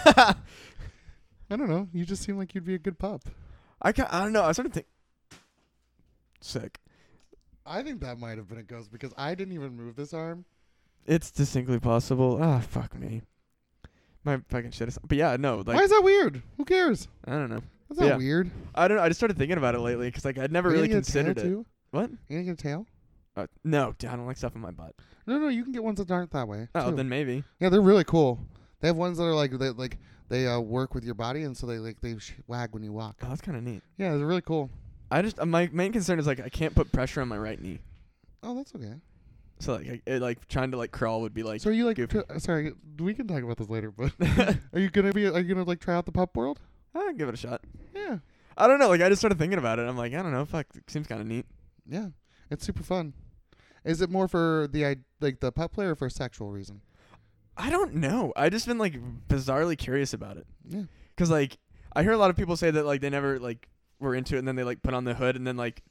[SPEAKER 2] I don't know. You just seem like you'd be a good pup.
[SPEAKER 1] I ca I don't know. I started think sick.
[SPEAKER 2] I think that might have been a ghost because I didn't even move this arm.
[SPEAKER 1] It's distinctly possible. Ah, fuck me. My fucking shit is But yeah, no, like
[SPEAKER 2] Why is that weird? Who cares?
[SPEAKER 1] I don't know.
[SPEAKER 2] That's not
[SPEAKER 1] Yeah.
[SPEAKER 2] weird.
[SPEAKER 1] I don't know. I just started thinking about it lately cuz like I'd never
[SPEAKER 2] You
[SPEAKER 1] really
[SPEAKER 2] gonna get a tail,
[SPEAKER 1] considered it.
[SPEAKER 2] Too?
[SPEAKER 1] What?
[SPEAKER 2] You gonna get a tail?
[SPEAKER 1] Uh, no, dude, I don't like stuff in my butt.
[SPEAKER 2] No, no. You can get ones that aren't that way.
[SPEAKER 1] Oh,
[SPEAKER 2] too.
[SPEAKER 1] then maybe.
[SPEAKER 2] yeah, they're really cool. They have ones that are like they like they uh, work with your body, and so they like they sh- wag when you walk.
[SPEAKER 1] Oh, that's kind of neat.
[SPEAKER 2] Yeah, they're really cool.
[SPEAKER 1] I just uh, my main concern is like I can't put pressure on my right knee.
[SPEAKER 2] Oh, that's okay.
[SPEAKER 1] So like I, it, like trying to like crawl would be like
[SPEAKER 2] so are you like? uh,
[SPEAKER 1] goofy.
[SPEAKER 2] tr- sorry, we can talk about this later. But are you gonna be? Are you gonna like try out the pup world?
[SPEAKER 1] I'll "Ah, give it a shot.
[SPEAKER 2] Yeah,
[SPEAKER 1] I don't know. Like I just started thinking about it. I'm like, I don't know. Fuck, it seems kind of neat.
[SPEAKER 2] yeah. It's super fun. Is it more for the i- like the pup play or for a sexual reason?
[SPEAKER 1] I don't know. I just been like bizarrely curious about it.
[SPEAKER 2] Yeah.
[SPEAKER 1] Cause like I hear a lot of people say that like they never like were into it and then they like put on the hood and then like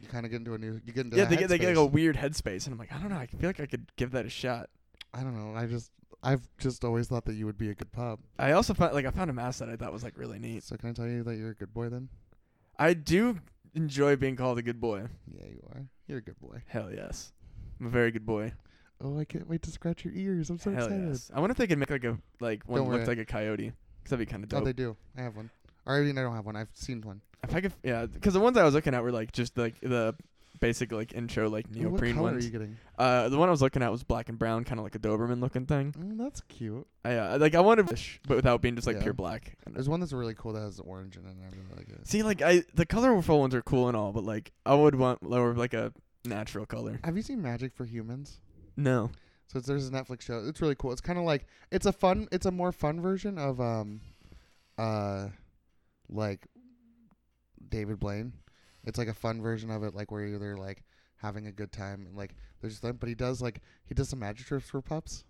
[SPEAKER 2] You kind of get into a new. You get into
[SPEAKER 1] yeah
[SPEAKER 2] that
[SPEAKER 1] they get they get like a
[SPEAKER 2] headspace.
[SPEAKER 1] weird headspace and I'm like I don't know I feel like I could give that a shot.
[SPEAKER 2] I don't know. I just I've just always thought that you would be a good pup.
[SPEAKER 1] I also found like I found a mask that I thought was like really neat.
[SPEAKER 2] So can I tell you that you're a good boy then?
[SPEAKER 1] I do enjoy being called a good boy.
[SPEAKER 2] Yeah, you are. You're a good boy.
[SPEAKER 1] Hell yes, I'm a very good boy.
[SPEAKER 2] Oh, I can't wait to scratch your ears. I'm so
[SPEAKER 1] Hell
[SPEAKER 2] excited.
[SPEAKER 1] yes. I wonder if they could make like a like one
[SPEAKER 2] Don't
[SPEAKER 1] looked
[SPEAKER 2] worry.
[SPEAKER 1] like a coyote. 'Cause that'd be kind of
[SPEAKER 2] Oh,
[SPEAKER 1] dope.
[SPEAKER 2] they do. I have one. Or I mean, I don't have one. I've seen one.
[SPEAKER 1] if I could, yeah. Because the ones I was looking at were like just like the basic like intro like
[SPEAKER 2] Ooh, what
[SPEAKER 1] neoprene
[SPEAKER 2] color
[SPEAKER 1] ones.
[SPEAKER 2] are you getting?
[SPEAKER 1] Uh, the one I was looking at was black and brown, kind of like a Doberman looking thing.
[SPEAKER 2] Oh, that's cute.
[SPEAKER 1] I, uh, like I wanted, fish, but without being just like
[SPEAKER 2] Yeah.
[SPEAKER 1] pure black.
[SPEAKER 2] There's one that's really cool that has orange in it. And I really like it.
[SPEAKER 1] See, like I the colorful ones are cool and all, but like I would want lower like a natural color.
[SPEAKER 2] Have you seen Magic for Humans?
[SPEAKER 1] No,
[SPEAKER 2] So it's, there's a Netflix show. It's really cool. It's kind of like it's a fun. It's a more fun version of um, uh, like David Blaine. It's like a fun version of it, like where you're they're like having a good time and like there's them. But he does like he does some magic tricks for pups.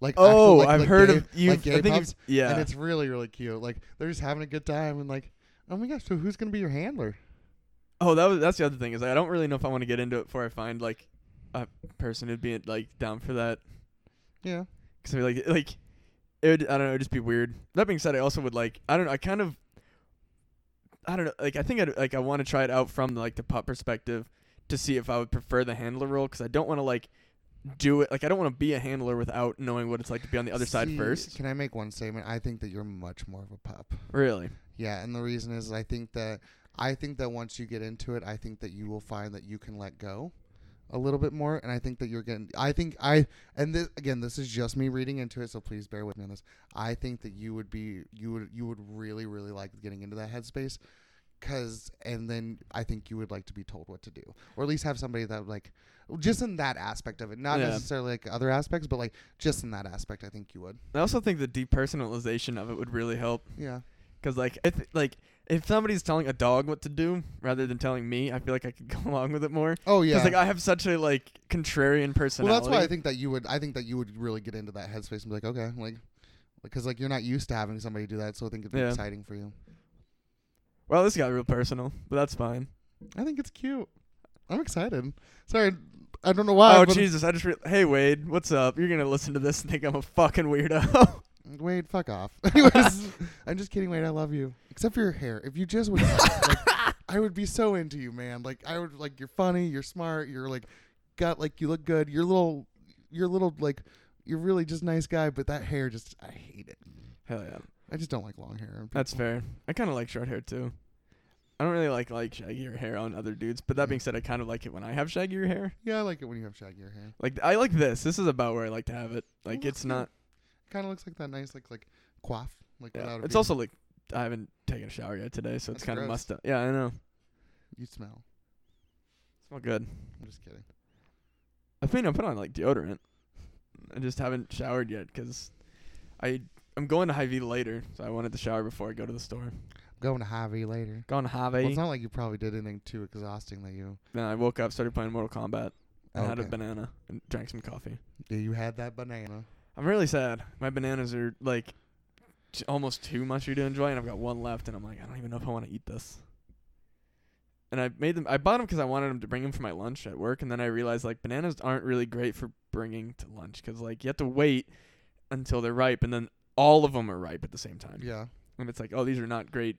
[SPEAKER 2] Like actual,
[SPEAKER 1] oh,
[SPEAKER 2] like-
[SPEAKER 1] I've
[SPEAKER 2] like
[SPEAKER 1] heard
[SPEAKER 2] gay-
[SPEAKER 1] of you.
[SPEAKER 2] like gay
[SPEAKER 1] I think
[SPEAKER 2] pups,
[SPEAKER 1] you've, yeah,
[SPEAKER 2] and it's really really cute. Like they're just having a good time and like oh my gosh, so who's gonna be your handler?
[SPEAKER 1] Oh, that was that's the other thing is like, I don't really know if I want to get into it before I find like a person who'd be like down for that.
[SPEAKER 2] Yeah,
[SPEAKER 1] Cause I feel like like it would I don't know it'd just be weird. That being said, I also would like I don't know I kind of I don't know like I think I'd, like I want to try it out from like the pup perspective to see if I would prefer the handler role because I don't want to like do it like I don't want to be a handler without knowing what it's like to be on the other side
[SPEAKER 2] See,
[SPEAKER 1] first.
[SPEAKER 2] Can I make one statement? I think that you're much more of a pup.
[SPEAKER 1] Really?
[SPEAKER 2] Yeah, and the reason is I think that I think that once you get into it, I think that you will find that you can let go a little bit more, and I think that you're getting. I think I and this again, this is just me reading into it, so please bear with me on this. I think that you would be you would you would really really like getting into that headspace, cause and then I think you would like to be told what to do, or at least have somebody that like just in that aspect of it, not
[SPEAKER 1] Yeah.
[SPEAKER 2] necessarily like other aspects, but like just in that aspect, I think you would.
[SPEAKER 1] I also think the depersonalization of it would really help.
[SPEAKER 2] Yeah.
[SPEAKER 1] Cause like if like if somebody's telling a dog what to do rather than telling me, I feel like I could go along with it more.
[SPEAKER 2] Oh yeah.
[SPEAKER 1] Cause like I have such a like contrarian personality.
[SPEAKER 2] Well, that's why I think that you would. I think that you would really get into that headspace and be like, okay, like, because like you're not used to having somebody do that, so I think it'd be
[SPEAKER 1] Yeah.
[SPEAKER 2] exciting for you.
[SPEAKER 1] Well, this got real personal, but that's fine.
[SPEAKER 2] I think it's cute. I'm excited. Sorry, I don't know why.
[SPEAKER 1] oh
[SPEAKER 2] but-
[SPEAKER 1] Jesus! I just re- hey Wade, what's up? You're gonna listen to this and think I'm a fucking weirdo.
[SPEAKER 2] Wade, fuck off. Anyways, I'm just kidding, Wade. I love you, except for your hair. If you just would, like, I would be so into you, man. Like I would like you're funny, you're smart, you're like got like you look good. You're little, you're little like you're really just nice guy, but that hair just I hate it.
[SPEAKER 1] Hell yeah,
[SPEAKER 2] I just don't like long hair. in
[SPEAKER 1] that's
[SPEAKER 2] people.
[SPEAKER 1] fair. I kind of like short hair too. I don't really like like shaggier hair on other dudes, but that being said, I kind of like it when I have shaggier hair.
[SPEAKER 2] Yeah, I like it when you have shaggier hair.
[SPEAKER 1] Like I like this. This is about where I like to have it. Like
[SPEAKER 2] that's
[SPEAKER 1] it's
[SPEAKER 2] good.
[SPEAKER 1] not.
[SPEAKER 2] kind of looks like that nice like like quaff like
[SPEAKER 1] Yeah.
[SPEAKER 2] without a
[SPEAKER 1] It's
[SPEAKER 2] beard.
[SPEAKER 1] also like I haven't taken a shower yet today, so it's
[SPEAKER 2] That's
[SPEAKER 1] kind of
[SPEAKER 2] gross.
[SPEAKER 1] must up. Yeah, I know.
[SPEAKER 2] you smell.
[SPEAKER 1] Smell good.
[SPEAKER 2] I'm just kidding.
[SPEAKER 1] I think I'm putting on like deodorant. I just haven't showered yet 'cause I I'm going to Hy-Vee later, so I wanted to shower before I go to the store.
[SPEAKER 2] Going to Javi later.
[SPEAKER 1] Gone
[SPEAKER 2] Well, it's
[SPEAKER 1] Hy-Vee.
[SPEAKER 2] not like you probably did anything too exhausting that you.
[SPEAKER 1] Then I woke up, started playing Mortal Kombat, and had a
[SPEAKER 2] Okay.
[SPEAKER 1] banana and drank some coffee.
[SPEAKER 2] Yeah, you had that banana.
[SPEAKER 1] I'm really sad. My bananas are like t- almost too much for you to enjoy, and I've got one left, and I'm like, I don't even know if I want to eat this. And I made them. I bought them 'cause I wanted them to bring them for my lunch at work, and then I realized like bananas aren't really great for bringing to lunch 'cause like you have to wait until they're ripe, and then all of them are ripe at the same time.
[SPEAKER 2] Yeah,
[SPEAKER 1] And it's like, oh, these are not great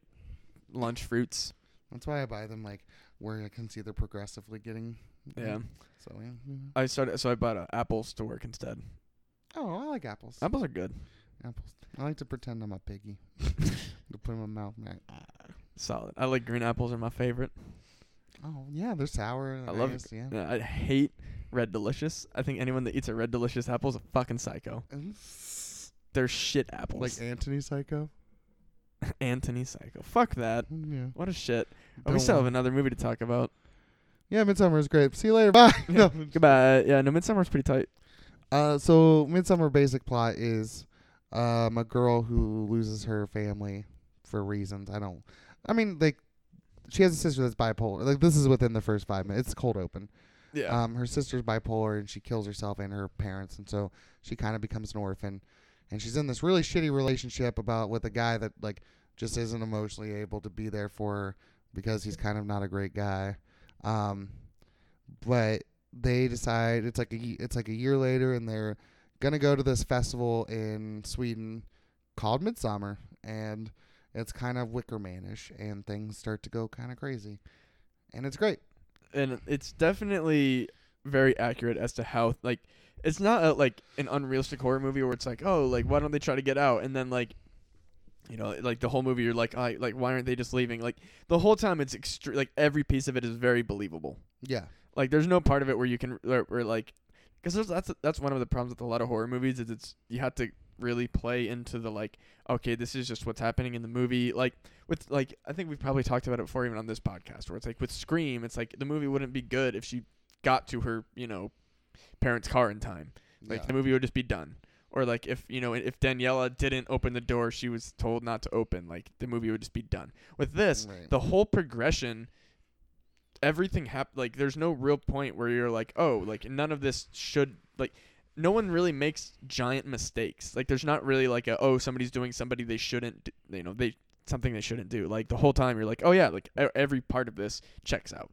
[SPEAKER 1] lunch fruits.
[SPEAKER 2] that's why I buy them like where I can see they're progressively getting.
[SPEAKER 1] Yeah.
[SPEAKER 2] So yeah. mhm.
[SPEAKER 1] I started, so I bought uh, apples to work instead.
[SPEAKER 2] Oh, I like apples.
[SPEAKER 1] Apples are good,
[SPEAKER 2] apples. I like to pretend I'm a piggy. to put 'em in my mouth. And I,
[SPEAKER 1] solid. I like green apples are my favorite.
[SPEAKER 2] oh yeah, they're sour. And
[SPEAKER 1] I love it.
[SPEAKER 2] nice, Yeah.
[SPEAKER 1] Yeah, I hate Red Delicious. I think anyone that eats a Red Delicious apple is a fucking psycho. They're shit apples.
[SPEAKER 2] Like Anthony Psycho. Mm,
[SPEAKER 1] Anthony Psycho. Fuck that.
[SPEAKER 2] Yeah.
[SPEAKER 1] What a shit. Oh, we
[SPEAKER 2] Don't
[SPEAKER 1] still have
[SPEAKER 2] want-
[SPEAKER 1] another movie to talk about.
[SPEAKER 2] Yeah, Midsummer is great. See you later. Bye. No.
[SPEAKER 1] Goodbye. Yeah, no, Midsummer's pretty tight.
[SPEAKER 2] Uh, so Midsummer basic plot is um a girl who loses her family for reasons I don't. I mean, like she has a sister that's bipolar. Like this is within the first five minutes. It's cold open.
[SPEAKER 1] Yeah.
[SPEAKER 2] Um, her sister's bipolar and she kills herself and her parents, and so she kind of becomes an orphan. And she's in this really shitty relationship about with a guy that like just isn't emotionally able to be there for her because he's kind of not a great guy. Um, but they decide it's like a ye- it's like a year later, and they're gonna go to this festival in Sweden called Midsummer, and it's kind of Wicker Manish, and things start to go kind of crazy, and it's great.
[SPEAKER 1] and it's definitely very accurate as to how like it's not a, like an unrealistic horror movie where it's like oh like why don't they try to get out and then like you know like the whole movie you're like I like why aren't they just leaving like the whole time it's extre- like every piece of it is very believable
[SPEAKER 2] Yeah,
[SPEAKER 1] like there's no part of it where you can where, where like because that's that's one of the problems with a lot of horror movies is it's you have to really play into the like okay this is just what's happening in the movie like with like I think we've probably talked about it before even on this podcast where it's like with Scream it's like the movie wouldn't be good if she got to her you know parents' car in time like
[SPEAKER 2] Yeah.
[SPEAKER 1] the movie would just be done or like if you know if Daniela didn't open the door she was told not to open like the movie would just be done with this
[SPEAKER 2] Right.
[SPEAKER 1] the whole progression everything hap- like there's no real point where you're like oh like none of this should like no one really makes giant mistakes like there's not really like a oh somebody's doing somebody they shouldn't do, you know they something they shouldn't do like the whole time you're like oh yeah like e- every part of this checks out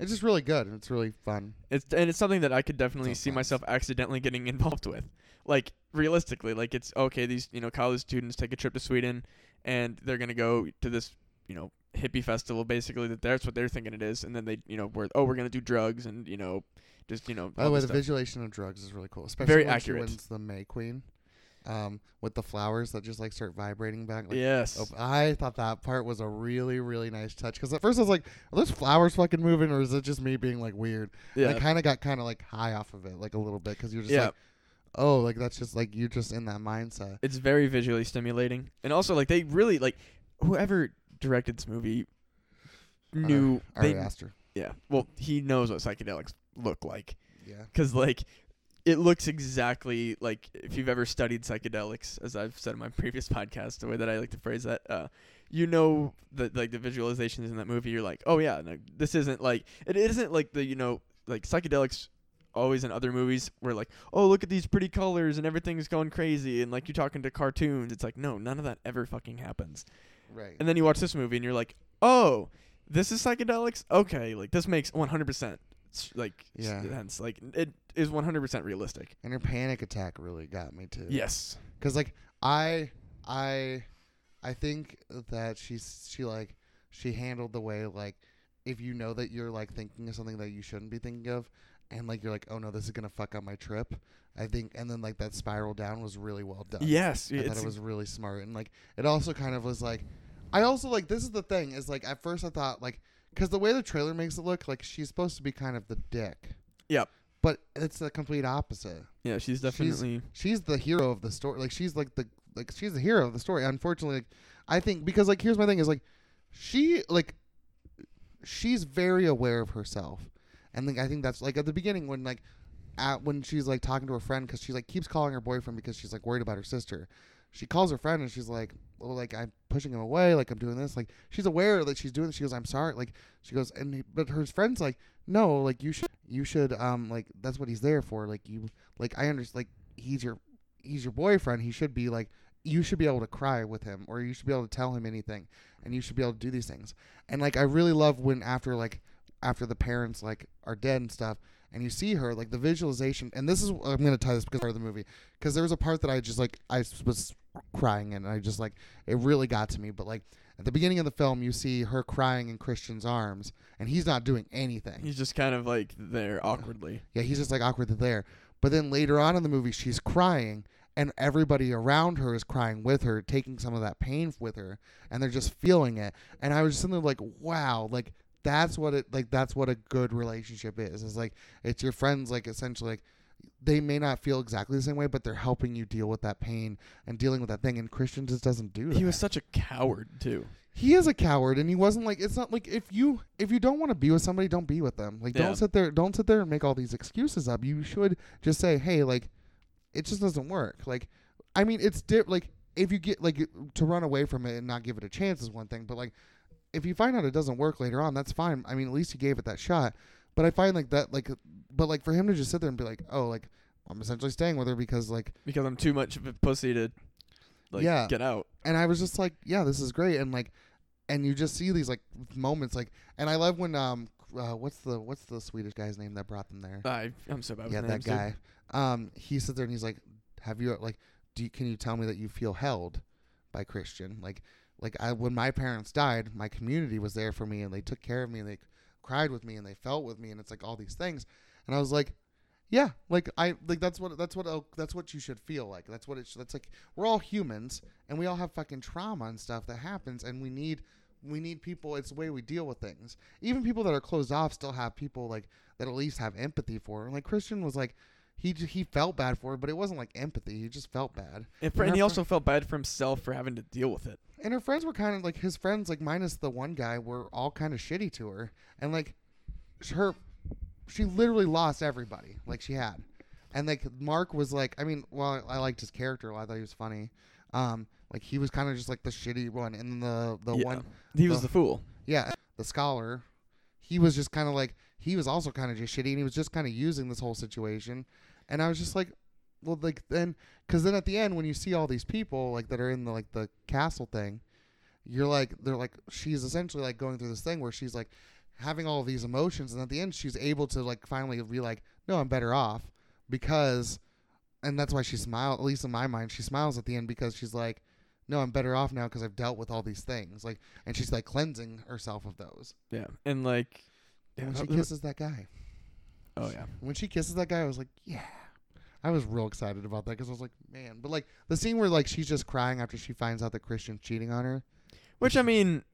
[SPEAKER 2] It's just really good and it's really fun.
[SPEAKER 1] it's and it's something that I could definitely see
[SPEAKER 2] Sometimes.
[SPEAKER 1] myself accidentally getting involved with. Like realistically, like it's okay. These you know college students take a trip to Sweden, and they're gonna go to this you know hippie festival. Basically, that that's what they're thinking it is, and then they you know we're oh we're gonna do drugs and you know just you know.
[SPEAKER 2] By
[SPEAKER 1] all
[SPEAKER 2] the way,
[SPEAKER 1] this
[SPEAKER 2] the
[SPEAKER 1] stuff.
[SPEAKER 2] visualization of drugs is really cool, especially
[SPEAKER 1] Very
[SPEAKER 2] when
[SPEAKER 1] accurate.
[SPEAKER 2] she wins the May Queen, um, with the flowers that just like start vibrating back. Like,
[SPEAKER 1] yes.
[SPEAKER 2] oh, I thought that part was a really really nice touch because at first I was like, are those flowers fucking moving or is it just me being like weird?
[SPEAKER 1] yeah.
[SPEAKER 2] And I kind of got kind of like high off of it like a little bit because you're just
[SPEAKER 1] yeah.
[SPEAKER 2] like, oh, like that's just like you're just in that mindset.
[SPEAKER 1] it's very visually stimulating, and also like they really like whoever directed this movie knew
[SPEAKER 2] Ari
[SPEAKER 1] they,
[SPEAKER 2] Aster.
[SPEAKER 1] yeah. Well, he knows what psychedelics look like.
[SPEAKER 2] Yeah.
[SPEAKER 1] because like it looks exactly like if you've ever studied psychedelics as i've said in my previous podcast the way that i like to phrase that uh, you know that like the visualizations in that movie you're like oh yeah no, this isn't like it isn't like the you know like psychedelics always in other movies where like oh look at these pretty colors and everything's going crazy and like you're talking to cartoons it's like no none of that ever fucking happens
[SPEAKER 2] Right.
[SPEAKER 1] and then you watch this movie and you're like oh this is psychedelics okay like this makes 100% s- like
[SPEAKER 2] Yeah.
[SPEAKER 1] sense like it is 100% realistic
[SPEAKER 2] and her panic attack really got me too.
[SPEAKER 1] yes
[SPEAKER 2] because like I I I think that she's she like she handled the way like if you know that you're like thinking of something that you shouldn't be thinking of and like you're like oh no this is gonna fuck up my trip I think and then like that spiral down was really well done
[SPEAKER 1] yes
[SPEAKER 2] I
[SPEAKER 1] it's,
[SPEAKER 2] thought it was really smart and like it also kind of was like I also like this is the thing is like at first I thought like because the way the trailer makes it look like she's supposed to be kind of the dick
[SPEAKER 1] Yep.
[SPEAKER 2] but it's the complete opposite
[SPEAKER 1] yeah she's definitely
[SPEAKER 2] she's the hero of the story. Like she's like the like she's the hero of the story. Unfortunately, like, I think because like here's my thing is like she like she's very aware of herself, and like I think that's like at the beginning when like at when she's like talking to her friend because she like keeps calling her boyfriend because she's like worried about her sister. She calls her friend and she's like, "Well, like I'm pushing him away. Like I'm doing this. Like she's aware that she's doing. This. She goes, "I'm sorry." Like she goes, and he, but her friend's like, "No, like you should, you should, um, like that's what he's there for. Like you, like I understand. Like he's your he's your boyfriend. He should be like you should be able to cry with him or you should be able to tell him anything and you should be able to do these things. And like I really love when after like after the parents like are dead and stuff and you see her like the visualization and this is I'm going to tie this because part of the movie cuz there was a part that I just like I was crying in and I just like it really got to me but like at the beginning of the film you see her crying in Christian's arms and he's not doing anything.
[SPEAKER 1] he's just kind of like there awkwardly
[SPEAKER 2] Yeah, he's just like awkward there. But then later on in the movie, she's crying, and everybody around her is crying with her, taking some of that pain with her, and they're just feeling it. And I was just sitting there like, wow, like that's what it like that's what a good relationship is. It's like it's your friends like essentially like they may not feel exactly the same way, but they're helping you deal with that pain and dealing with that thing. And Christian just doesn't do that
[SPEAKER 1] he was such a coward too
[SPEAKER 2] he is a coward and he wasn't like it's not like if you if you don't want to be with somebody don't be with them like
[SPEAKER 1] Yeah.
[SPEAKER 2] don't sit there don't sit there and make all these excuses up you should just say hey like it just doesn't work like i mean it's di- like if you get like to run away from it and not give it a chance is one thing but like if you find out it doesn't work later on that's fine i mean at least you gave it that shot But I find like that like but like for him to just sit there and be like, "Oh, like I'm essentially staying with her because like
[SPEAKER 1] because I'm too much of a pussy to like
[SPEAKER 2] Yeah.
[SPEAKER 1] get out.
[SPEAKER 2] and I was just like, yeah, this is great, and like, and you just see these like moments, like, and I love when um, uh, what's the what's the Swedish guy's name that brought them there?
[SPEAKER 1] I I'm so bad with
[SPEAKER 2] yeah, that
[SPEAKER 1] names, dude.
[SPEAKER 2] guy. Um, he sits there and he's like, have you like, do you, can you tell me that you feel held by Christian? Like, like I when my parents died, my community was there for me and they took care of me and they cried with me and they felt with me and it's like all these things, and I was like. Yeah, like I like that's what that's what a- that's what you should feel like. That's what it's that's like we're all humans and we all have fucking trauma and stuff that happens and we need we need people it's the way we deal with things even people that are closed off still have people like that at least have empathy for and like christian was like he j- he felt bad for her but it wasn't like empathy he just felt bad
[SPEAKER 1] And,
[SPEAKER 2] And
[SPEAKER 1] for, and
[SPEAKER 2] her
[SPEAKER 1] he
[SPEAKER 2] fr-
[SPEAKER 1] also felt bad for himself for having to deal with it.
[SPEAKER 2] and her friends were kind of like his friends like minus the one guy were all kind of shitty to her and like sh- her she literally lost everybody like she had and like mark was like i mean well i liked his character a lot i thought he was funny um like he was kind of just like the shitty one and the the
[SPEAKER 1] Yeah.
[SPEAKER 2] one
[SPEAKER 1] He was
[SPEAKER 2] the-
[SPEAKER 1] the fool.
[SPEAKER 2] yeah the scholar he was just kind of like he was also kind of just shitty and he was just kind of using this whole situation and i was just like well like then because then at the end when you see all these people like that are in the like the castle thing you're like they're like she's essentially like going through this thing where she's like having all these emotions and at the end she's able to like finally be like no i'm better off because and that's why she smiled at least in my mind she smiles at the end because she's like no i'm better off now because i've dealt with all these things like and she's like cleansing herself of those
[SPEAKER 1] Yeah. And like
[SPEAKER 2] and
[SPEAKER 1] that
[SPEAKER 2] she
[SPEAKER 1] was-
[SPEAKER 2] kisses that guy
[SPEAKER 1] Oh yeah.
[SPEAKER 2] when she kisses that guy, I was like, yeah. I was real excited about that because I was like, man. But like the scene where like she's just crying after she finds out that Christian's cheating on her.
[SPEAKER 1] Which I mean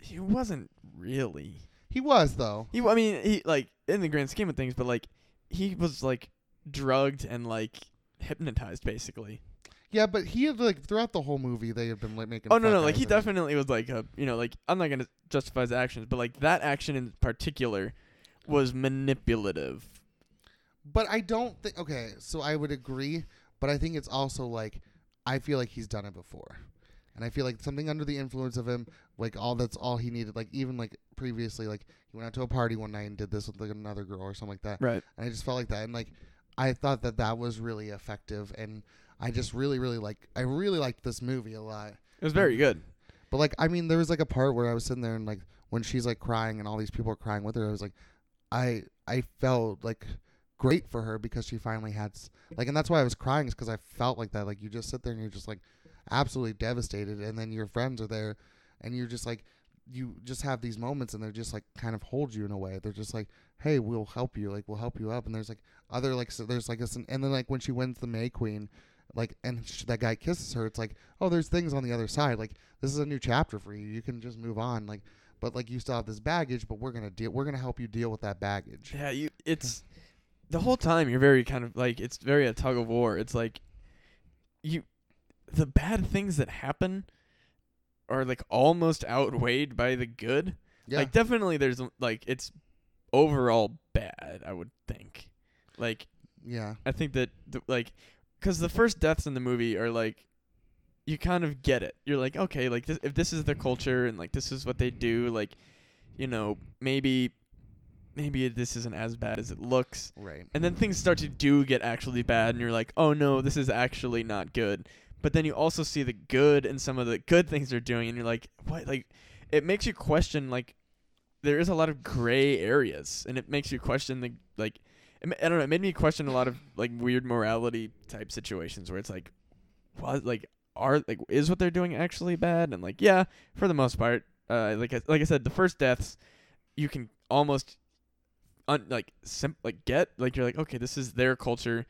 [SPEAKER 1] he wasn't really.
[SPEAKER 2] He was though.
[SPEAKER 1] He I mean he like in the grand scheme of things but like he was like drugged and like hypnotized basically.
[SPEAKER 2] Yeah, but he had like throughout the whole movie they had been like making.
[SPEAKER 1] Oh no,
[SPEAKER 2] fuck
[SPEAKER 1] no, like
[SPEAKER 2] eyes
[SPEAKER 1] he
[SPEAKER 2] at him.
[SPEAKER 1] definitely was like a you know like I'm not gonna justify his actions, but like that action in particular was manipulative.
[SPEAKER 2] But I don't think. Okay, so I would agree, but I think it's also like I feel like he's done it before, and I feel like something under the influence of him, like all that's all he needed. Like even like previously, like he went out to a party one night and did this with like another girl or something like that.
[SPEAKER 1] Right.
[SPEAKER 2] and I just felt like that. And like, I thought that that was really effective, and I just really, really like, I really liked this movie a lot.
[SPEAKER 1] It was very good.
[SPEAKER 2] But like, I mean, there was like a part where I was sitting there and like, when she's like crying and all these people are crying with her, I was like, I, I felt like great for her because she finally had s- like, and that's why I was crying is because I felt like that. Like, you just sit there and you're just like, absolutely devastated, and then your friends are there, and you're just like. You just have these moments, and they're just like kind of hold you in a way. They're just like, "Hey, we'll help you. Like, we'll help you up." And there's like other like so there's like this, and then like when she wins the May Queen, like and sh- that guy kisses her, it's like, oh, there's things on the other side. Like this is a new chapter for you. You can just move on. Like, but like you still have this baggage, but we're gonna deal. We're gonna help you deal with that baggage.
[SPEAKER 1] Yeah, you it's the whole time you're very kind of like it's very a tug of war. It's like you the bad things that happen are like almost outweighed by the good.
[SPEAKER 2] Yeah,
[SPEAKER 1] Like definitely there's like it's overall bad, I would think. Like
[SPEAKER 2] yeah,
[SPEAKER 1] I think that the, like cuz the first deaths in the movie are like you kind of get it. You're like, okay, like this, if this is their culture and like this is what they do, like you know, maybe maybe this isn't as bad as it looks.
[SPEAKER 2] right.
[SPEAKER 1] And then things start to do get actually bad and you're like, "Oh no, this is actually not good." But then you also see the good and some of the good things they're doing and you're like, "What?" Like it makes you question like there is a lot of gray areas and it makes you question the like it ma- I don't know, it made me question a lot of like weird morality type situations where it's like what like are like is what they're doing actually bad and like yeah, for the most part, uh like I, like I said the first deaths you can almost un, like sim- like get like you're like okay, this is their culture.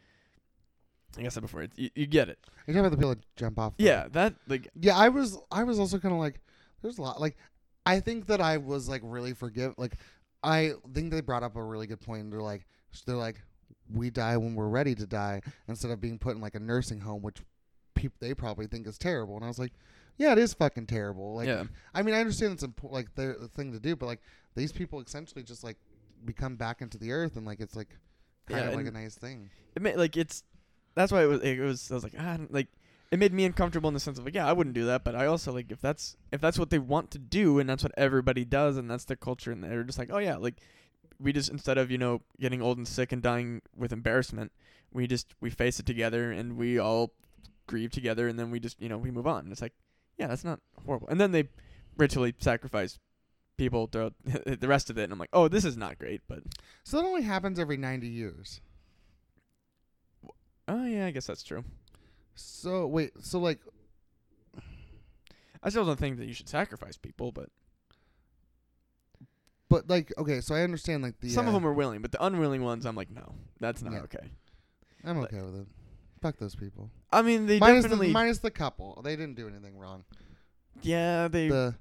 [SPEAKER 1] Like I said before, it's, you, you get it.
[SPEAKER 2] You're talking about the people that jump off. the-
[SPEAKER 1] Yeah, that like
[SPEAKER 2] yeah. I was, I was also kind of like, there's a lot. Like, I think that I was like really forgive. Like, I think they brought up a really good point. They're like, they're like, we die when we're ready to die, instead of being put in like a nursing home, which people they probably think is terrible. And I was like, yeah, it is fucking terrible. Like,
[SPEAKER 1] yeah.
[SPEAKER 2] I mean, I understand it's important, like the the thing to do, but like these people essentially just like become back into the earth, and like it's like kind
[SPEAKER 1] Yeah,
[SPEAKER 2] of like a
[SPEAKER 1] and-
[SPEAKER 2] nice thing.
[SPEAKER 1] It ma- like it's that's why it was it was I was like ah, I don't- like it made me uncomfortable in the sense of like yeah, I wouldn't do that, but I also like if that's if that's what they want to do and that's what everybody does and that's their culture and they're just like oh yeah, like we just instead of you know getting old and sick and dying with embarrassment, we just we face it together and we all grieve together and then we just you know we move on. And it's like, yeah, that's not horrible. And then they ritually sacrifice people throughout the rest of it, and I'm like, oh, this is not great, but
[SPEAKER 2] So that only happens every 90 years.
[SPEAKER 1] oh yeah, I guess that's true.
[SPEAKER 2] So wait, so like
[SPEAKER 1] I still don't think that you should sacrifice people, but
[SPEAKER 2] but like okay, so I understand like the
[SPEAKER 1] some of
[SPEAKER 2] uh,
[SPEAKER 1] them are willing, but the unwilling ones, I'm like, no, that's not
[SPEAKER 2] Yeah.
[SPEAKER 1] okay.
[SPEAKER 2] I'm
[SPEAKER 1] like-
[SPEAKER 2] okay with it. Fuck those people.
[SPEAKER 1] I mean, they
[SPEAKER 2] Minus the,
[SPEAKER 1] definitely,
[SPEAKER 2] minus the couple. They didn't do anything wrong.
[SPEAKER 1] yeah, they
[SPEAKER 2] The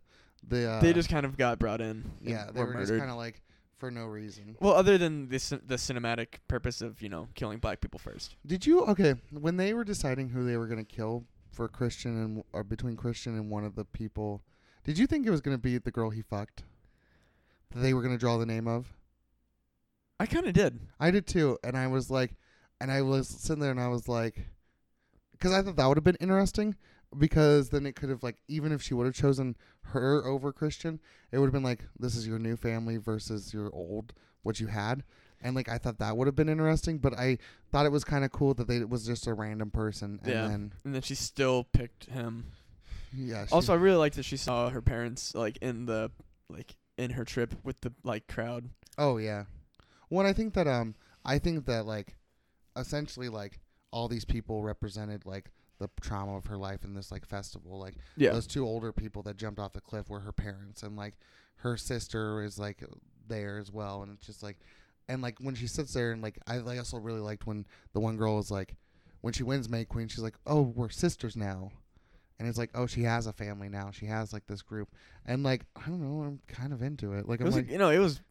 [SPEAKER 2] the uh,
[SPEAKER 1] they just kind of got brought in. and
[SPEAKER 2] yeah, they were, just kind of like for no reason.
[SPEAKER 1] Well, other than the cin- the cinematic purpose of you know killing black people first.
[SPEAKER 2] Did you okay when they were deciding who they were gonna kill for Christian and or between Christian and one of the people? Did you think it was gonna be the girl he fucked? That they were gonna draw the name of.
[SPEAKER 1] I kind of did.
[SPEAKER 2] I did too, and I was like, and I was sitting there and I was like, because I thought that would have been interesting because then it could have like even if she would have chosen her over Christian, it would have been like this is your new family versus your old what you had. And like I thought that would have been interesting, but I thought it was kind of cool that they, it was just a random person. And
[SPEAKER 1] Yeah.
[SPEAKER 2] Then,
[SPEAKER 1] And then she still picked him.
[SPEAKER 2] yeah. she-
[SPEAKER 1] Also, I really liked that she saw her parents like in the like in her trip with the like crowd.
[SPEAKER 2] Oh yeah. Well, and I think that um, I think that like, essentially like all these people represented like the trauma of her life in this like festival. Like
[SPEAKER 1] Yeah.
[SPEAKER 2] those two older people that jumped off the cliff were her parents, and like her sister is like there as well, and it's just like, and like when she sits there and like I like, also really liked when the one girl was like, when she wins May Queen, she's like, oh, we're sisters now. And it's like, oh, she has a family now. She has like this group, and like I don't know, I'm kind of into it. Like
[SPEAKER 1] It
[SPEAKER 2] I'm
[SPEAKER 1] was
[SPEAKER 2] like,
[SPEAKER 1] like, you know, it was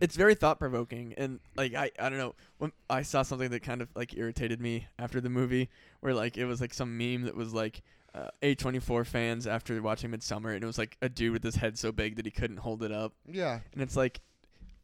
[SPEAKER 1] it's very thought provoking and like I I don't know, when I saw something that kind of like irritated me after the movie where like it was like some meme that was like uh, A24 fans after watching Midsummer and it was like a dude with his head so big that he couldn't hold it up
[SPEAKER 2] yeah.
[SPEAKER 1] and it's like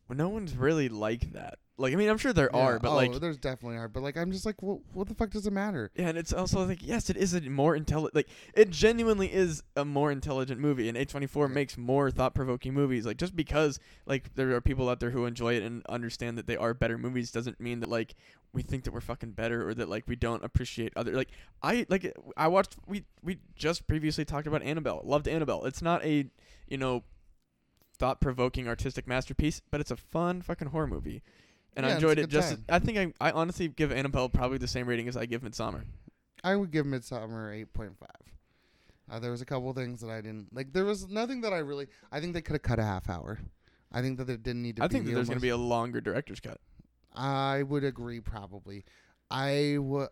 [SPEAKER 1] well, no one's really like that. Like I mean, I'm sure there are,
[SPEAKER 2] Yeah,
[SPEAKER 1] but
[SPEAKER 2] oh,
[SPEAKER 1] like
[SPEAKER 2] there's definitely are, but like I'm just like, what, what the fuck does it matter?
[SPEAKER 1] Yeah, and it's also like yes, it is a more intelligent. Like it genuinely is a more intelligent movie, and A twenty four
[SPEAKER 2] Yeah.
[SPEAKER 1] makes more thought provoking movies. Like just because like there are people out there who enjoy it and understand that they are better movies doesn't mean that like we think that we're fucking better or that like we don't appreciate other. Like I like I watched we we just previously talked about Annabelle. Loved Annabelle. It's not a you know thought provoking artistic masterpiece, but it's a fun fucking horror movie. And I
[SPEAKER 2] Yeah, and it's
[SPEAKER 1] enjoyed
[SPEAKER 2] a
[SPEAKER 1] it
[SPEAKER 2] good
[SPEAKER 1] just.
[SPEAKER 2] time.
[SPEAKER 1] I think I, I honestly give Annabelle probably the same rating as I give Midsummer.
[SPEAKER 2] I would give Midsummer 8.5. Uh, there was a couple things that I didn't like. There was nothing that I really. I think they could have cut a half hour. I think that it didn't need to.
[SPEAKER 1] I
[SPEAKER 2] be
[SPEAKER 1] think that there's going to be
[SPEAKER 2] almost-
[SPEAKER 1] a longer director's cut.
[SPEAKER 2] I would agree probably. I w-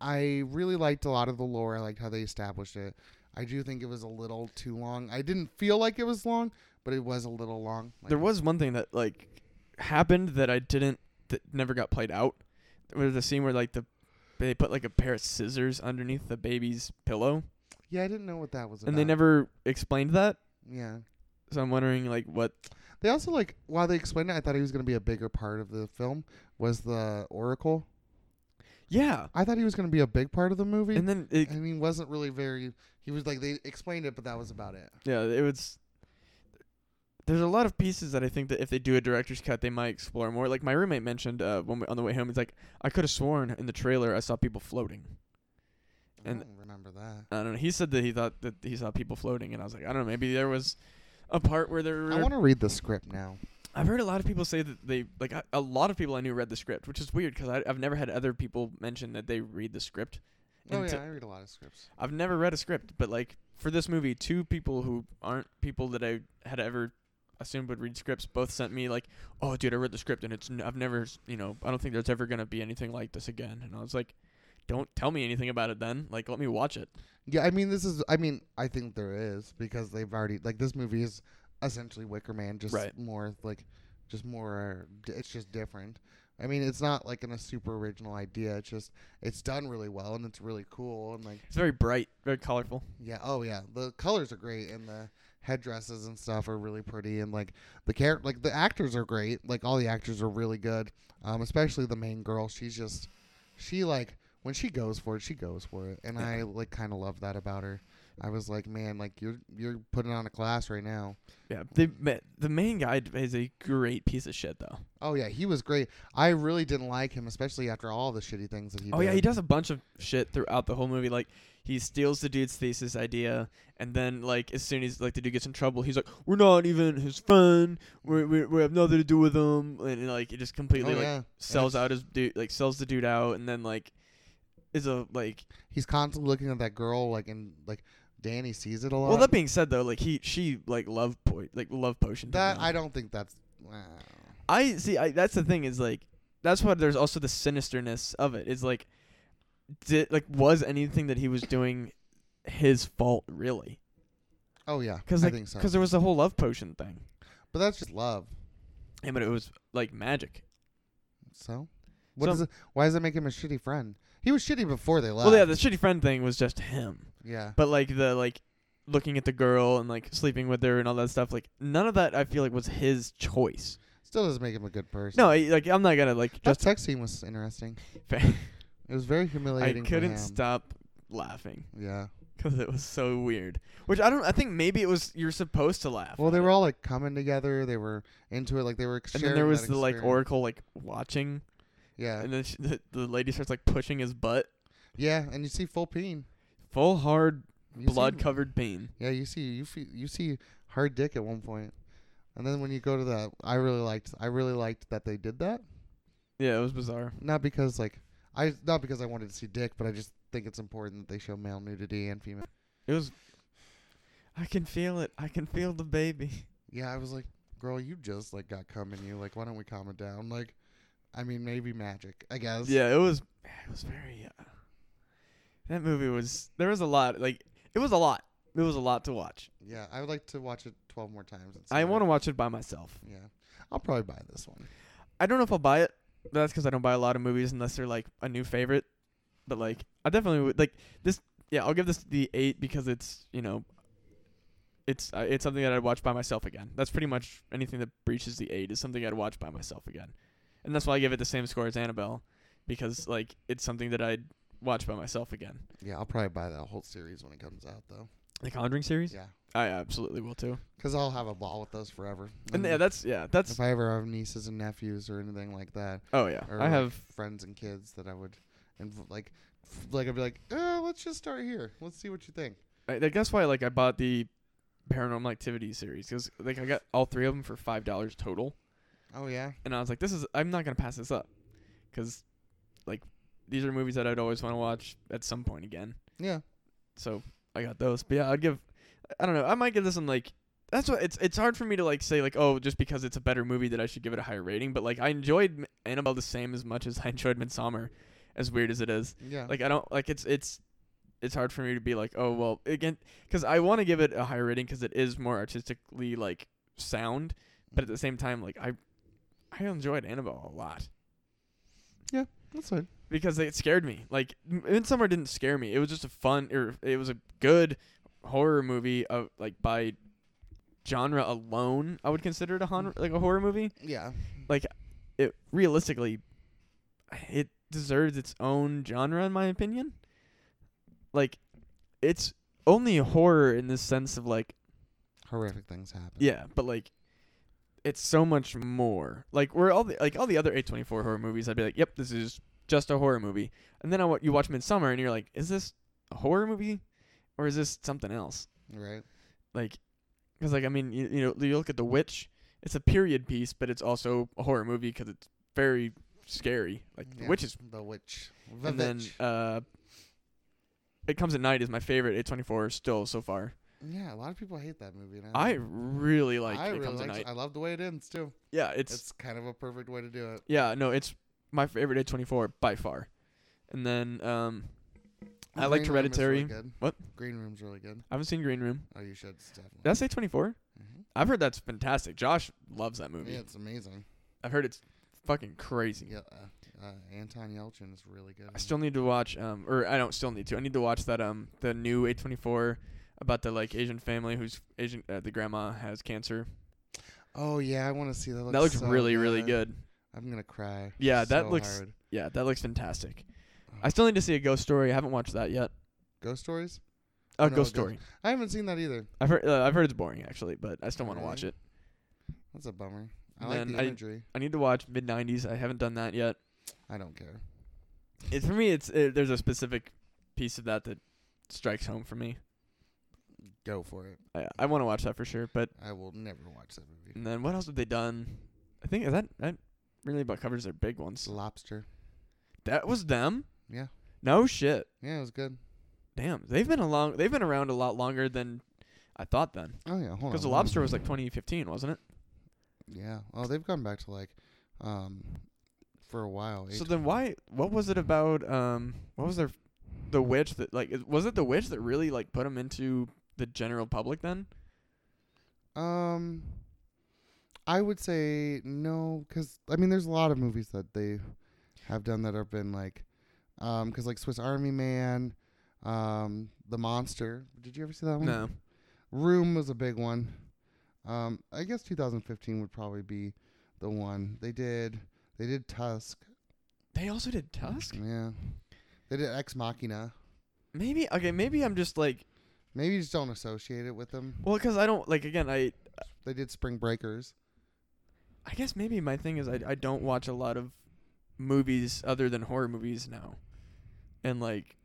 [SPEAKER 2] I really liked a lot of the lore. I liked how they established it. I do think it was a little too long. I didn't feel like it was long, but it was a little long. Like,
[SPEAKER 1] There was one thing that like happened that I didn't that never got played out. There was a scene where like the they put like a pair of scissors underneath the baby's pillow,
[SPEAKER 2] Yeah, I didn't know what that was.
[SPEAKER 1] and they
[SPEAKER 2] about.
[SPEAKER 1] never explained that.
[SPEAKER 2] Yeah.
[SPEAKER 1] So I'm wondering like what
[SPEAKER 2] They also like while they explained it, I thought he was going to be a bigger part of the film. Was the Oracle?
[SPEAKER 1] Yeah.
[SPEAKER 2] I thought he was going to be a big part of the movie,
[SPEAKER 1] And then it,
[SPEAKER 2] and he wasn't really very. He was like they explained it, but that was about it.
[SPEAKER 1] yeah, it was there's a lot of pieces that I think that if they do a director's cut, they might explore more. Like my roommate mentioned uh, when we, on the way home, he's like, I could have sworn in the trailer I saw people floating. And-
[SPEAKER 2] I don't remember that.
[SPEAKER 1] I don't know. He said that he thought that he saw people floating, and I was like, I don't know. Maybe there was a part where there were.
[SPEAKER 2] I want to read the script now.
[SPEAKER 1] I've heard a lot of people say that they like a, a lot of people I knew read the script, which is weird because I've never had other people mention that they read the script.
[SPEAKER 2] Oh
[SPEAKER 1] And to-
[SPEAKER 2] yeah, I read a lot of scripts.
[SPEAKER 1] I've never read a script, but like for this movie, two people who aren't people that I had ever assumed would read scripts both sent me like, "Oh, dude, I read the script, and it's n- I've never s- you know I don't think there's ever gonna be anything like this again." And I was like, "Don't tell me anything about it then. Like, let me watch it."
[SPEAKER 2] Yeah, I mean this is. I mean I think there is because they've already like this movie is essentially Wicker Man, just
[SPEAKER 1] Right.
[SPEAKER 2] more like just more. It's just different. I mean, it's not like in a super original idea. It's just it's done really well and it's really cool and like
[SPEAKER 1] It's very bright, very colorful.
[SPEAKER 2] Yeah. Oh, yeah. The colors are great, and the headdresses and stuff are really pretty, and like the character, like the actors are great. Like all the actors are really good. Um, especially the main girl. She's just, she like when she goes for it, she goes for it, and I like kind of love that about her. I was like, man, like you're you're putting on a class right now.
[SPEAKER 1] Yeah, they ma- the main guy is a great piece of shit though.
[SPEAKER 2] Oh yeah, he was great. I really didn't like him, especially after all the shitty things that he.
[SPEAKER 1] oh
[SPEAKER 2] did.
[SPEAKER 1] yeah, he does a bunch of shit throughout the whole movie. Like he steals the dude's thesis idea, and then like as soon as like the dude gets in trouble, he's like, "We're not even his friend. We we we have nothing to do with him." And, and, like it just
[SPEAKER 2] Oh,
[SPEAKER 1] completely like
[SPEAKER 2] yeah.
[SPEAKER 1] sells
[SPEAKER 2] Yes.
[SPEAKER 1] out his dude, like sells the dude out, and then like is a like.
[SPEAKER 2] He's constantly looking at that girl, like and like Danny sees it a lot.
[SPEAKER 1] Well, that being said though, like he she like love po- like love potion.
[SPEAKER 2] that I don't think that's. Uh,
[SPEAKER 1] I see. I, that's the thing is like that's why there's also the sinisterness of it. Is like did like was anything that he was doing his fault really?
[SPEAKER 2] oh yeah,
[SPEAKER 1] Because
[SPEAKER 2] I think so.
[SPEAKER 1] there was the whole love potion thing.
[SPEAKER 2] But that's just love.
[SPEAKER 1] Yeah, but it was like magic.
[SPEAKER 2] So, what
[SPEAKER 1] So-
[SPEAKER 2] does it? Why does that make him a shitty friend? He was shitty before they left.
[SPEAKER 1] Well, yeah, the shitty friend thing was just him.
[SPEAKER 2] yeah.
[SPEAKER 1] But like the like looking at the girl and like sleeping with her and all that stuff, like none of that I feel like was his choice.
[SPEAKER 2] Still doesn't make him a good person.
[SPEAKER 1] No, I, like I'm not gonna like
[SPEAKER 2] that
[SPEAKER 1] just.
[SPEAKER 2] sex scene was interesting. It was very
[SPEAKER 1] I
[SPEAKER 2] humiliating. for
[SPEAKER 1] couldn't
[SPEAKER 2] him.
[SPEAKER 1] stop laughing
[SPEAKER 2] Yeah.
[SPEAKER 1] because it was so weird. Which I don't. I think maybe it was you're supposed to laugh.
[SPEAKER 2] Well,
[SPEAKER 1] at
[SPEAKER 2] they
[SPEAKER 1] it.
[SPEAKER 2] were all like coming together. They were into it. Like they were.
[SPEAKER 1] And
[SPEAKER 2] sharing
[SPEAKER 1] then there was
[SPEAKER 2] that
[SPEAKER 1] the like
[SPEAKER 2] experience.
[SPEAKER 1] Oracle like watching,
[SPEAKER 2] Yeah.
[SPEAKER 1] and then she, the, the lady starts like pushing his butt,
[SPEAKER 2] Yeah, and you see full pain.
[SPEAKER 1] full hard
[SPEAKER 2] You see-
[SPEAKER 1] blood covered pain.
[SPEAKER 2] Yeah, you see you feel, you see hard dick at one point. And then when you go to the I really liked I really liked that they did that.
[SPEAKER 1] Yeah, it was bizarre.
[SPEAKER 2] Not because like I not because I wanted to see dick, but I just think it's important that they show male nudity and female.
[SPEAKER 1] It was. I can feel it. I can feel the baby.
[SPEAKER 2] Yeah, I was like, "Girl, you just like got cum in you. Like, why don't we calm it down?" Like, I mean, maybe magic, I guess.
[SPEAKER 1] Yeah, it was. It was very. Uh, that movie was. There was a lot. Like it was a lot. It was a lot to watch.
[SPEAKER 2] Yeah, I would like to watch it 12 more times. and see
[SPEAKER 1] I
[SPEAKER 2] what-
[SPEAKER 1] want to watch it by myself.
[SPEAKER 2] Yeah. I'll probably buy this one.
[SPEAKER 1] I don't know if I'll buy it. but That's because I don't buy a lot of movies unless they're like a new favorite. But like, I definitely would like this. Yeah, I'll give this the eight because it's you know. It's uh, it's something that I'd watch by myself again. That's pretty much anything that breaches the eight is something I'd watch by myself again, and that's why I give it the same score as Annabelle, because like it's something that I'd watch by myself again.
[SPEAKER 2] Yeah, I'll probably buy that whole series when it comes out though.
[SPEAKER 1] The Conjuring series,
[SPEAKER 2] Yeah.
[SPEAKER 1] I absolutely will too.
[SPEAKER 2] Cuz I'll have a ball with those forever. Mm.
[SPEAKER 1] And yeah, that's yeah, that's
[SPEAKER 2] if I ever have nieces and nephews or anything like that,
[SPEAKER 1] oh yeah,
[SPEAKER 2] or
[SPEAKER 1] I
[SPEAKER 2] like,
[SPEAKER 1] have
[SPEAKER 2] friends and kids that I would, and like, f- like I'd be like, uh, let's just start here. Let's see what you think.
[SPEAKER 1] I, I guess why like I bought the Paranormal Activity series because like I got all three of them for five dollars total,
[SPEAKER 2] Oh yeah,
[SPEAKER 1] and I was like, this is I'm not gonna pass this up, because like these are movies that I'd always want to watch at some point again.
[SPEAKER 2] yeah.
[SPEAKER 1] So I got those. But yeah, I'd give I don't know I might give this one like that's what it's it's hard for me to like say like oh just because it's a better movie that I should give it a higher rating. But like I enjoyed M- Annabelle the same as much as I enjoyed Midsummer, as weird as it is
[SPEAKER 2] Yeah.
[SPEAKER 1] like i don't like it's it's it's hard for me to be like oh well again because i want to give it a higher rating because it is more artistically like sound but at the same time like i i enjoyed annabelle a lot
[SPEAKER 2] that's fine.
[SPEAKER 1] because it scared me like M- midsummer didn't scare me it was just a fun or it was a good horror movie of like by genre alone i would consider it a hon- like a horror movie
[SPEAKER 2] Yeah.
[SPEAKER 1] it realistically it deserves its own genre in my opinion like it's only horror in the sense of like
[SPEAKER 2] Horrific things happen.
[SPEAKER 1] yeah but like it's so much more like where all the like all the other 824 horror movies i'd be like yep this is just a horror movie and then I, wa- you watch midsummer and you're like is this a horror movie or is this something else
[SPEAKER 2] Right.
[SPEAKER 1] like because like i mean you, you know you look at the witch it's a period piece but it's also a horror movie because it's very scary like the
[SPEAKER 2] Yeah.
[SPEAKER 1] witch is
[SPEAKER 2] the witch. The
[SPEAKER 1] and then
[SPEAKER 2] witch.
[SPEAKER 1] uh it comes at night is my favorite 824 still so far
[SPEAKER 2] yeah, a lot of people hate that movie. And
[SPEAKER 1] i really like
[SPEAKER 2] I
[SPEAKER 1] it
[SPEAKER 2] really
[SPEAKER 1] comes at
[SPEAKER 2] liked
[SPEAKER 1] night
[SPEAKER 2] it. I love the way it ends too.
[SPEAKER 1] yeah it's,
[SPEAKER 2] It's kind of a perfect way to do it.
[SPEAKER 1] yeah no it's my favorite 824 by far and then um i liked
[SPEAKER 2] Green Room is
[SPEAKER 1] hereditary
[SPEAKER 2] Really good.
[SPEAKER 1] What?
[SPEAKER 2] Green Room's really good.
[SPEAKER 1] i haven't seen green room
[SPEAKER 2] Oh, you should. it's Definitely.
[SPEAKER 1] did i say 24
[SPEAKER 2] Mhm.
[SPEAKER 1] i've heard that's fantastic josh loves that movie
[SPEAKER 2] Yeah, it's amazing.
[SPEAKER 1] i've heard it's fucking crazy
[SPEAKER 2] Yeah, uh, uh, Anton Yelchin is really good. in
[SPEAKER 1] I
[SPEAKER 2] it.
[SPEAKER 1] still need to watch um or I don't still need to. I need to watch that um the new A24 about the like Asian family whose Asian uh, the grandma has cancer.
[SPEAKER 2] Oh yeah, I want to see that. Looks
[SPEAKER 1] that looks
[SPEAKER 2] so
[SPEAKER 1] really really good.
[SPEAKER 2] I'm gonna cry.
[SPEAKER 1] Yeah, that
[SPEAKER 2] so
[SPEAKER 1] looks-
[SPEAKER 2] hard.
[SPEAKER 1] Yeah,
[SPEAKER 2] Oh.
[SPEAKER 1] that looks fantastic. I still need to see a ghost story. I haven't watched that yet.
[SPEAKER 2] Ghost stories.
[SPEAKER 1] a
[SPEAKER 2] I know
[SPEAKER 1] ghost
[SPEAKER 2] it goes.
[SPEAKER 1] story.
[SPEAKER 2] I haven't seen that either.
[SPEAKER 1] I've heard uh, I've heard it's boring actually, but I still want to watch
[SPEAKER 2] Really?
[SPEAKER 1] it.
[SPEAKER 2] That's a bummer. I
[SPEAKER 1] And
[SPEAKER 2] like
[SPEAKER 1] then
[SPEAKER 2] the
[SPEAKER 1] I-
[SPEAKER 2] imagery.
[SPEAKER 1] I need to watch mid '90s. I haven't done that yet.
[SPEAKER 2] I, don't care.
[SPEAKER 1] It, for me, it's uh there's a specific piece of that that strikes home for me.
[SPEAKER 2] Go for it.
[SPEAKER 1] I, I want to watch that for sure. But
[SPEAKER 2] I will never watch that movie.
[SPEAKER 1] and then what else have they done? I think that that really about covers their big
[SPEAKER 2] It's
[SPEAKER 1] ones.
[SPEAKER 2] a lobster.
[SPEAKER 1] That was them.
[SPEAKER 2] Yeah.
[SPEAKER 1] No shit.
[SPEAKER 2] Yeah, it was good.
[SPEAKER 1] Damn, they've been along. They've been around a lot longer than I thought. Then
[SPEAKER 2] Oh yeah, hold on.
[SPEAKER 1] because the
[SPEAKER 2] hold on.
[SPEAKER 1] lobster was like 2015, wasn't it?
[SPEAKER 2] Yeah. Oh, they've gone back to like, um, for a while.
[SPEAKER 1] So
[SPEAKER 2] eight-
[SPEAKER 1] then why? What was it about? Um, what was their the witch that like it- was it the witch that really like put them into the general public then?
[SPEAKER 2] um, I would say no, because I mean, there's a lot of movies that they have done that have been like, um, because like Swiss Army Man, um, The Monster. Did you ever see that one?
[SPEAKER 1] No.
[SPEAKER 2] Room was a big one. Um, I guess 2015 would probably be the one they did. They did Tusk.
[SPEAKER 1] They also did Tusk?
[SPEAKER 2] Yeah. They did Ex Machina.
[SPEAKER 1] Maybe okay, maybe I'm just like
[SPEAKER 2] Maybe you just don't associate it with them.
[SPEAKER 1] well cuz I don't like again, I
[SPEAKER 2] They did Spring Breakers.
[SPEAKER 1] I guess maybe my thing is I I don't watch a lot of movies other than horror movies now. And like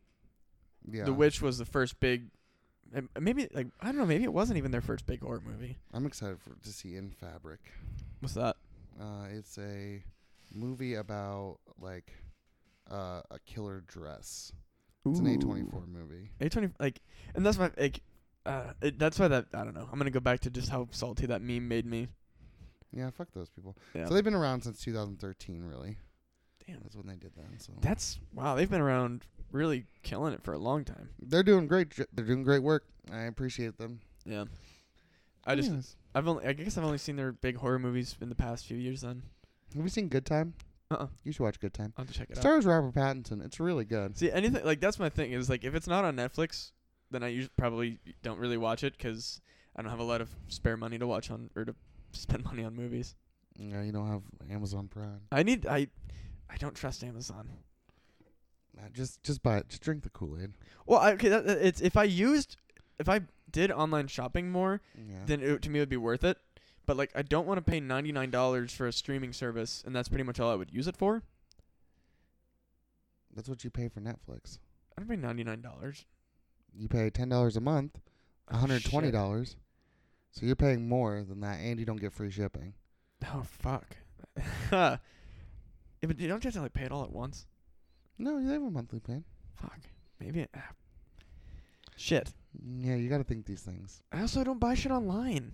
[SPEAKER 2] Yeah.
[SPEAKER 1] The Witch was the first big and maybe like I don't know, maybe it wasn't even their first big horror movie.
[SPEAKER 2] I'm excited for to see In Fabric.
[SPEAKER 1] What's that?
[SPEAKER 2] Uh, it's a movie about like uh, a killer dress. It's an A24 movie.
[SPEAKER 1] A20 like and that's my like uh, it, that's why that I don't know. I'm gonna go back to just how salty that meme made me.
[SPEAKER 2] Yeah, fuck those people.
[SPEAKER 1] Yeah.
[SPEAKER 2] So they've been around since 2013, really.
[SPEAKER 1] Damn.
[SPEAKER 2] That's when they did that. So
[SPEAKER 1] That's wow. They've been around really killing it for a long time.
[SPEAKER 2] they're doing great. j- They're doing great work. I appreciate them.
[SPEAKER 1] Yeah. I just
[SPEAKER 2] Yes.
[SPEAKER 1] I've only I guess I've only seen their big horror movies in the past few years. Then
[SPEAKER 2] have you seen Good Time?
[SPEAKER 1] Uh-uh.
[SPEAKER 2] You should watch Good Time.
[SPEAKER 1] I'll have to check it
[SPEAKER 2] It
[SPEAKER 1] out.
[SPEAKER 2] stars Robert Pattinson. It's really good.
[SPEAKER 1] See anything like that's my thing is like if it's not on Netflix, then I usually probably don't really watch it 'cause I don't have a lot of spare money to watch on or to spend money on movies.
[SPEAKER 2] Yeah, you don't have Amazon Prime.
[SPEAKER 1] I need I I don't trust Amazon.
[SPEAKER 2] Uh, Just just buy it. Just drink the Kool Aid.
[SPEAKER 1] Well, I, okay, that, that- it's if I used if I did online shopping more,
[SPEAKER 2] Yeah.
[SPEAKER 1] then it, to me it would be worth it. But like I don't want to pay ninety nine dollars for a streaming service, and that's pretty much all I would use it for.
[SPEAKER 2] That's what you pay for Netflix.
[SPEAKER 1] I don't pay ninety nine dollars.
[SPEAKER 2] You pay ten dollars a month, one hundred
[SPEAKER 1] Oh,
[SPEAKER 2] twenty
[SPEAKER 1] shit.
[SPEAKER 2] dollars. So you're paying more than that, and you don't get free shipping.
[SPEAKER 1] Oh fuck. yeah, but you don't you have to like pay it all at once.
[SPEAKER 2] No, you have a monthly plan.
[SPEAKER 1] Fuck. Maybe. It, ah. Shit.
[SPEAKER 2] Yeah, you got to think these things.
[SPEAKER 1] I also don't buy shit online.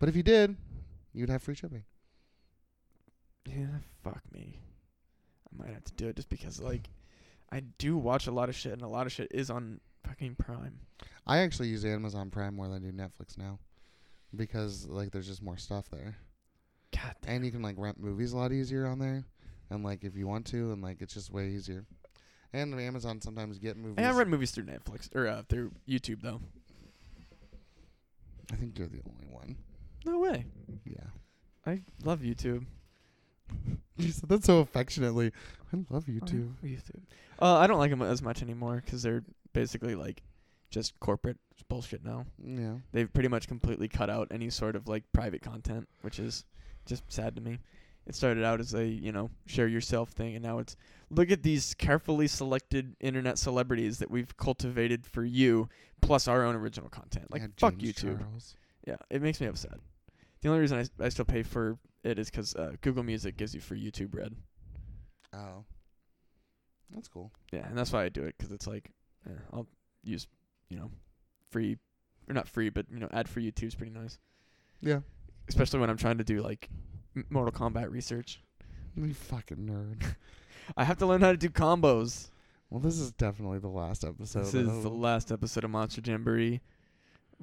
[SPEAKER 2] But if you did, you'd have free shipping.
[SPEAKER 1] Yeah. Fuck me. I might have to do it just because like I do watch a lot of shit and a lot of shit is on fucking Prime.
[SPEAKER 2] I actually use Amazon Prime more than I do Netflix now, because like there's just more stuff there,
[SPEAKER 1] God. damn.
[SPEAKER 2] and you can like rent movies a lot easier on there, and like if you want to, and like it's just way easier. And Amazon sometimes get movies.
[SPEAKER 1] Hey, I rent movies through Netflix or uh, through YouTube though.
[SPEAKER 2] I think you're the only one.
[SPEAKER 1] No way.
[SPEAKER 2] Yeah.
[SPEAKER 1] I love YouTube.
[SPEAKER 2] You said that so affectionately. I love
[SPEAKER 1] Oh,
[SPEAKER 2] you too.
[SPEAKER 1] I used to. Uh, I don't like them as much anymore 'cause they're basically like just corporate bullshit now.
[SPEAKER 2] Yeah.
[SPEAKER 1] They've pretty much completely cut out any sort of like private content, which is just sad to me. It started out as a you know share yourself thing, and now it's look at these carefully selected internet celebrities that we've cultivated for you, plus our own original content. Like
[SPEAKER 2] Yeah,
[SPEAKER 1] fuck
[SPEAKER 2] James
[SPEAKER 1] YouTube.
[SPEAKER 2] Charles.
[SPEAKER 1] Yeah, it makes me upset. The only reason I, s- I still pay for it is 'cause uh, Google Music gives you free YouTube Red.
[SPEAKER 2] Oh. That's cool.
[SPEAKER 1] Yeah, and that's why I do it 'cause it's like eh, I'll use, you know, free or not free, but you know, ad free YouTube's pretty nice,
[SPEAKER 2] Yeah.
[SPEAKER 1] especially when I'm trying to do like M- Mortal Kombat research.
[SPEAKER 2] You fucking nerd.
[SPEAKER 1] I have to learn how to do combos.
[SPEAKER 2] well, this is definitely the last episode.
[SPEAKER 1] this is the
[SPEAKER 2] of-
[SPEAKER 1] last episode of Monster Jamboree.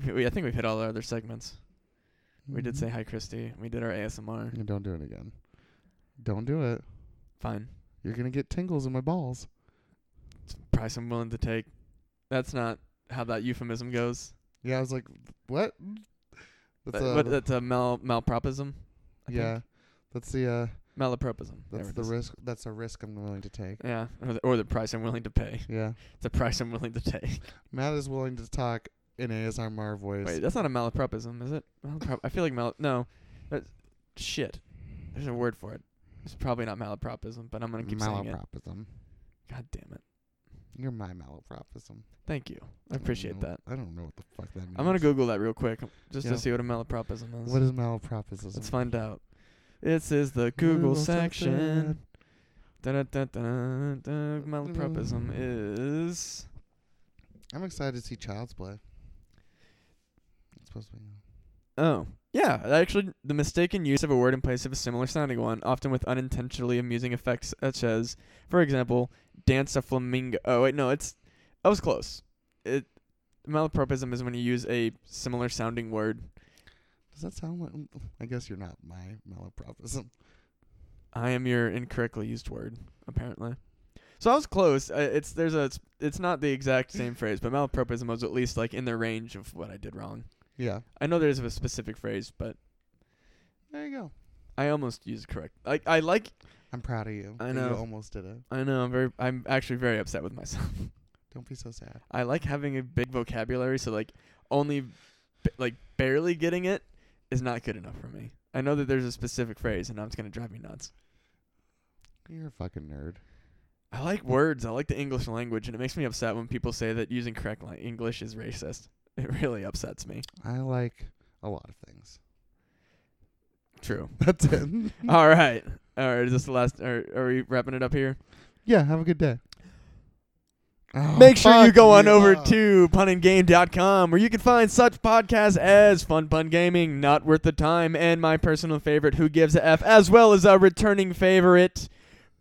[SPEAKER 1] We, we, I think we've hit all our other segments. We did
[SPEAKER 2] Mhm.
[SPEAKER 1] say hi, Christy. We did our ASMR.
[SPEAKER 2] Yeah, Don't do it again. Don't do it.
[SPEAKER 1] Fine,
[SPEAKER 2] You're gonna get tingles in my balls.
[SPEAKER 1] it's a price I'm willing to take. That's not how that euphemism goes.
[SPEAKER 2] Yeah, I was like, what? That's
[SPEAKER 1] That's a,
[SPEAKER 2] uh,
[SPEAKER 1] what, that's a mal malpropism. I
[SPEAKER 2] yeah.
[SPEAKER 1] think.
[SPEAKER 2] That's the uh,
[SPEAKER 1] malapropism. There
[SPEAKER 2] that's
[SPEAKER 1] it
[SPEAKER 2] the
[SPEAKER 1] is.
[SPEAKER 2] risk. That's a risk I'm willing to take.
[SPEAKER 1] Yeah, or the, or the price I'm willing to pay.
[SPEAKER 2] Yeah.
[SPEAKER 1] The price I'm willing to take.
[SPEAKER 2] Matt is willing to talk an ASMR voice.
[SPEAKER 1] Wait, that's not a malapropism, is it? Malaprop- I feel like mal. No, that's shit. There's a word for it. It's probably not malapropism, but I'm gonna keep saying it.
[SPEAKER 2] malapropism.
[SPEAKER 1] God damn it!
[SPEAKER 2] You're my malapropism.
[SPEAKER 1] Thank you. I
[SPEAKER 2] don't
[SPEAKER 1] appreciate
[SPEAKER 2] know-
[SPEAKER 1] that.
[SPEAKER 2] I don't know what the fuck that means.
[SPEAKER 1] I'm gonna Google that real quick um, just
[SPEAKER 2] Yeah.
[SPEAKER 1] to see what a malapropism is.
[SPEAKER 2] What is malapropism?
[SPEAKER 1] Let's find out. This is the Google,
[SPEAKER 2] Google
[SPEAKER 1] section.
[SPEAKER 2] section.
[SPEAKER 1] Dun-dun-dun-dun-dun. Malapropism is.
[SPEAKER 2] I'm excited to see Child's Play. It's supposed to be.
[SPEAKER 1] Oh. Yeah, actually, the mistaken use of a word in place of a similar sounding one, often with unintentionally amusing effects, such as, for example, dance a flamingo. Oh, wait, no, it's. I was close. It Malapropism is when you use a similar sounding word.
[SPEAKER 2] Does that sound like? I guess you're not my malapropism.
[SPEAKER 1] I am your incorrectly used word, apparently. So I was close. Uh, it's there's a it's, it's not the exact same phrase, but malapropism was at least like in the range of what I did wrong.
[SPEAKER 2] Yeah.
[SPEAKER 1] I know there's a specific phrase, but
[SPEAKER 2] There you go.
[SPEAKER 1] I almost used correct. Like I like
[SPEAKER 2] I'm proud of you.
[SPEAKER 1] I
[SPEAKER 2] that
[SPEAKER 1] know.
[SPEAKER 2] You almost did it.
[SPEAKER 1] I know I'm very I'm actually very upset with myself.
[SPEAKER 2] Don't be so sad.
[SPEAKER 1] I like having a big vocabulary, so like only b- like barely getting it is not good enough for me. I know that there's a specific phrase, and now it's gonna drive me nuts.
[SPEAKER 2] You're a fucking nerd.
[SPEAKER 1] I like words. I like the English language, and it makes me upset when people say that using correct li- English is racist. It really upsets me.
[SPEAKER 2] I like a lot of things.
[SPEAKER 1] True.
[SPEAKER 2] That's it.
[SPEAKER 1] All right. All right. Is this the last? Are, are we wrapping it up here?
[SPEAKER 2] yeah. Have a good day. Oh,
[SPEAKER 1] Make sure you
[SPEAKER 2] fuck
[SPEAKER 1] go on over
[SPEAKER 2] Oh.
[SPEAKER 1] to punandgame.com where you can find such podcasts as Fun Pun Gaming, Not Worth the Time, and my personal favorite, Who Gives a F, as well as a returning favorite,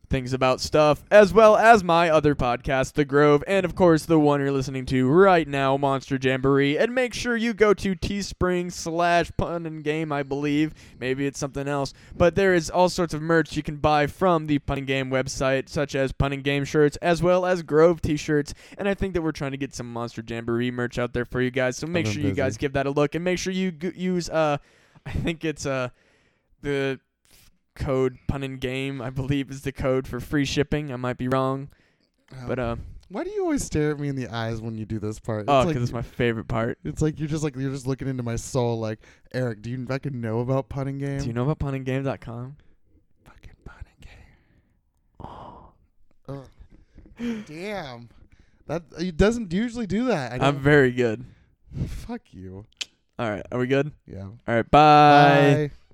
[SPEAKER 1] Things About Stuff, as well as my other podcast, The Grove, and of course the one you're listening to right now, Monster Jamboree. And make sure you go to Teespring slash Pun and Game, I believe. Maybe it's something else. But there is all sorts of merch you can buy from the Pun and Game website, such as Pun and Game shirts, as well as Grove t-shirts. And I think that we're trying to get some Monster Jamboree merch out there for you guys. So make
[SPEAKER 2] been
[SPEAKER 1] sure you
[SPEAKER 2] busy.
[SPEAKER 1] guys give that a look, and make sure you g- use uh, I think it's uh, the code Pun and Game. I believe is the code for free shipping. I might be wrong,
[SPEAKER 2] Oh.
[SPEAKER 1] but uh,
[SPEAKER 2] why do you always stare at me in the eyes when you do this part?
[SPEAKER 1] oh,
[SPEAKER 2] like
[SPEAKER 1] because it's my favorite part.
[SPEAKER 2] It's like you're just like you're just looking into my soul. Like Eric, do you fucking know about punning game?
[SPEAKER 1] Do you know about punandgame.com?
[SPEAKER 2] fucking punning game? Ugh. Damn, that he doesn't usually do that. I
[SPEAKER 1] I'm very good.
[SPEAKER 2] don't- fuck you.
[SPEAKER 1] All right, are we good?
[SPEAKER 2] Yeah.
[SPEAKER 1] All right, bye.
[SPEAKER 2] Bye.